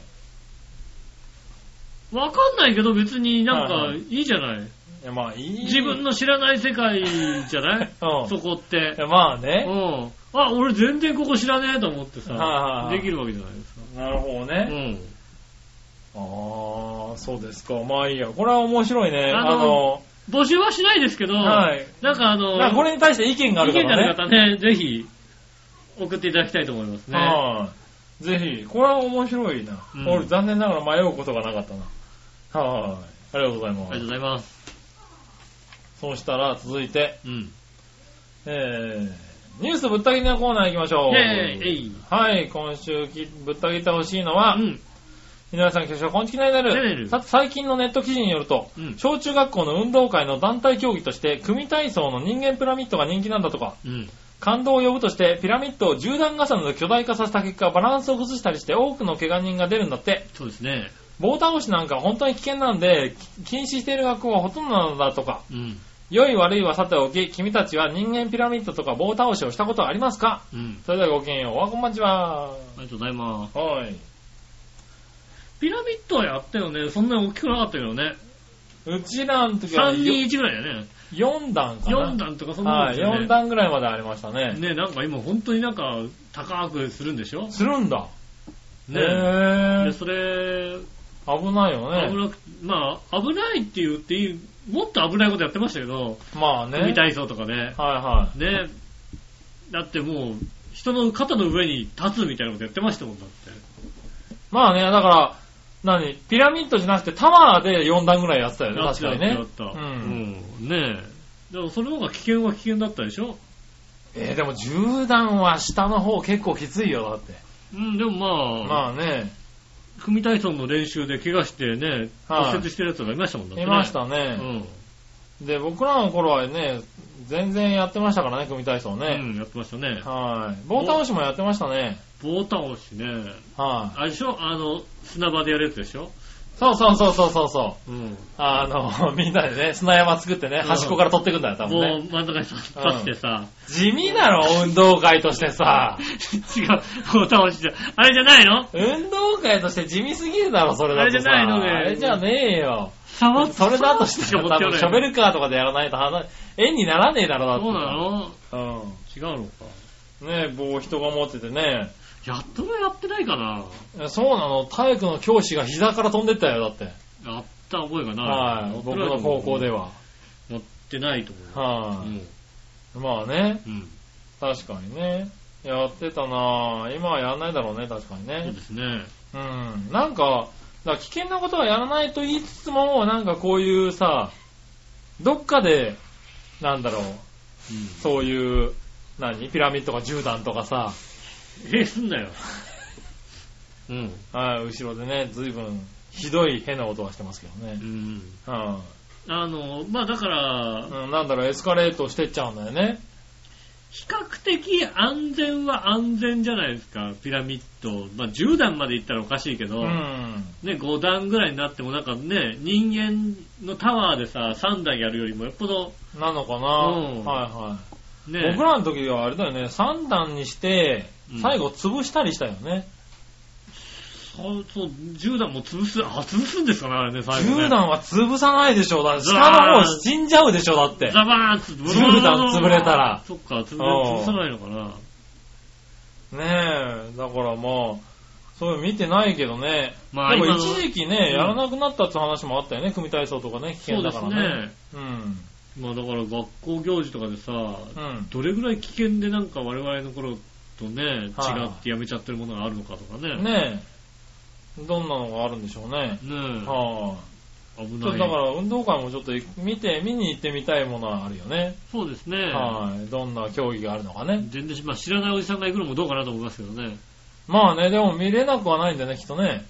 B: わかんないけど別になん
C: はいは
B: か
C: い
B: いいじゃない。
C: や、まあ、いい。
B: 自分の知らない世界じゃない
C: うん
B: そこっ
C: い
B: て。
C: や、まあ
B: う
C: ね。
B: ん。あ、俺全然ここ知らねえと思って
C: はい
B: さ
C: は、いはい
B: できるわけじゃないですか。
C: なるほど
B: う
C: ね。
B: ん。
C: ああ、そうですか。まあいいや。これは面白いね。
B: あ
C: あ
B: の
C: の、
B: 募集はしないですけど、
C: はい
B: なんかあの、
C: まあこれに対して意見がある
B: 意
C: か
B: 見のあ
C: ら
B: る
C: ね。
B: 方ね、ぜひ送っていただきたいと思いますね。
C: はい。ぜひ、これは面白いな。
B: うん
C: 俺、残念ながら迷うことがなかったな。はい。ありがとうござ
B: あ
C: いま
B: りがとう
C: す。
B: ございます。
C: そうしたら、続いて、
B: うん。
C: えー、ニュースぶった切りのコーナー行きましょう。
B: イェーイえい
C: はい、今週きぶった切ってほしいのは、
B: うん。
C: 皆さん挙手はこんちきなにな
B: なにな
C: る。
B: る
C: さて最近のネット記事によると、
B: うん
C: 小中学校の運動会の団体競技として、組体操の人間ピラミッドが人気なんだとか、
B: うん。
C: 感動を呼ぶとして、ピラミッドを10段重ねの巨大化させた結果、バランスを崩したりして多くの怪我人が出るんだって。
B: そうですね。
C: 棒倒しなんか本当に危険なんで、き禁止している学校はほとんどなんだとか、
B: うん。
C: 良い悪いはさておき、君たちは人間ピラミッドとか棒倒しをしたことはありますか
B: うん。
C: それではごきげんよう、おはこんばんちは。
B: ありがとうございます。
C: はい。
B: ピラミッドはやったよね。そんなに大きくなかったけどね。
C: うちらの時は
B: 3、2、1ぐらいだよね。
C: 4段かな。
B: 4段とかそんなも
C: は
B: ん
C: い、
B: だよ
C: 4
B: ね。
C: 段ぐらいまでありましたね。
B: ね、なんか今本当になんか高くするんでしょ
C: するんだ。
B: ねで、
C: へぇ
B: それ、
C: ー。危ないよ
B: 危
C: ね。
B: なく、まあ、危ないって言っていい、もっと危ないことやってましたけど、
C: まあね。
B: 組体操とかね。
C: はいはい。
B: ね、だってもう、人の肩の上に立つみたいなことやってましたもんだって。
C: まあね、だから、何ピラミッドじゃなくてタワーで4段ぐらいやってたよね、
B: なっ
C: 確
B: た
C: か
B: や
C: に
B: った
C: ね
B: やった。。う
C: うん。
B: ん。ねえ。でもその方が危険は危険だったでしょ
C: えー、でも10段は下の方結構きついよ、だって。
B: うん、でもまあ、
C: まあね、
B: 組体操の練習で怪我してね、
C: はい
B: 骨折してるやつがいましたもんだって、
C: い
B: ね。
C: ました
B: う
C: ね。
B: ん。
C: で、僕らの頃はね、全然やってましたからね、組体操
B: う
C: ね。
B: ん、やってましたね。
C: はい。棒倒しもやってましたね。
B: 棒倒しね。
C: はい。
B: あれでしょあの、砂場でやるやつでしょ
C: そうそうそうそうそうそう。
B: うん。
C: あの、 みんなでね、砂山作ってね、端っこから取ってくんだよ、多分
B: 棒
C: ね。
B: 真ん中に刺してさ、
C: 地味だろ、運動会としてさ。
B: 違う、棒倒しじゃ、あれじゃないの
C: 運動会として地味すぎるだろ、それだとさ。
B: あれじゃないのね
C: あれじゃねえよ。
B: 触
C: それだとしたら多分、ショベ
B: る
C: ルカーとかでやらないと話、絵にならねえだろ、
B: そ
C: だって。
B: うなの
C: の
B: 違うのか。
C: うん。ねえ、棒人が持っててね。
B: やっともやってないかな
C: えそうなの、体育の教師が膝から飛んでったよ、だって。
B: やった覚えがない。
C: はい。僕の高校で
B: は。
C: は。
B: やってないと思う。
C: は
B: うん。
C: い。まあね。
B: うん。
C: 確かにね。やってたなぁ。今はやらないだろうね、確かに
B: そうで。
C: ね
B: すね。
C: うん。なんか、だから危険なことはやらないと言いつつも、なんかこういうさ、どっかで、なんだろう、
B: うん。
C: そういう、何ピラミッドが10段とかさ、
B: ええ、すんな よ。うん。
C: あー後ろでね、随分ひどい変な音がしてますけど
B: う
C: ね。
B: ん。
C: うん。
B: あの、まあだから、
C: うん、なんだろう、エスカレートしてっちゃうんだよね。
B: 比較的安全は安全じゃないですか、ピラミッド。まあ10段まで行ったらおかしいけど、
C: うん。
B: ね、5段ぐらいになってもなんかね、人間のタワーでさ、3段やるよりもよっぽど、
C: なのかな、
B: うん
C: はいはい。
B: ね、
C: 僕らの時はあれだよね、3段にして
B: うん、
C: 最後潰したりしたよね。
B: そうそう、10段も潰す、あ、潰すんですかね、あれね、最後、ね。
C: 10段は潰さないでしょ、だって
B: うわー
C: 下の方死んじゃうでしょ、だって。
B: ザバーンつぶ
C: 10段潰れたら
B: そっか、潰れ、
C: うん
B: 潰さないのかな。
C: ねえ、だからまあ、そういう見てないけどね。
B: まあ
C: でも
B: 今の
C: 一時期
B: うん
C: ね、やらなくなったって話もあったよね、組体操とかね、危
B: そ
C: 険
B: うで
C: だ
B: す
C: からね。
B: ね。
C: うん。
B: まあだから学校行事とかでさ、
C: うん。
B: どれぐらい危険でなんか我々の頃とね、違
C: はい
B: ってやめちゃってるものがあるのかとかね。
C: ねえ、どんなのがあるんでしょうね。
B: ねえ
C: は
B: 危
C: い、ちょ
B: な
C: っと
B: い。
C: だから運動会もちょっと見て、見に行ってみたいものはあるよね。
B: そうですね。
C: はい、どんな競技があるのかね。
B: 全然、まあ、知らないおじさんが行くのもどうかなと思いますけどね。
C: まあね、でも見れなくはないんだよね、きっとね。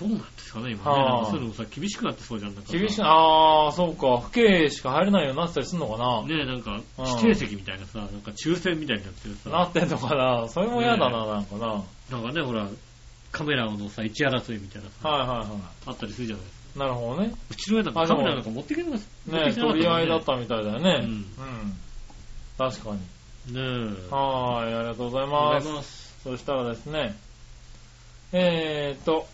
B: どうなんですかね、今ね。
C: はい
B: なんかそういうのもさ、厳しくなってそうじゃん。なんかさ
C: 厳しく、あー、そうか、不敬しか入れないようになってたりすんのかな。
B: ねえ、なんか、
C: うん
B: 指定席みたいなさ、なんか抽選みたいになってるさ、
C: なってんのかな。それも嫌だな、
B: ね
C: なんかな。はい
B: なんかね、ほら、カメラのさ、一争いみたいなさ、
C: はいは
B: あったりするじゃないですか。
C: い。なるほどね。
B: うちの親なんか
C: あで
B: カ
C: も
B: メラなんか持ってけなかった。持って
C: ね
B: きてなか
C: 取り合いだったみたいだよね。
B: うん
C: うん確かに。
B: たもんね。ねえ。
C: はーい、ありがとうござい
B: ありがとうござ
C: ま
B: い
C: す。
B: ます。
C: そしたらですね、えーっと、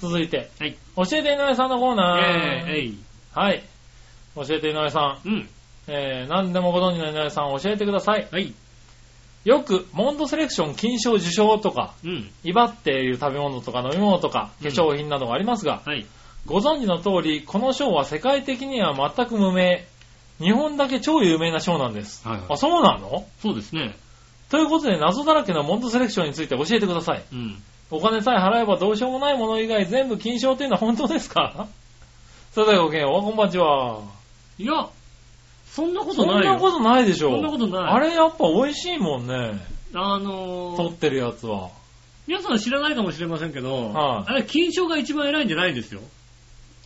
C: 続いて、
B: はい。
C: 教えて井上さんのコーナー。
B: えええい。
C: はい。教えて井上さん。
B: うん。
C: えー、何でもご存知の井上さん教えてください。
B: はい。
C: よく、モンドセレクション金賞受賞とか、
B: うん。
C: 威張っている食べ物とか飲み物とか、
B: うん
C: 化粧品などがありますが、
B: はい。
C: ご存知の通り、この賞は世界的には全く無名。日本だけ超有名な賞なんです。
B: はいはい
C: あ、そうなの
B: そうですね。
C: ということで、謎だらけのモンドセレクションについて教えてください。
B: うん。
C: お金さえ払えばどうしようもないもの以外全部金賞というのは本当ですかそれではごきげんよう、こんばんちは。
B: いや、そんなこと
C: そ
B: なんいよ。
C: なことないでしょ。
B: そんなことない
C: あれやっぱ美味しいもんね。
B: あの
C: 取
B: ー
C: っ、てるやつは。
B: 皆さん知らないかもしれませんけど、
C: はい
B: あれ、金賞が一番偉いんじゃないんですよ。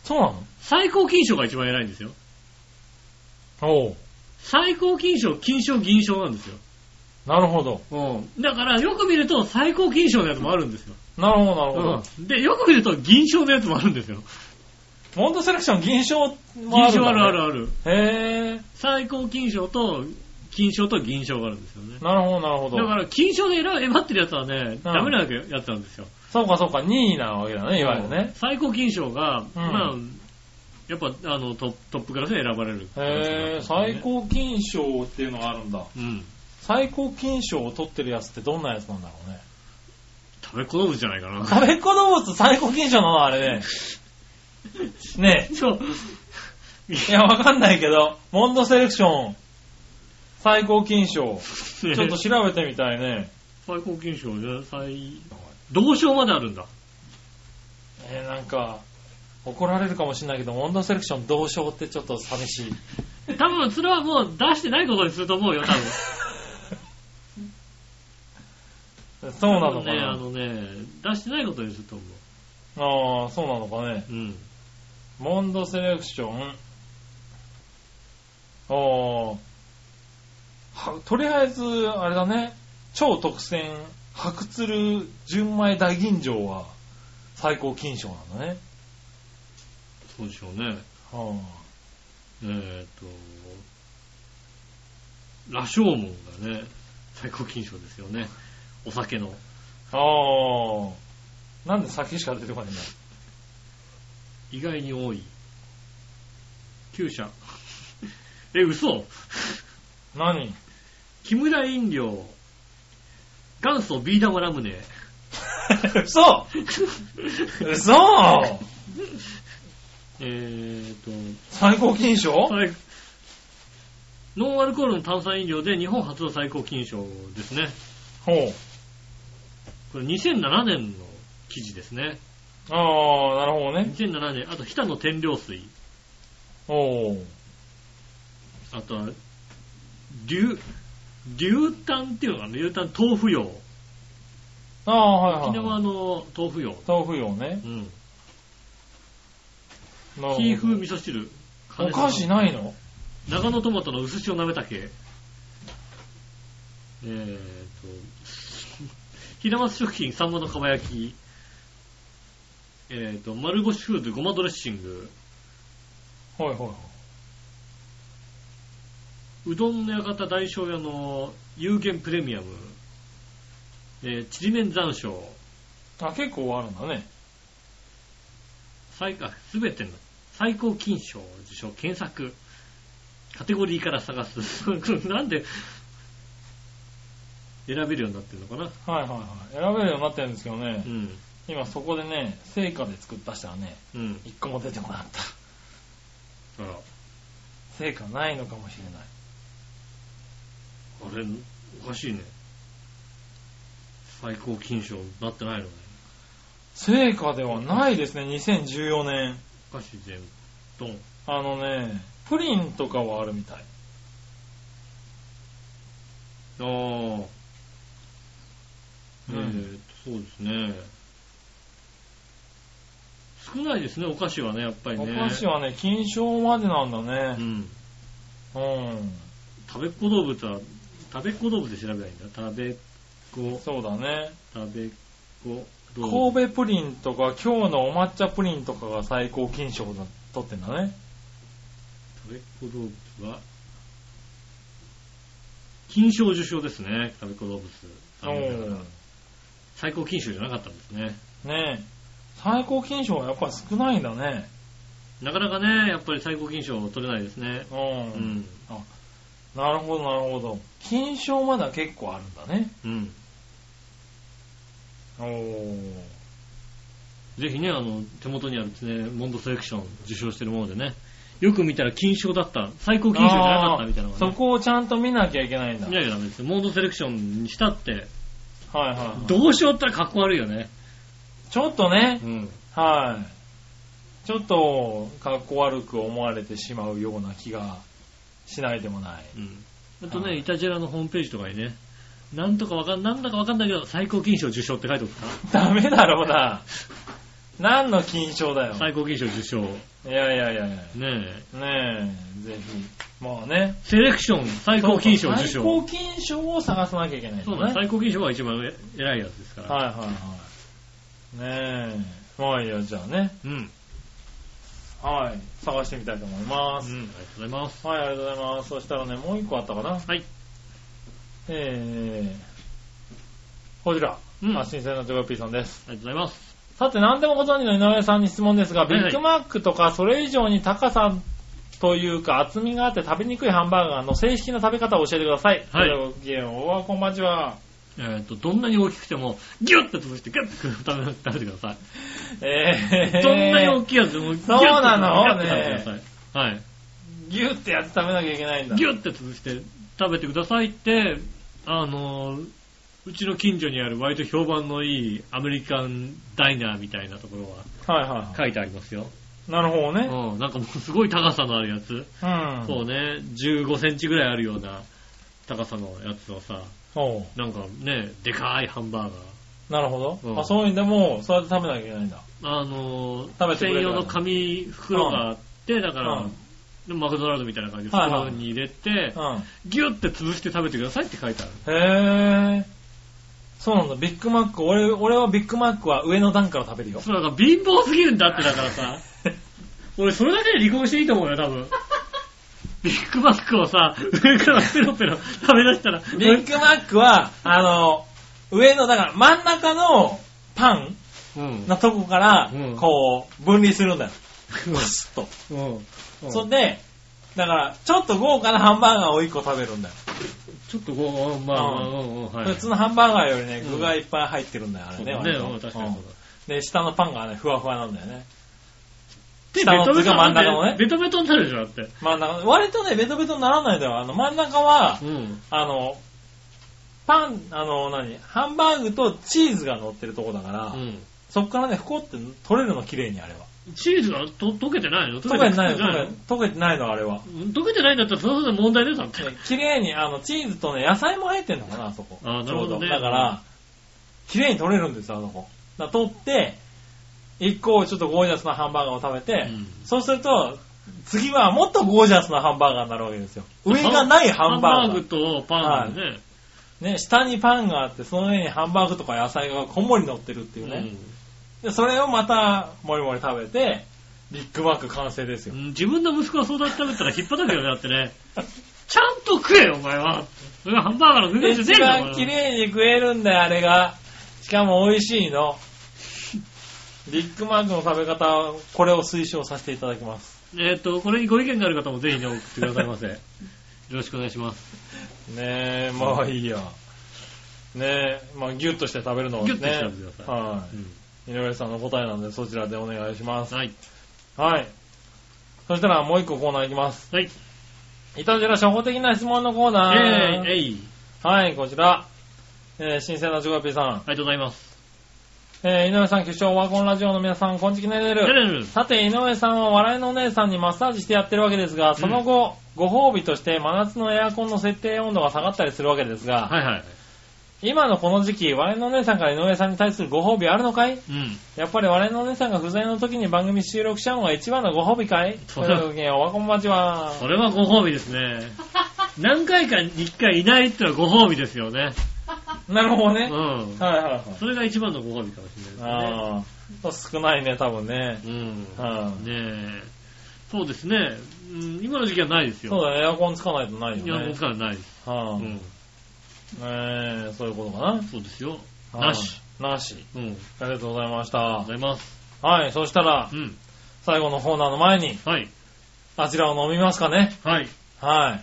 C: そうなの
B: 最高金賞が一番偉いんですよ。
C: おう
B: 最高金賞、金賞、銀賞なんですよ。
C: なるほど。
B: うん。だから、よく見ると最高金賞のやつもあるんですよ。
C: なるほど、なるほど。
B: うん。で、よく見ると銀賞のやつもあるんですよ。
C: モンドセレクション銀賞もあるんだ、ね。
B: 銀賞あるあるある。
C: へ
B: 最高金賞と、金賞と銀賞があるんですよね
C: ぇー。。なるほど、なるほど。
B: だから、金賞で選ばってるやつはね、ダメなやつなんですよ。
C: そうか、そうか、2位なわけだね、いわゆるね。
B: 最高金賞が、まあ、やっぱ、あの、トップトップクラスで選ばれる。
C: へぇー、最。高金賞っていうのがあるんだ。
B: うん。
C: 最高金賞を取ってるやつってどんなやつなんだろうね。
B: 食べ好むじゃないかな。
C: 食べっ子動物最高金賞なのあれね。ね
B: そう。
C: え。いや、わかんないけど、モンドセレクション、最高金賞。
B: ち
C: ちょっと調べてみたいね。
B: 最高金賞で最、同賞まであるんだ。
C: えー、なんか、怒られるかもしれないけど、モンドセレクション同賞ってちょっと寂しい。
B: 多分それはもう出してないことにすると思うよ、多分。
C: そうなのか
B: ね、
C: な。
B: あのね、出してないことにすると思う。
C: ああ、そうなのかね。
B: うん。
C: モンドセレクション。あーはとりあえず、あれだね。超特選、白鶴純米大吟醸は最高金賞なんだね。
B: そうでしょうね。
C: は
B: えっと、羅生門がね、最高金賞ですよね。お酒の。
C: ああーなんで先しか出てこないんだ
B: 意外に多い。旧社。 え、嘘
C: 何
B: キムラ飲料。元祖ビー玉ラムネ。
C: 嘘嘘
B: えーと、
C: 最高金賞
B: 最ノンアルコールの炭酸飲料で日本初の最高金賞ですね。
C: ほう。
B: これ2007年の記事ですね。
C: ああ、なるほどね。
B: 2007年、あと、日田の天領水。
C: おう。
B: あとは、竜、竜炭っていうのかな竜炭豆腐用。
C: ああ、は
B: 沖
C: い
B: 縄
C: はい。
B: の豆腐用。
C: 豆腐用ね。
B: うん。
C: なるほど
B: キー風味噌汁。
C: お菓子ないの
B: 長野トマトの薄塩なめたけ。えーと、平松食品、サンマの蒲焼き。えーと、丸腰フーズ、ごまドレッシング。
C: はいはいはいう
B: どんの館大正屋の有限プレミアム。えー、ちりめん山椒。
C: あ、結構あるんだね。
B: 最あ、すべての最高金賞受賞検索。カテゴリーから探す。 なんで、選べるようになってるのかな
C: はいはいはい。選べるようになってるんですけどね
B: う。ん。
C: 今そこでね、成果で作った人はね、
B: うん。
C: 一個も出てこなかった。
B: あら、
C: 成果ないのかもしれない。
B: あれ、おかしいね。最高金賞になってないのね。
C: 成果ではないですね、2014年。
B: おかしい全部。ドン。
C: あのね、プリンとかはあるみたい。
B: ああ。え
C: うん
B: ーと、そうですね。少ないですね、お菓子はね、やっぱりね。
C: お菓子はね、金賞までなんだ
B: う
C: ね。
B: ん。
C: う
B: 食べっ子動物は、食べっ子動物で調べないいんだ。食べっ
C: ん。
B: 子、
C: そうだね。
B: 食べっ子動物。
C: 神戸プリンとか、今日のお抹茶プリンとかが最高金賞だ取ってんだね。
B: 食べっ子動物は、金賞受賞ですね、食べっ子動物。
C: う
B: 残念ながら
C: ん。
B: 最高金賞じゃなかったんですね。
C: ねえ。最高金賞はやっぱり少ないんだね。
B: なかなかね、やっぱり最高金賞取れないですね。
C: う。
B: うんん。
C: なるほど、なるほど。金賞まだ結構あるんだね。
B: うん。
C: おー。
B: ぜひね、あの、手元にあるですね、モンドセレクション受賞してるものでね、よく見たら金賞だった、最高金賞じゃなかったみたいなのが
C: そ
B: ね、
C: こをちゃんと見なきゃいけないんだ。
B: 見なきゃダメですよ。モンドセレクションにしたって、
C: はいはいはい、
B: どうしようったらかっこ悪いよね。
C: ちょっとね
B: う、ん。
C: はい。ちょっと、格好悪く思われてしまうような気がしないでも ない。
B: あと
C: は
B: ね、
C: い
B: イタジェラのホームページとかにね、なんとかわかん、なんだかわかんないけど、最高金賞受賞って書いておくか
C: ダメだろうな。何の金賞だよ。
B: 最高金賞受賞。
C: いやいやいやいや。
B: ねえ。
C: ねえ、ぜひ。まあね。
B: セレクション、最高金賞受
C: 最
B: 賞。
C: 高金賞を探さなきゃいけないんだ
B: そうだね、
C: ね。
B: 最高金賞が一番偉いやつですから。
C: はいはいはい。ねえ。まあいいや、じゃあね。
B: うん。うん。
C: はい。探してみたいと思いま
B: あり
C: す。
B: がとうございます。
C: はい、ありがとうございます。そしたらね、もう一個あったかな。
B: はい。
C: えー、こちら。
B: うん
C: あ、新鮮なジョガピーさんです。
B: ありがとうございます。
C: さて、何でもご存知の井上さんに質問ですが、
B: はい
C: ビ
B: はい
C: ッグマックとかそれ以上に高さというか厚みがあって食べにくいハンバーガーの正式な食べ方を教えてください。
B: はい
C: それではごきげんようおはこんばんちは。
B: えっ、と、どんなに大きくても、ギュッて潰して、ギュッて食べ食べてくださ
C: えー、
B: い。どんなに大きいやつでも、ギュッて
C: そうな
B: ギ
C: の
B: ュッて食べてください。はい。
C: ギュってやって食べなきゃいけないんだ。
B: ギュッて潰して食べてくださいって、あのー、うちの近所にある割と評判のいいアメリカンダイナーみたいなところは
C: はいはいは
B: 書いてありますよ。
C: い。なるほどね。
B: うん、なんかもうすごい高さのあるやつ。
C: うん。
B: そうね、15センチぐらいあるような高さのやつをさ、
C: おう
B: なんかね、でかいハンバーガー。
C: なるほど。
B: うん
C: あ、そういうんでも、そうやって食べなきゃいけないんだ。
B: あのー
C: 食べてくれ
B: 専
C: る
B: 用の紙袋があって、だから、
C: うん
B: でマクドナルドみたいな感じで
C: はいはい
B: 袋に入れて、ギュッて潰して食べてくださいって書いてある。
C: うん。へー。そうなんだ。ビッグマック、俺、俺はビッグマックは上の段から食べ るよ。
B: そうなんか貧乏すぎるんだってだから さ、俺それだけで離婚していいと思うよ、多分。ビッグマックをさ、上からペロペロ食べ出したら、
C: ビッグマックは、あの、上の、だから真ん中のパン
B: うん。
C: のとこから
B: うん、
C: こう、分離するんだよ。パスッと。
B: うん。うん
C: そんで、だから、ちょっと豪華なハンバーガーを1個食べるんだよ。
B: ちょっとこう、うんまあ、まあ、
C: う
B: うんうん、はい。
C: 普通のハンバーガーよりね、
B: うん
C: 具がいっぱい入ってるんだよ、あれ
B: そう
C: ね。
B: だね、
C: 割と
B: うん確かにそうだ。
C: うんで、下のパンがね、ふわふわなんだよね。
B: 手ベ
C: 下の
B: トベ
C: 図
B: ト
C: が真ん
B: にな
C: 中
B: る
C: のね
B: ベトベトになるでしょ、だって。
C: 真ん中、割とね、ベトベトにならないだよ。あの、真ん中は
B: う、ん。
C: あの、パン、あの、何、ハンバーグとチーズが乗ってるとこだから、
B: う
C: そっからね、ふこって取れるの、綺麗にあれは。
B: ん。チーズがと溶けてないの溶
C: 溶けてな
B: く
C: い
B: っつ
C: の、
B: けて
C: 溶け溶けてないの、あれは。
B: のうん溶けてないんだったら、そのその問題出たって。
C: ね綺麗に、あの、チーズとね、野菜も入ってんのかな、あそこ。
B: あーなるほどね
C: ちょうだから、綺麗に取れるんですよ、あの子。だから取って、一個ちょっとゴージャスなハンバーガーを食べて、
B: うん
C: そうすると、次はもっとゴージャスなハンバーガーになるわけですよ。上がないハンバーガー。
B: とパンがね。
C: ね、下にパンがあって、その上にハンバーグとか野菜がこんもり乗ってるっていうね。で、それをまた、もりもり食べて、ビッグマック完成です
B: う
C: よ。
B: ん自分の息子がそうだって食べたら引っ張くよね、だってね。 ちゃんと食えよ、お前は。それはハンバーガーの具材じ
C: 一
B: ゃねえんだ
C: 番
B: よ
C: 綺麗に食えるんだよ、あれが。しかも美味しいの。ビッグマックの食べ方、これを推奨させていただきます。
B: お前はえっと、これにご意見がある方もぜひね、送ってくださいませ。よ ろしくお願いします。
C: ねえ、まあいいや。ねえ、まあギュッとして食べるのを
B: ギュッ
C: ね。
B: として食べてください
C: は
B: うん
C: い。井上さんの答えなんで、そちらでお願いします。
B: はい。
C: はい。そしたらもう一個コーナーいきます。
B: はい。
C: いたじら初歩的な質問のコーナー。
B: えい、えい。
C: はい、こちら。えー、新鮮なジョガピーさん。
B: ありがとうございます。
C: えー、井上さん、局長、ワコンラジオの皆さん、こんちきねるね
B: ね
C: る。
B: るねる
C: さて、井上さんは笑いのお姉さんにマッサージしてやってるわけですが、その後、ご褒美として真夏のエアコンの設定温度が下がったりするわけですが、
B: はいはい。
C: 今のこの時期、笑いのお姉さんから井上さんに対するご褒美あるのか
B: う
C: い
B: ん。
C: やっぱり笑いのお姉さんが不在の時に番組収録しちゃうのが一番のご褒美かい
B: そ
C: と
B: う
C: い
B: だ
C: う時には、ワコン待ちは、
B: それはご褒美ですね。 何回かに1回いないってのはご褒美ですよね。
C: なるほど
B: う
C: ね。
B: ん。
C: はいはいはい。
B: それが一番のご褒美かもしれない
C: ああ、少ないね、多分ね
B: で。すね。
C: は
B: う
C: い
B: ん。ねえ。そうですね。うん今の時期はないです
C: そう
B: よ。
C: だね、エアコンつかないとない
B: いや、
C: よ
B: 僕
C: ね。
B: からないです。
C: は
B: う
C: あ
B: ん。
C: えー、そういうことかな。
B: そうですよ。なし。
C: なし。
B: うん。あり
C: ありがとうございまし
B: がとう
C: た
B: ご。ざいます。
C: はい、そしたら
B: う、ん。
C: 最後のコーナーの前に、
B: はい。
C: あちらを飲みますかね。
B: はい。
C: はい。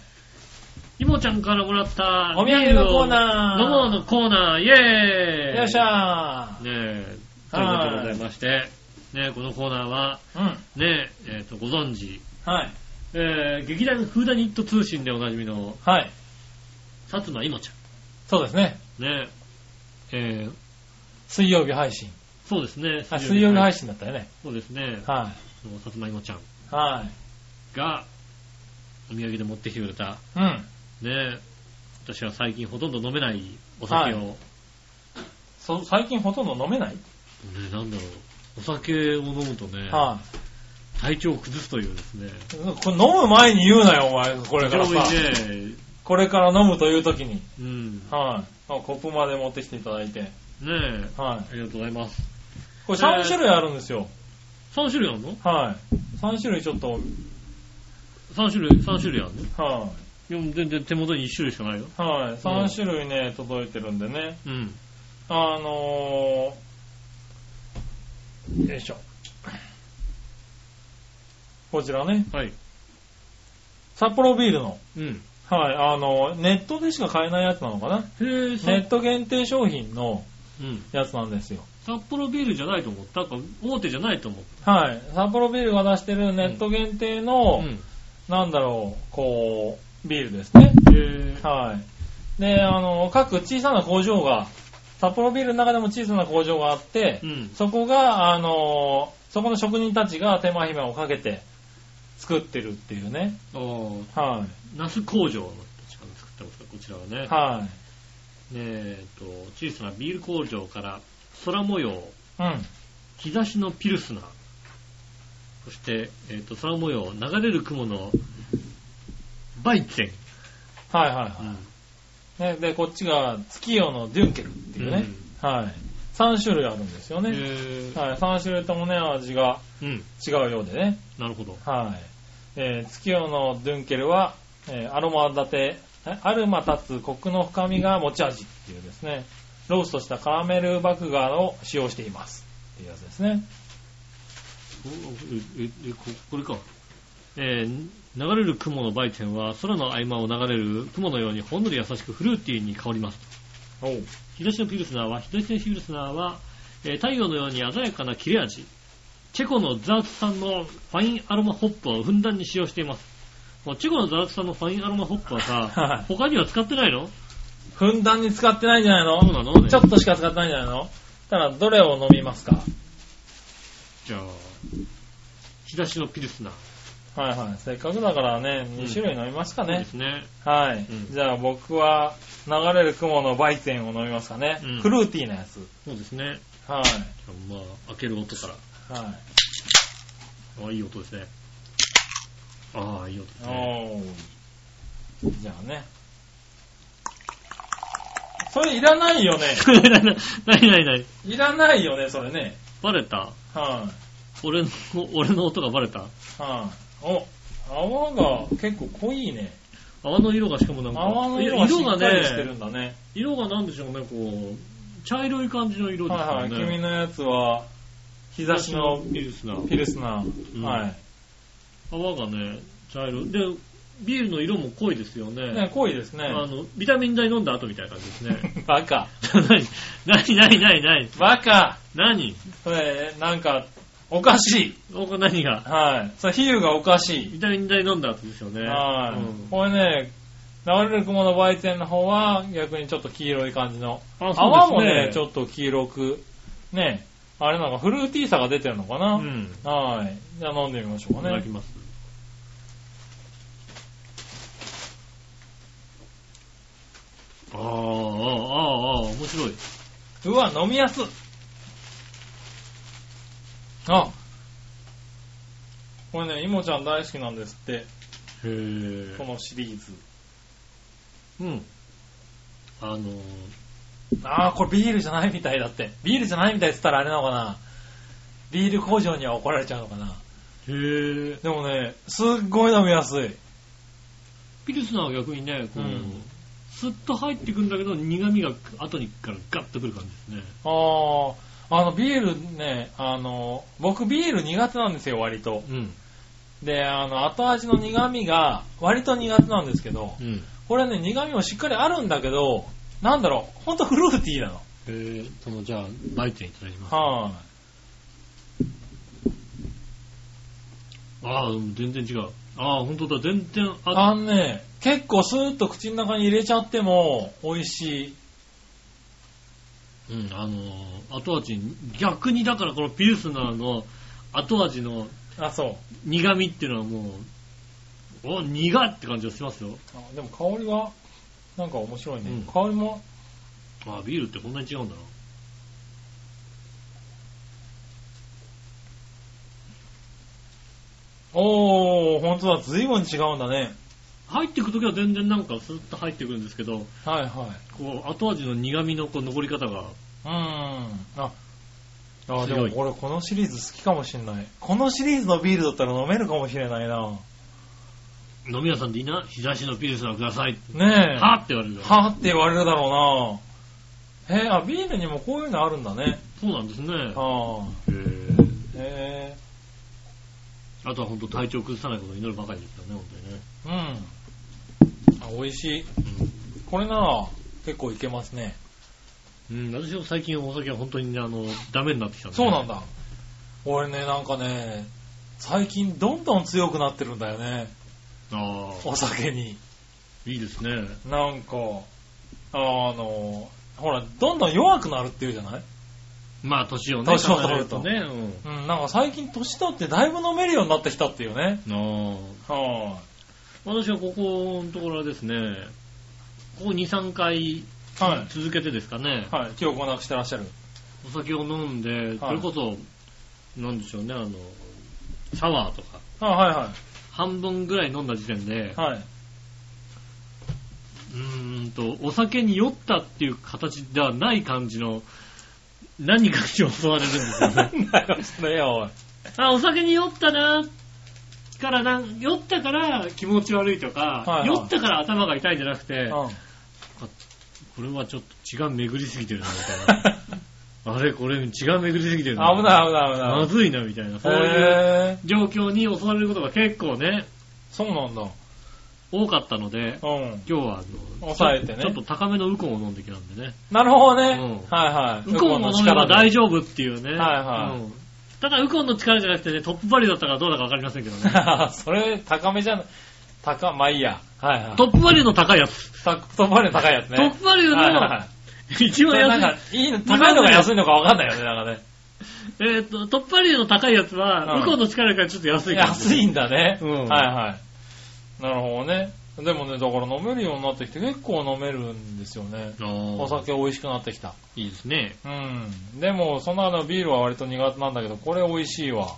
B: いもちゃんからもらった
C: お土産のコー
B: ビー
C: ナー。
B: ルを飲もうのコーナー、イェーイ
C: よっしゃ
B: ねえ、ということでございまして、ねえ、このコーナーは、
C: ー。うん。
B: ねえ、えっと、ご存知、
C: はい。
B: えー、劇団フーダニット通信でおなじみの、
C: はい。
B: 薩摩いもち
C: そうですね。
B: ゃん。ねえ、えー、
C: 水曜日配信。
B: そうですね。
C: あ、水曜日配信だったよね。
B: そうですね。
C: は
B: その薩摩いもちゃん
C: い。は
B: が、お土産で持ってきてくれた、
C: い。うん。
B: ねえ、私は最近ほとんど飲めないお酒を、
C: はいそ、最近ほとんど飲めない
B: ねなんだろう、お酒を飲むとね、
C: は
B: 体調を崩すというですね、
C: い。これ飲む前に言うなよ、お前。これ
B: 非
C: から
B: 常に
C: さ。
B: ね、
C: これから飲むという時に。
B: うん、ね
C: はい。あコップまで持ってきていただいて。
B: え、
C: はい。
B: ありがとうございます。
C: これ3種類あるんですよ。
B: 3種類あるの
C: はい。3種類ちょっと、
B: ?3 種類、三種類あるの
C: はい。
B: いや、もう全然手元に1種類しかないよ。
C: はい、3種類ね、届いてるんでね。
B: うん。
C: あのー、よいしょ。こちらね、
B: はい。
C: 札幌ビールの、
B: うん。
C: はい、あのーネットでしか買えないやつなのかな
B: へえ、さ
C: ネット限定商品の
B: うん。
C: やつなんですよ。
B: 札幌ビールじゃないと思った。なんか大手じゃないと思っ
C: はい、札幌ビールが出してるネット限定
B: た。
C: の、
B: うん。
C: なんだろう、こう、ビールですね。
B: へえ。
C: はい。で、あのー各小さな工場が、札幌ビールの中でも小さな工場があって、
B: うん。
C: そこが、あのーそこの職人たちが手間暇をかけて作ってるっていうね。
B: ああ、
C: は
B: ナス工場の確かに作ったことこちらはね。
C: い。は
B: えー、と小さなビール工場から空模様、
C: い。うん。
B: 日差しのピルスナー、そして、えー、と空模様、流れる雲のバイツェン、
C: はいはいは
B: うん
C: い。ね、で、こっちが月夜のデュンケルっていうね。はい。3種類あるんですよ
B: へ
C: ね。
B: ー
C: はい。3種類ともね、味が
B: うん、
C: 違うようでね。
B: なるほど。
C: はい。えー月夜のデュンケルは、えーアロマ立て、えアルマ立つコクの深みが持ち味っていうですね、ローストしたカラメル麦芽を使用しています。っていうやつですね。
B: おえええここれか、えー流れる雲のバイツェンは空の合間を流れる雲のようにほんのり優しくフルーティーに香ります。
C: おう。
B: 日差しのピルスナーは、日差しのピルスナーは、えー太陽のように鮮やかな切れ味。チェコのザーツ産のファインアロマホップをふんだんに使用しています。もうチェコのザーツ産のファインアロマホップは
C: はい
B: さ、他 には使ってないの
C: ふんだんに使ってないんじゃないの
B: そうなのね
C: ちょっとしか使ってないんじゃないのただ、どれを飲みますか
B: じゃあ、日差しのピルスナー。
C: はいはい。せっかくだからね、2種類飲みますか
B: そうで
C: ね。
B: すね。
C: はい、
B: うん
C: じゃあ僕は、流れる雲の売店を飲みますかね。
B: うん
C: フルーティーなやつ。
B: そうですね。
C: はい。
B: じゃあまあ、開ける音から。
C: はい。
B: ああ、いい音ですね。ああ、いい音ですね。
C: おー。じゃあね。それいらないよね。
B: ないないないない。
C: いらないよね、それね。
B: バレた
C: はい、
B: 俺の、俺の音がバレた
C: はい、お、泡が結構濃いね。
B: 泡の色がしかもなんか、
C: 泡の色
B: いや
C: がしっかりしてる
B: ね、
C: んだね。
B: 色がなんでしょうね、こう、茶色い感じの色です
C: は
B: よ
C: い
B: ね。
C: はい。君のやつは、日差しの
B: ピルスナー。
C: ピルスナー。
B: うん
C: はい。
B: 泡がね、茶色。で、ビールの色も濃いですよね。
C: ね、濃いですね。
B: あの、ビタミン剤飲んだ後みたいな感じですね。
C: バカ。
B: 何何何何
C: バカ
B: 何
C: それ、なんか、おかしい。
B: 何何が
C: はい。それ、比喩がおかし
B: ビタミン剤飲んだ後ですよね。
C: い。は
B: うん
C: い。これね、流れる雲の売店の方は、逆にちょっと黄色い感じの。
B: あ
C: 泡もね、ち
B: ょっ
C: ょっと黄色く、ね、あれなんかフルーティーさが出てるのか
B: と
C: な、
B: うん。
C: はい。じゃあ飲んでみましょ
B: いうた
C: か
B: だ
C: ね
B: き。ます。あーあー、ああ、ああ、面白い。
C: うわ、飲みやす。あこれね、いもちゃん大好きなんですって、
B: へえ
C: こ。のシリーズ。
B: うん。あのー、
C: ああ、これビールじゃないみたいだって。ビールじゃないみたいって言ったらあれなのかなビール工場には怒られちゃうのかな
B: へえ。
C: でもね、すっごい飲みやすい。
B: ピルスナーは逆にね、こう、
C: うん
B: スッと入ってくんだけど、苦味が後にからガッとくる感じですね。
C: ああ、あのビールね、あの、僕ビール苦手なんですよ、割と。
B: うん。
C: で、あの、後味の苦味が割と苦手なんですけど、
B: うん。
C: これね、苦味もしっかりあるんだけど、なんだろう、ほんとフルーティーなの。
B: えー、その、じゃあ、バイテンいただきます。
C: はい、
B: ああ、うん全然違う。ああ、本当だ、全然、あ、
C: あのね、結構スーッと口の中に入れちゃっても美味しい。
B: うん、あのー、後味に、逆にだからこのピルスナーの後味の
C: あ、そう。
B: 苦味っていうのはもう、お、苦って感じがしますよ。
C: あでも香りが、なんか面白いね。
B: うん
C: 香りも、
B: ああ、ビールってこんなに違うんだな。
C: おー、ほんとだ、随分違うんだね。
B: 入っていくときは全然なんかスッと入ってくるんですけど、
C: はいはい。
B: こう、後味の苦味のこう残り方が、
C: うーん。あ、あで
B: 強
C: も
B: い
C: 俺このシリーズ好きかもしんない。このシリーズのビールだったら飲めるかもしれないな。
B: 飲み屋さんでいいな、日差しのピルスナーください。
C: ねえ。
B: はって言われるよ。
C: はって言われるだろうな。えー、あ、ビールにもこういうのあるんだね。
B: そうなんですね。
C: ああ。
B: へー
C: へえ
B: あとは本当体調崩さないことを祈るばかりですよね、本
C: ー。うん。あ、美味しい。
B: 当にね。
C: これなら結構いけますね。
B: うん、私も最近お酒は本当にね、あの、ダメになってきた
C: そうなん
B: だ。
C: だ。俺ね、なんかね、最近どんどん強くなってるんだよね。
B: ああ、
C: お酒に。
B: いいですね。
C: なんか、あの、ほら、どんどん弱くなるっていうじゃない
B: まあ、年をね、
C: 年を取ると
B: 考えね。うん
C: うん、なんか最近年取ってだいぶ飲めるようになってきたっていうね。
B: あ
C: は
B: あ私はここのところはですね、ここ2、3回
C: い。は
B: 続けてですかね、
C: い。はい。記憶をなくしてらっしゃる。
B: お酒を飲んで、それこそ、なんでしょうね、あの、シャワーとか、
C: は
B: 半分ぐらい飲んだ時点で
C: いはい。、はい。
B: うーんと、お酒に酔ったっていう形ではない感じの、何かに襲われるんですよね。
C: なんだよ、それよ、
B: あ、お酒に酔ったな、からなん、酔ったから気持ち悪いとか、
C: はいはい
B: 酔ったから頭が痛いんじゃなく
C: おい。
B: て、
C: うん。
B: これはちょっと血が巡りすぎてるな、みたいな。 あれ、これ血が巡りすぎてるな。
C: 危ない危ない危な
B: ま
C: い。
B: ずいな、みたいな。そういう
C: へえ。
B: 状況に襲われることが結構ね、
C: そうなんだ。
B: 多かったので、
C: うん。
B: 今日はあの、
C: 抑えてね
B: ちょっと高めのウコンを飲んできたんでね。
C: なるほどね。
B: うん
C: はいはい。
B: ウコンを飲めば
C: で
B: 大丈夫っていうね。
C: はいはい
B: うんただ、ウコンの力じゃなくてね、トップバリューだったからどうだかわかりませんけどね。
C: それ、高めじゃな、高、まあいいや。はいはい。
B: トップバリューの高いやつ。
C: タットップバリュー高いやつね。
B: トップバリュー
C: はいはい
B: の
C: は
B: 一番
C: い。なん
B: 安
C: か、いいの、高いのが安いのかわかんないよね、なんかね。
B: い、えっと、トップバリューの高いやつは、
C: うん
B: ウコンの力からちょっと安い感じ。
C: 安いんだね。
B: うん
C: はいはい。なるほどね。でもね、だから飲めるようになってきて結構飲めるんですよね。
B: あ
C: お
B: ー。
C: 酒美味しくなってきた。
B: いいですね。
C: うん。でも、そのあのビールは割と苦手なんだけど、これ美味しいわ。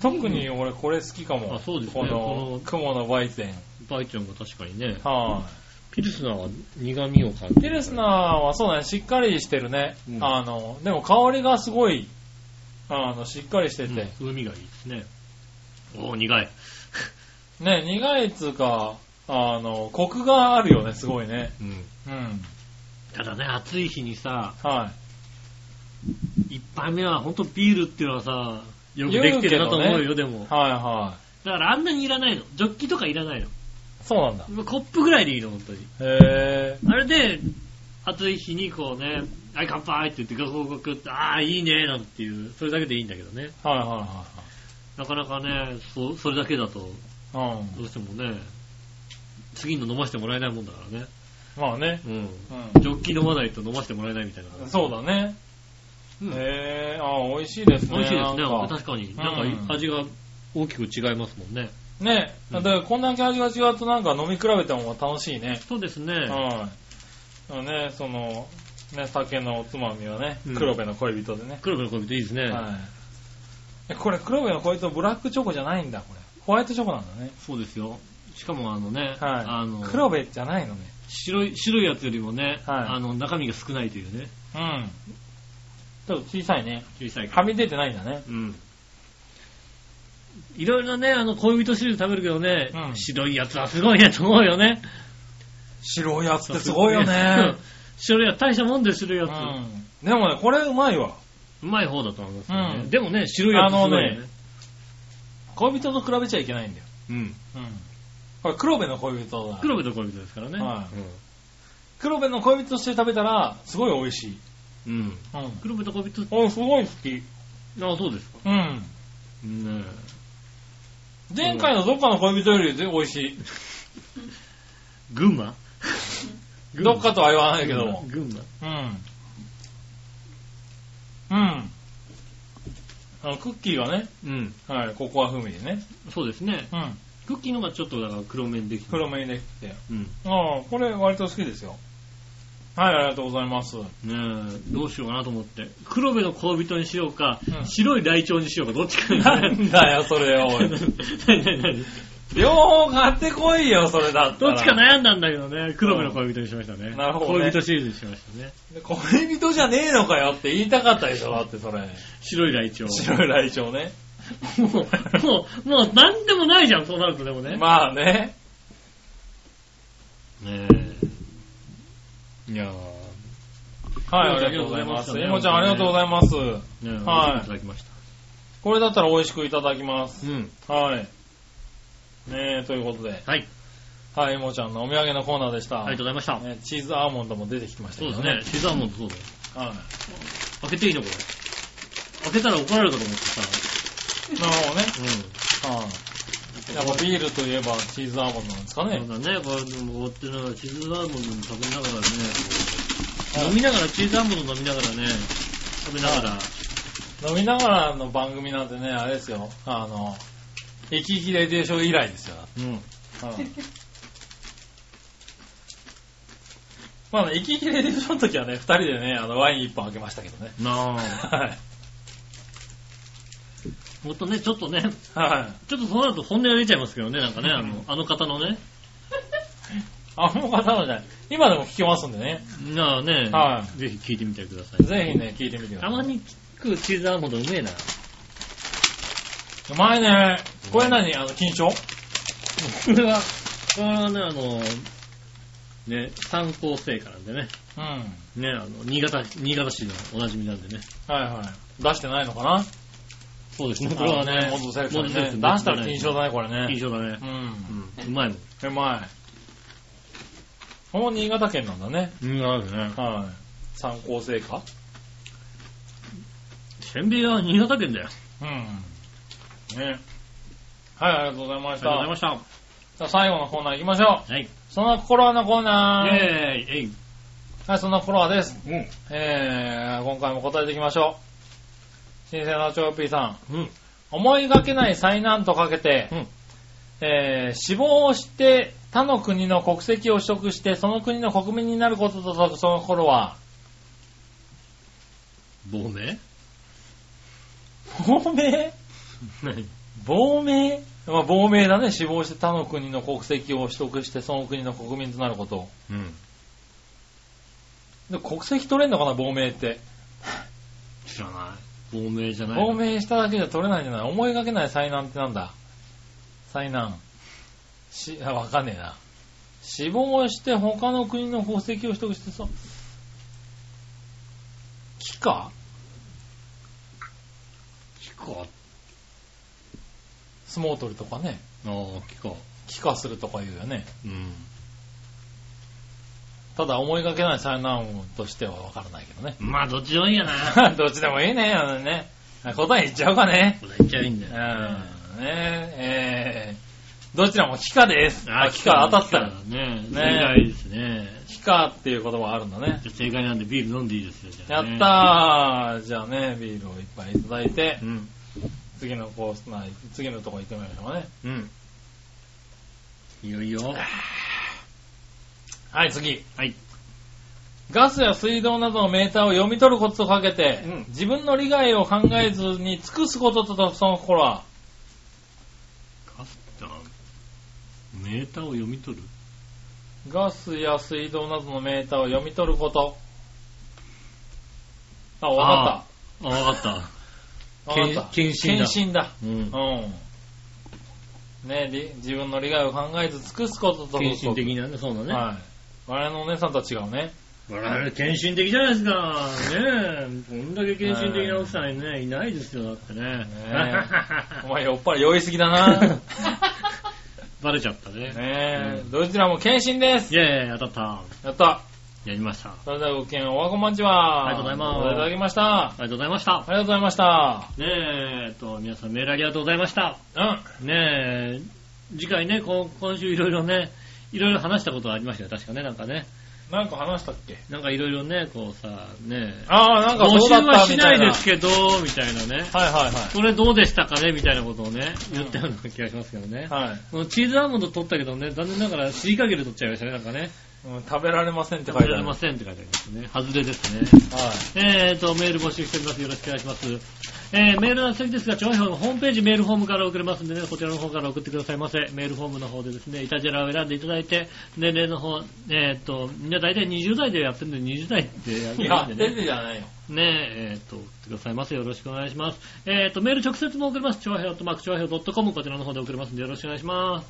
C: 特に俺これ好きかも。
B: うんあそうですね
C: こ
B: こ
C: の
B: の、
C: 雲の売店。
B: バイちゃんが確かにね、
C: はい、
B: ピルスナーは苦味を感じる。
C: ピルスナーはそうだね、しっかりしてるね。
B: うん
C: あの、でも香りがすごい、あの、しっかりしてて。
B: うん海がいいですね。おー、苦い。
C: ね、苦いっつうか、あの、コクがあるよね、すごいね。
B: うん。
C: うん。
B: ただね、暑い日にさ、
C: は
B: 一杯目はほんとビールっていうのはさ、よくできてるなと思う
C: 言
B: よ、
C: う
B: で
C: い。
B: も。
C: はいは
B: だからあんなにいらないの。ジョッキとかいらないの。
C: い。そうなんだ。
B: コップぐらいでいいの、本当に。
C: へ
B: あれで、暑い日にこうね、はい、乾杯って言ってガクガクガクって、ああ、いいね、なんていう、それだけでいいんだけどね。
C: ー。はいは
B: なかなかね、そそれだけだと、
C: いはい。
B: どうしてもね、次の飲ませてもらえないもんだからね。
C: うん。まあね。
B: うん。
C: う
B: ジョッキ飲まないと飲ませてもらえないみたいな。
C: ん。そうだね。
B: うん
C: へえ、あー美味しいですね。
B: 美味しいですね、
C: なんか
B: 確かに。
C: ん
B: なんか味が大きく違いますもんね。
C: ね、
B: うん
C: だからこんだけ味が違うとなんか飲み比べた方が楽しいね。
B: そうですね。
C: はい。だからね、その、ね、酒のおつまみはね
B: う、ん
C: 黒部の恋人でね。
B: 黒部の恋人いいですね。
C: はい。えこれ黒部の恋人ブラックチョコじゃないんだ、これ。ホワイトチョコなんだね。
B: そうですよ。しかもあのね、あ
C: は
B: の
C: い。黒部じゃないのね。
B: 白い、白いやつよりもね、
C: はい
B: あの中身が少ないというね、
C: うん。ちょっと小さいね。
B: 小さい
C: はみ出てないんだね。
B: うん。いろいろね、あの、恋人シリーズ食べるけどね、
C: うん
B: 白いやつはすごいねと思うよね。
C: 白いやつってすごいよね。
B: 白いやつ、大したもんで白いやつ。
C: うん。でもね、これうまいわ。
B: うまい方だと思いますよね、
C: うん
B: でもね、白いやつすごいよね。
C: あのね恋人と比べちゃいけないんだよ。
B: うん。
C: うん。これ黒部の恋人だ。
B: 黒部と恋人ですからね。
C: はい黒部の恋人として食べたら、すごい美味しい。
B: うん。うん。
C: うん。
B: 黒部と恋人、
C: 俺すごい好き。
B: ああ、そうですか。
C: うん。
B: ね
C: 前回のどっかの恋人より全然美味しい。
B: 群馬
C: どっかとは言わないけ
B: 群
C: ど
B: 馬
C: も。
B: 群馬。
C: うん。うん。あの、クッキーがね、
B: うん。
C: はい、ココア風味でね。
B: そうですね。
C: うん。
B: クッキーの方がちょっとだから黒麺できてる。
C: 黒目にできて。
B: うん。
C: ああ、これ割と好きですよ。はい、ありがとうございます。
B: ねえ、どうしようかなと思って。黒部の恋人にしようか、
C: うん
B: 白いライチョウにしようか、どっちか
C: なんだよ、それ、お
B: 何
C: い。
B: 何何
C: 両方買ってこいよ、それだった
B: ど
C: ら。
B: っちか悩んだんだけどね、黒部の恋人にしましたね。
C: なるほどね
B: 恋人シリーズにしましたね。
C: 恋人じゃねえのかよって言いたかったでしょ、だってそれ。
B: 白いライチョウ。
C: 白いライチョウね。
B: もう、もう、もう何でもないじゃん、そうなるとでもね。
C: まあね。
B: ねえ。いや
C: はい、ありがとうございます。
B: ね
C: えもちゃん、ありがとうございます。
B: ねえ、
C: はい
B: いただきまし
C: これだったら美味しくいただきます。
B: た。うん。
C: はい。ねえ、ということで。
B: はい。
C: はい、えもちゃんのお土産のコーナーでした。
B: ありがとうございました。
C: ねチーズアーモンドも出てきました
B: そう
C: け
B: です
C: ど
B: ね。。
C: ね
B: シザーモンドそうだよ。
C: は
B: 開けていいのこれ。開けたら怒られるかと思ってさ。
C: い。なるほどね。
B: う
C: はい。やっぱビールといえばチーズアーモンドなんですかね。
B: ん。そうだね。こうやってこうやってなんかチーズアーモンドも食べながらね、こう飲みながら、チーズアーモンド飲みながらね、食べながら、
C: 飲みながらの番組なんてね、あれですよ。あの、生き生きレディーション以来ですよ。
B: うん。
C: うんまあ、ね、生き生きレディーションの時はね、二人でね、あの、ワイン一本開けましたけどね。
B: なあ。
C: はい。
B: もっとね、ちょっとね、
C: はい。
B: ちょっとそうなると本音が出ちゃいますけどね、なんかね、あの、あの方のね。
C: あ、もう方のじゃない。今でも聞けますんでね。
B: なあね、
C: は
B: ぜひ聞いてみてください。
C: ぜひね、聞いてみてくださ
B: た
C: い。
B: まに聞くチーズアーモンドうめえな。
C: うまいね。これ何あの、緊張
B: これは、これはね、あの、ね、参考生からでね、
C: うん。
B: ね、あの、新潟、新潟市のおなじみなんでね。
C: はいはい。出してないのかな
B: そうですね、これはね、
C: モンドセレクション
B: モ
C: ね。出
B: ンドセレクション
C: したら緊張だね、これね。
B: 印象だね
C: う。ん。
B: うん、うまいもん。
C: うまい。この新潟県なんだね。
B: うん、あるね。
C: はい。参考成果
B: せんべいは新潟県だよ。
C: うん。ね。はい、ありがとうございま
B: り
C: し
B: がとうござい
C: た。
B: ました。は
C: じゃあ最後のコーナー行きましょ
B: い。イ
C: う。その心のコーナー。
B: ェーイ、えい。
C: はい、その心はです。
B: うん。
C: えー、今回も答えていきましょう。新鮮なチョーピーさん。
B: うん。
C: 思いがけない災難とかけて、
B: うん
C: えー死亡をして他の国の国籍を取得して、その国の国民になることと解くその頃は、
B: 亡命
C: 亡命
B: 何
C: 亡命まあ、亡命だね。死亡して他の国の国籍を取得して、その国の国民となること。
B: うん。
C: で国籍取れんのかな、亡命って。
B: 知らない。亡命じゃないの。
C: 亡命しただけじゃ取れないんじゃない思いがけない災難ってなんだ災難。し、あ、わかんねえな。死亡して他の国の国籍を取得してそ、帰化
B: 帰化。あ
C: 相撲取りとかね。
B: あ、帰化。
C: 帰化するとか言うよね。
B: うん。
C: ただ思いがけない災難としてはわからないけどね。
B: まあ、どっちでもいいやな。
C: どっちでもいいね、あのね。答え言っちゃおうかね。
B: これ言っちゃいいんだ
C: う
B: よ
C: ん
B: ね。。
C: ねえ、えーどちらも帰化です。
B: あ、
C: 帰
B: 帰
C: 化
B: 化
C: 当たったら。
B: ね。
C: ね
B: 正解ですね。
C: 帰化っていう言葉あるんだね。
B: じゃあ正解なんでビール飲んでいいですよ、じゃ
C: や
B: あ
C: っ
B: ね
C: たーじゃあね、ビールをいっぱいいただいて
B: う、ん。
C: 次のコースナー、次のとこ行ってみましょうかね。
B: うん。いよいよ。
C: はい、次。
B: はい。
C: ガスや水道などのメーターを読み取るコツをかけて、
B: うん
C: 自分の利害を考えずに尽くすことととその心は、
B: ガスってなメーターを読み取る
C: ガスや水道などのメーターを読み取ること。あ、わか
B: あ、わかった。
C: った。わかった。
B: けん検診だ
C: 検診だ。
B: うん。
C: うん。ね、り自分の利害を考えず尽くすこととと
B: 献身的なね、そうだね。
C: はい。我々のお姉さんとは違うね。
B: 我々献身的じゃないですか。ねえ。こんだけ献身的な奥さんね、いないですよ、だってね。
C: え お前酔っ払い酔いすぎだな。
B: バレちゃったね。
C: ねえ、
B: う
C: どちらも献身です。
B: イェーイ、当たっ
C: やった。
B: た。やりました。あ
C: それではごきげんおわこまんちは。
B: ありがとうございます
C: お答えいただきました。
B: り
C: あ
B: がとうございました。
C: りがとうございました。
B: ねえ、えっと、皆さんメールありがとうございました。
C: うん。
B: ねえ、次回ね、こ今週いろいろね、いろいろ話したことありましたよ、確かね、なんかね。
C: なんか話したっけ
B: なんかいろいろね、こうさ、ねえ、
C: ああ、なんか
B: 募
C: そう
B: 集
C: だった
B: はし
C: みた
B: ないい
C: な。
B: ですけど、みたいなね。
C: はいは
B: それどうでしたかねみたいなことをね、
C: うん
B: 言ったような気がしますけどね
C: い。はい。はい。
B: このチーズアーモンド取ったけどね、残念ながらシーカゲル取っちゃいましたね、なんかね。
C: うん食べられませんって書
B: 食
C: いて
B: べら
C: ある。
B: れませんって書いてありますね。外れですね。
C: はい。
B: えーと、メール募集しております。よろしくお願いします。えー、メールの先ですが、調和表のホームページメールフォームから送れますんでね、こちらの方から送ってくださいませ。メールフォームの方でですね、イタジェラを選んでいただいて、年齢の方、えーと、みんな大体20代でやってるんで、20代ってや
C: い
B: る
C: や、
B: んで
C: 出
B: ね。
C: てじゃないよ。
B: ねえ、えー、と、送ってくださいませ。よろしくお願いします。えーと、メール直接も送れます。調和表とマーク調和表 .com こちらの方で送れますんで、よろしくお願いしま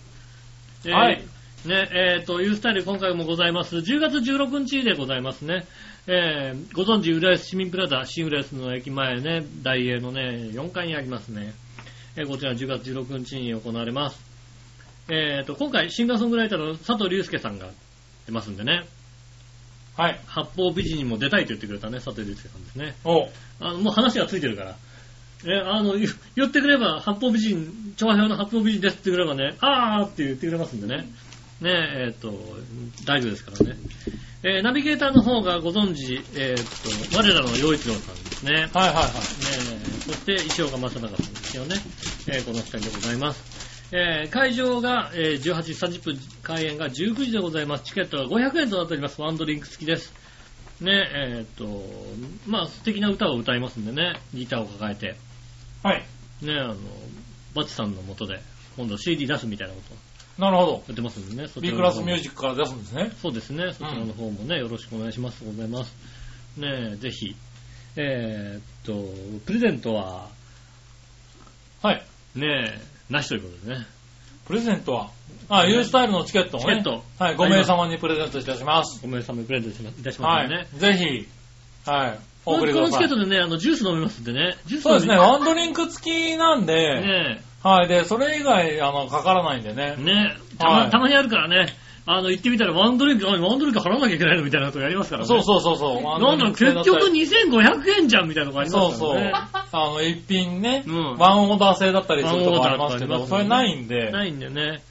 B: す。えー
C: はい。
B: ね、えーと、ユースタイル今回もございます。10月16日でございますね。えーご存知、浦安市民プラザ、新浦安の駅前ね、大英のね、4階にありますね。えーこちら10月16日に行われます。えーと、今回、シンガーソングライターの佐藤隆介さんが出ますんでね、
C: はい。
B: 八方美人にも出たいと言ってくれたね、佐藤隆介さんですね。
C: おう
B: あの、もう話がついてるから。え、あの、言言ってくれば、八方美人、調和表の八方美人ですって言ってくればね、あーって言ってくれますんでね。ねえ、えっ、と、大丈夫ですからね。えーナビゲーターの方がご存知、えっ、と、我らの洋一郎さんですね。ね
C: はいはいはい。
B: えそして、石岡正隆さんですよね。えーこの二人でございます。えー会場が、えー18時30分、開演が19時でございます。チケットは500円となっております。ワンドリンク付きです。ね、えーっと、まあ、素敵な歌を歌いますんでね、ギターを抱えて、
C: はい。
B: ね、あの、バチさんのもとで、今度 CD 出すみたいなことを
C: なるほど。
B: やってますんでね、そ
C: B クラスミュー
B: ッ
C: ジックから出すんですね。
B: ク。そうですね、そちらの方もね、よろしくお願いします。ございます。ね、ぜひ、えーっと、プレゼントは、
C: はい。
B: ね、なしということでね。
C: プレゼントは、あ、ユースタイルのチケットをね。
B: チケット
C: はい、5名様にプレゼントいたします。
B: ごめんなさい、プレゼントいたしま
C: は
B: すんでね
C: い。。ぜひ、はい、お
B: こ
C: 送
B: の
C: り
B: こ
C: くだ
B: のチ
C: さ
B: ケ
C: い
B: ッ。トでね、あの、ジュース飲めますんでね。ジュース
C: そうですね、
B: 飲
C: ワンドリンク付きなん
B: み
C: で、
B: ね
C: はい、で、それ以外、あの、かからないんでね。
B: ねた
C: は
B: ま
C: い
B: たまにあるからね。あの、行ってみたらワンドリンク、あワンドリンク払わなきゃいけないのみたいなことやりますからね。
C: そうそうそうそう。
B: なんだろう、結局2500円じゃんみたいなのがあり
C: そ
B: ま
C: う
B: す
C: そ
B: か
C: う
B: らね。。
C: あの、一品ね、
B: うん
C: ワンオーダー制だったりするとこありますけ
B: ワンオーダ
C: ど、
B: ーと
C: そ
B: かあ
C: れ
B: りますね
C: ないんで、
B: ないんでね。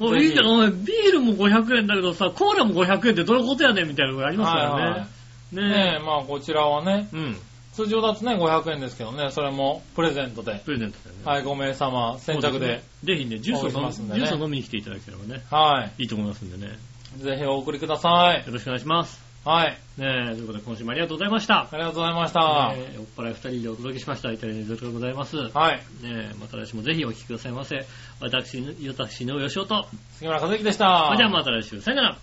B: もう
C: ぜひ
B: いいじゃん、お前ビールも500円だけどさ、コーラも500円ってどういうことやねんみたいなのがありますからね。
C: はいはい、ね
B: ね
C: え、まあこちらはね、
B: え。うん。
C: 通常だとね、500円ですけどね、それもプレゼントで、
B: プレゼントだよね。
C: はい、5名様、先着で、
B: そうですね。ぜひね、ジュースを
C: お送りし
B: 飲
C: ま
B: む
C: すんでね
B: ジュースを飲みに来ていただければね、
C: はい
B: いと思いますんでね。
C: い、ぜひお送りください。
B: よろしくお願いします。
C: はい、
B: ねえ、ということで今週もありがとうございました。
C: ありがとうございました。
B: ねえ、おっぱらい二人でお届けしました。イタリアにございます。ね
C: はい、
B: え、また来週もぜひお聞きくださいませ。私、私のよしおと。
C: 杉村和之でした。
B: それではまた来週、さよなら。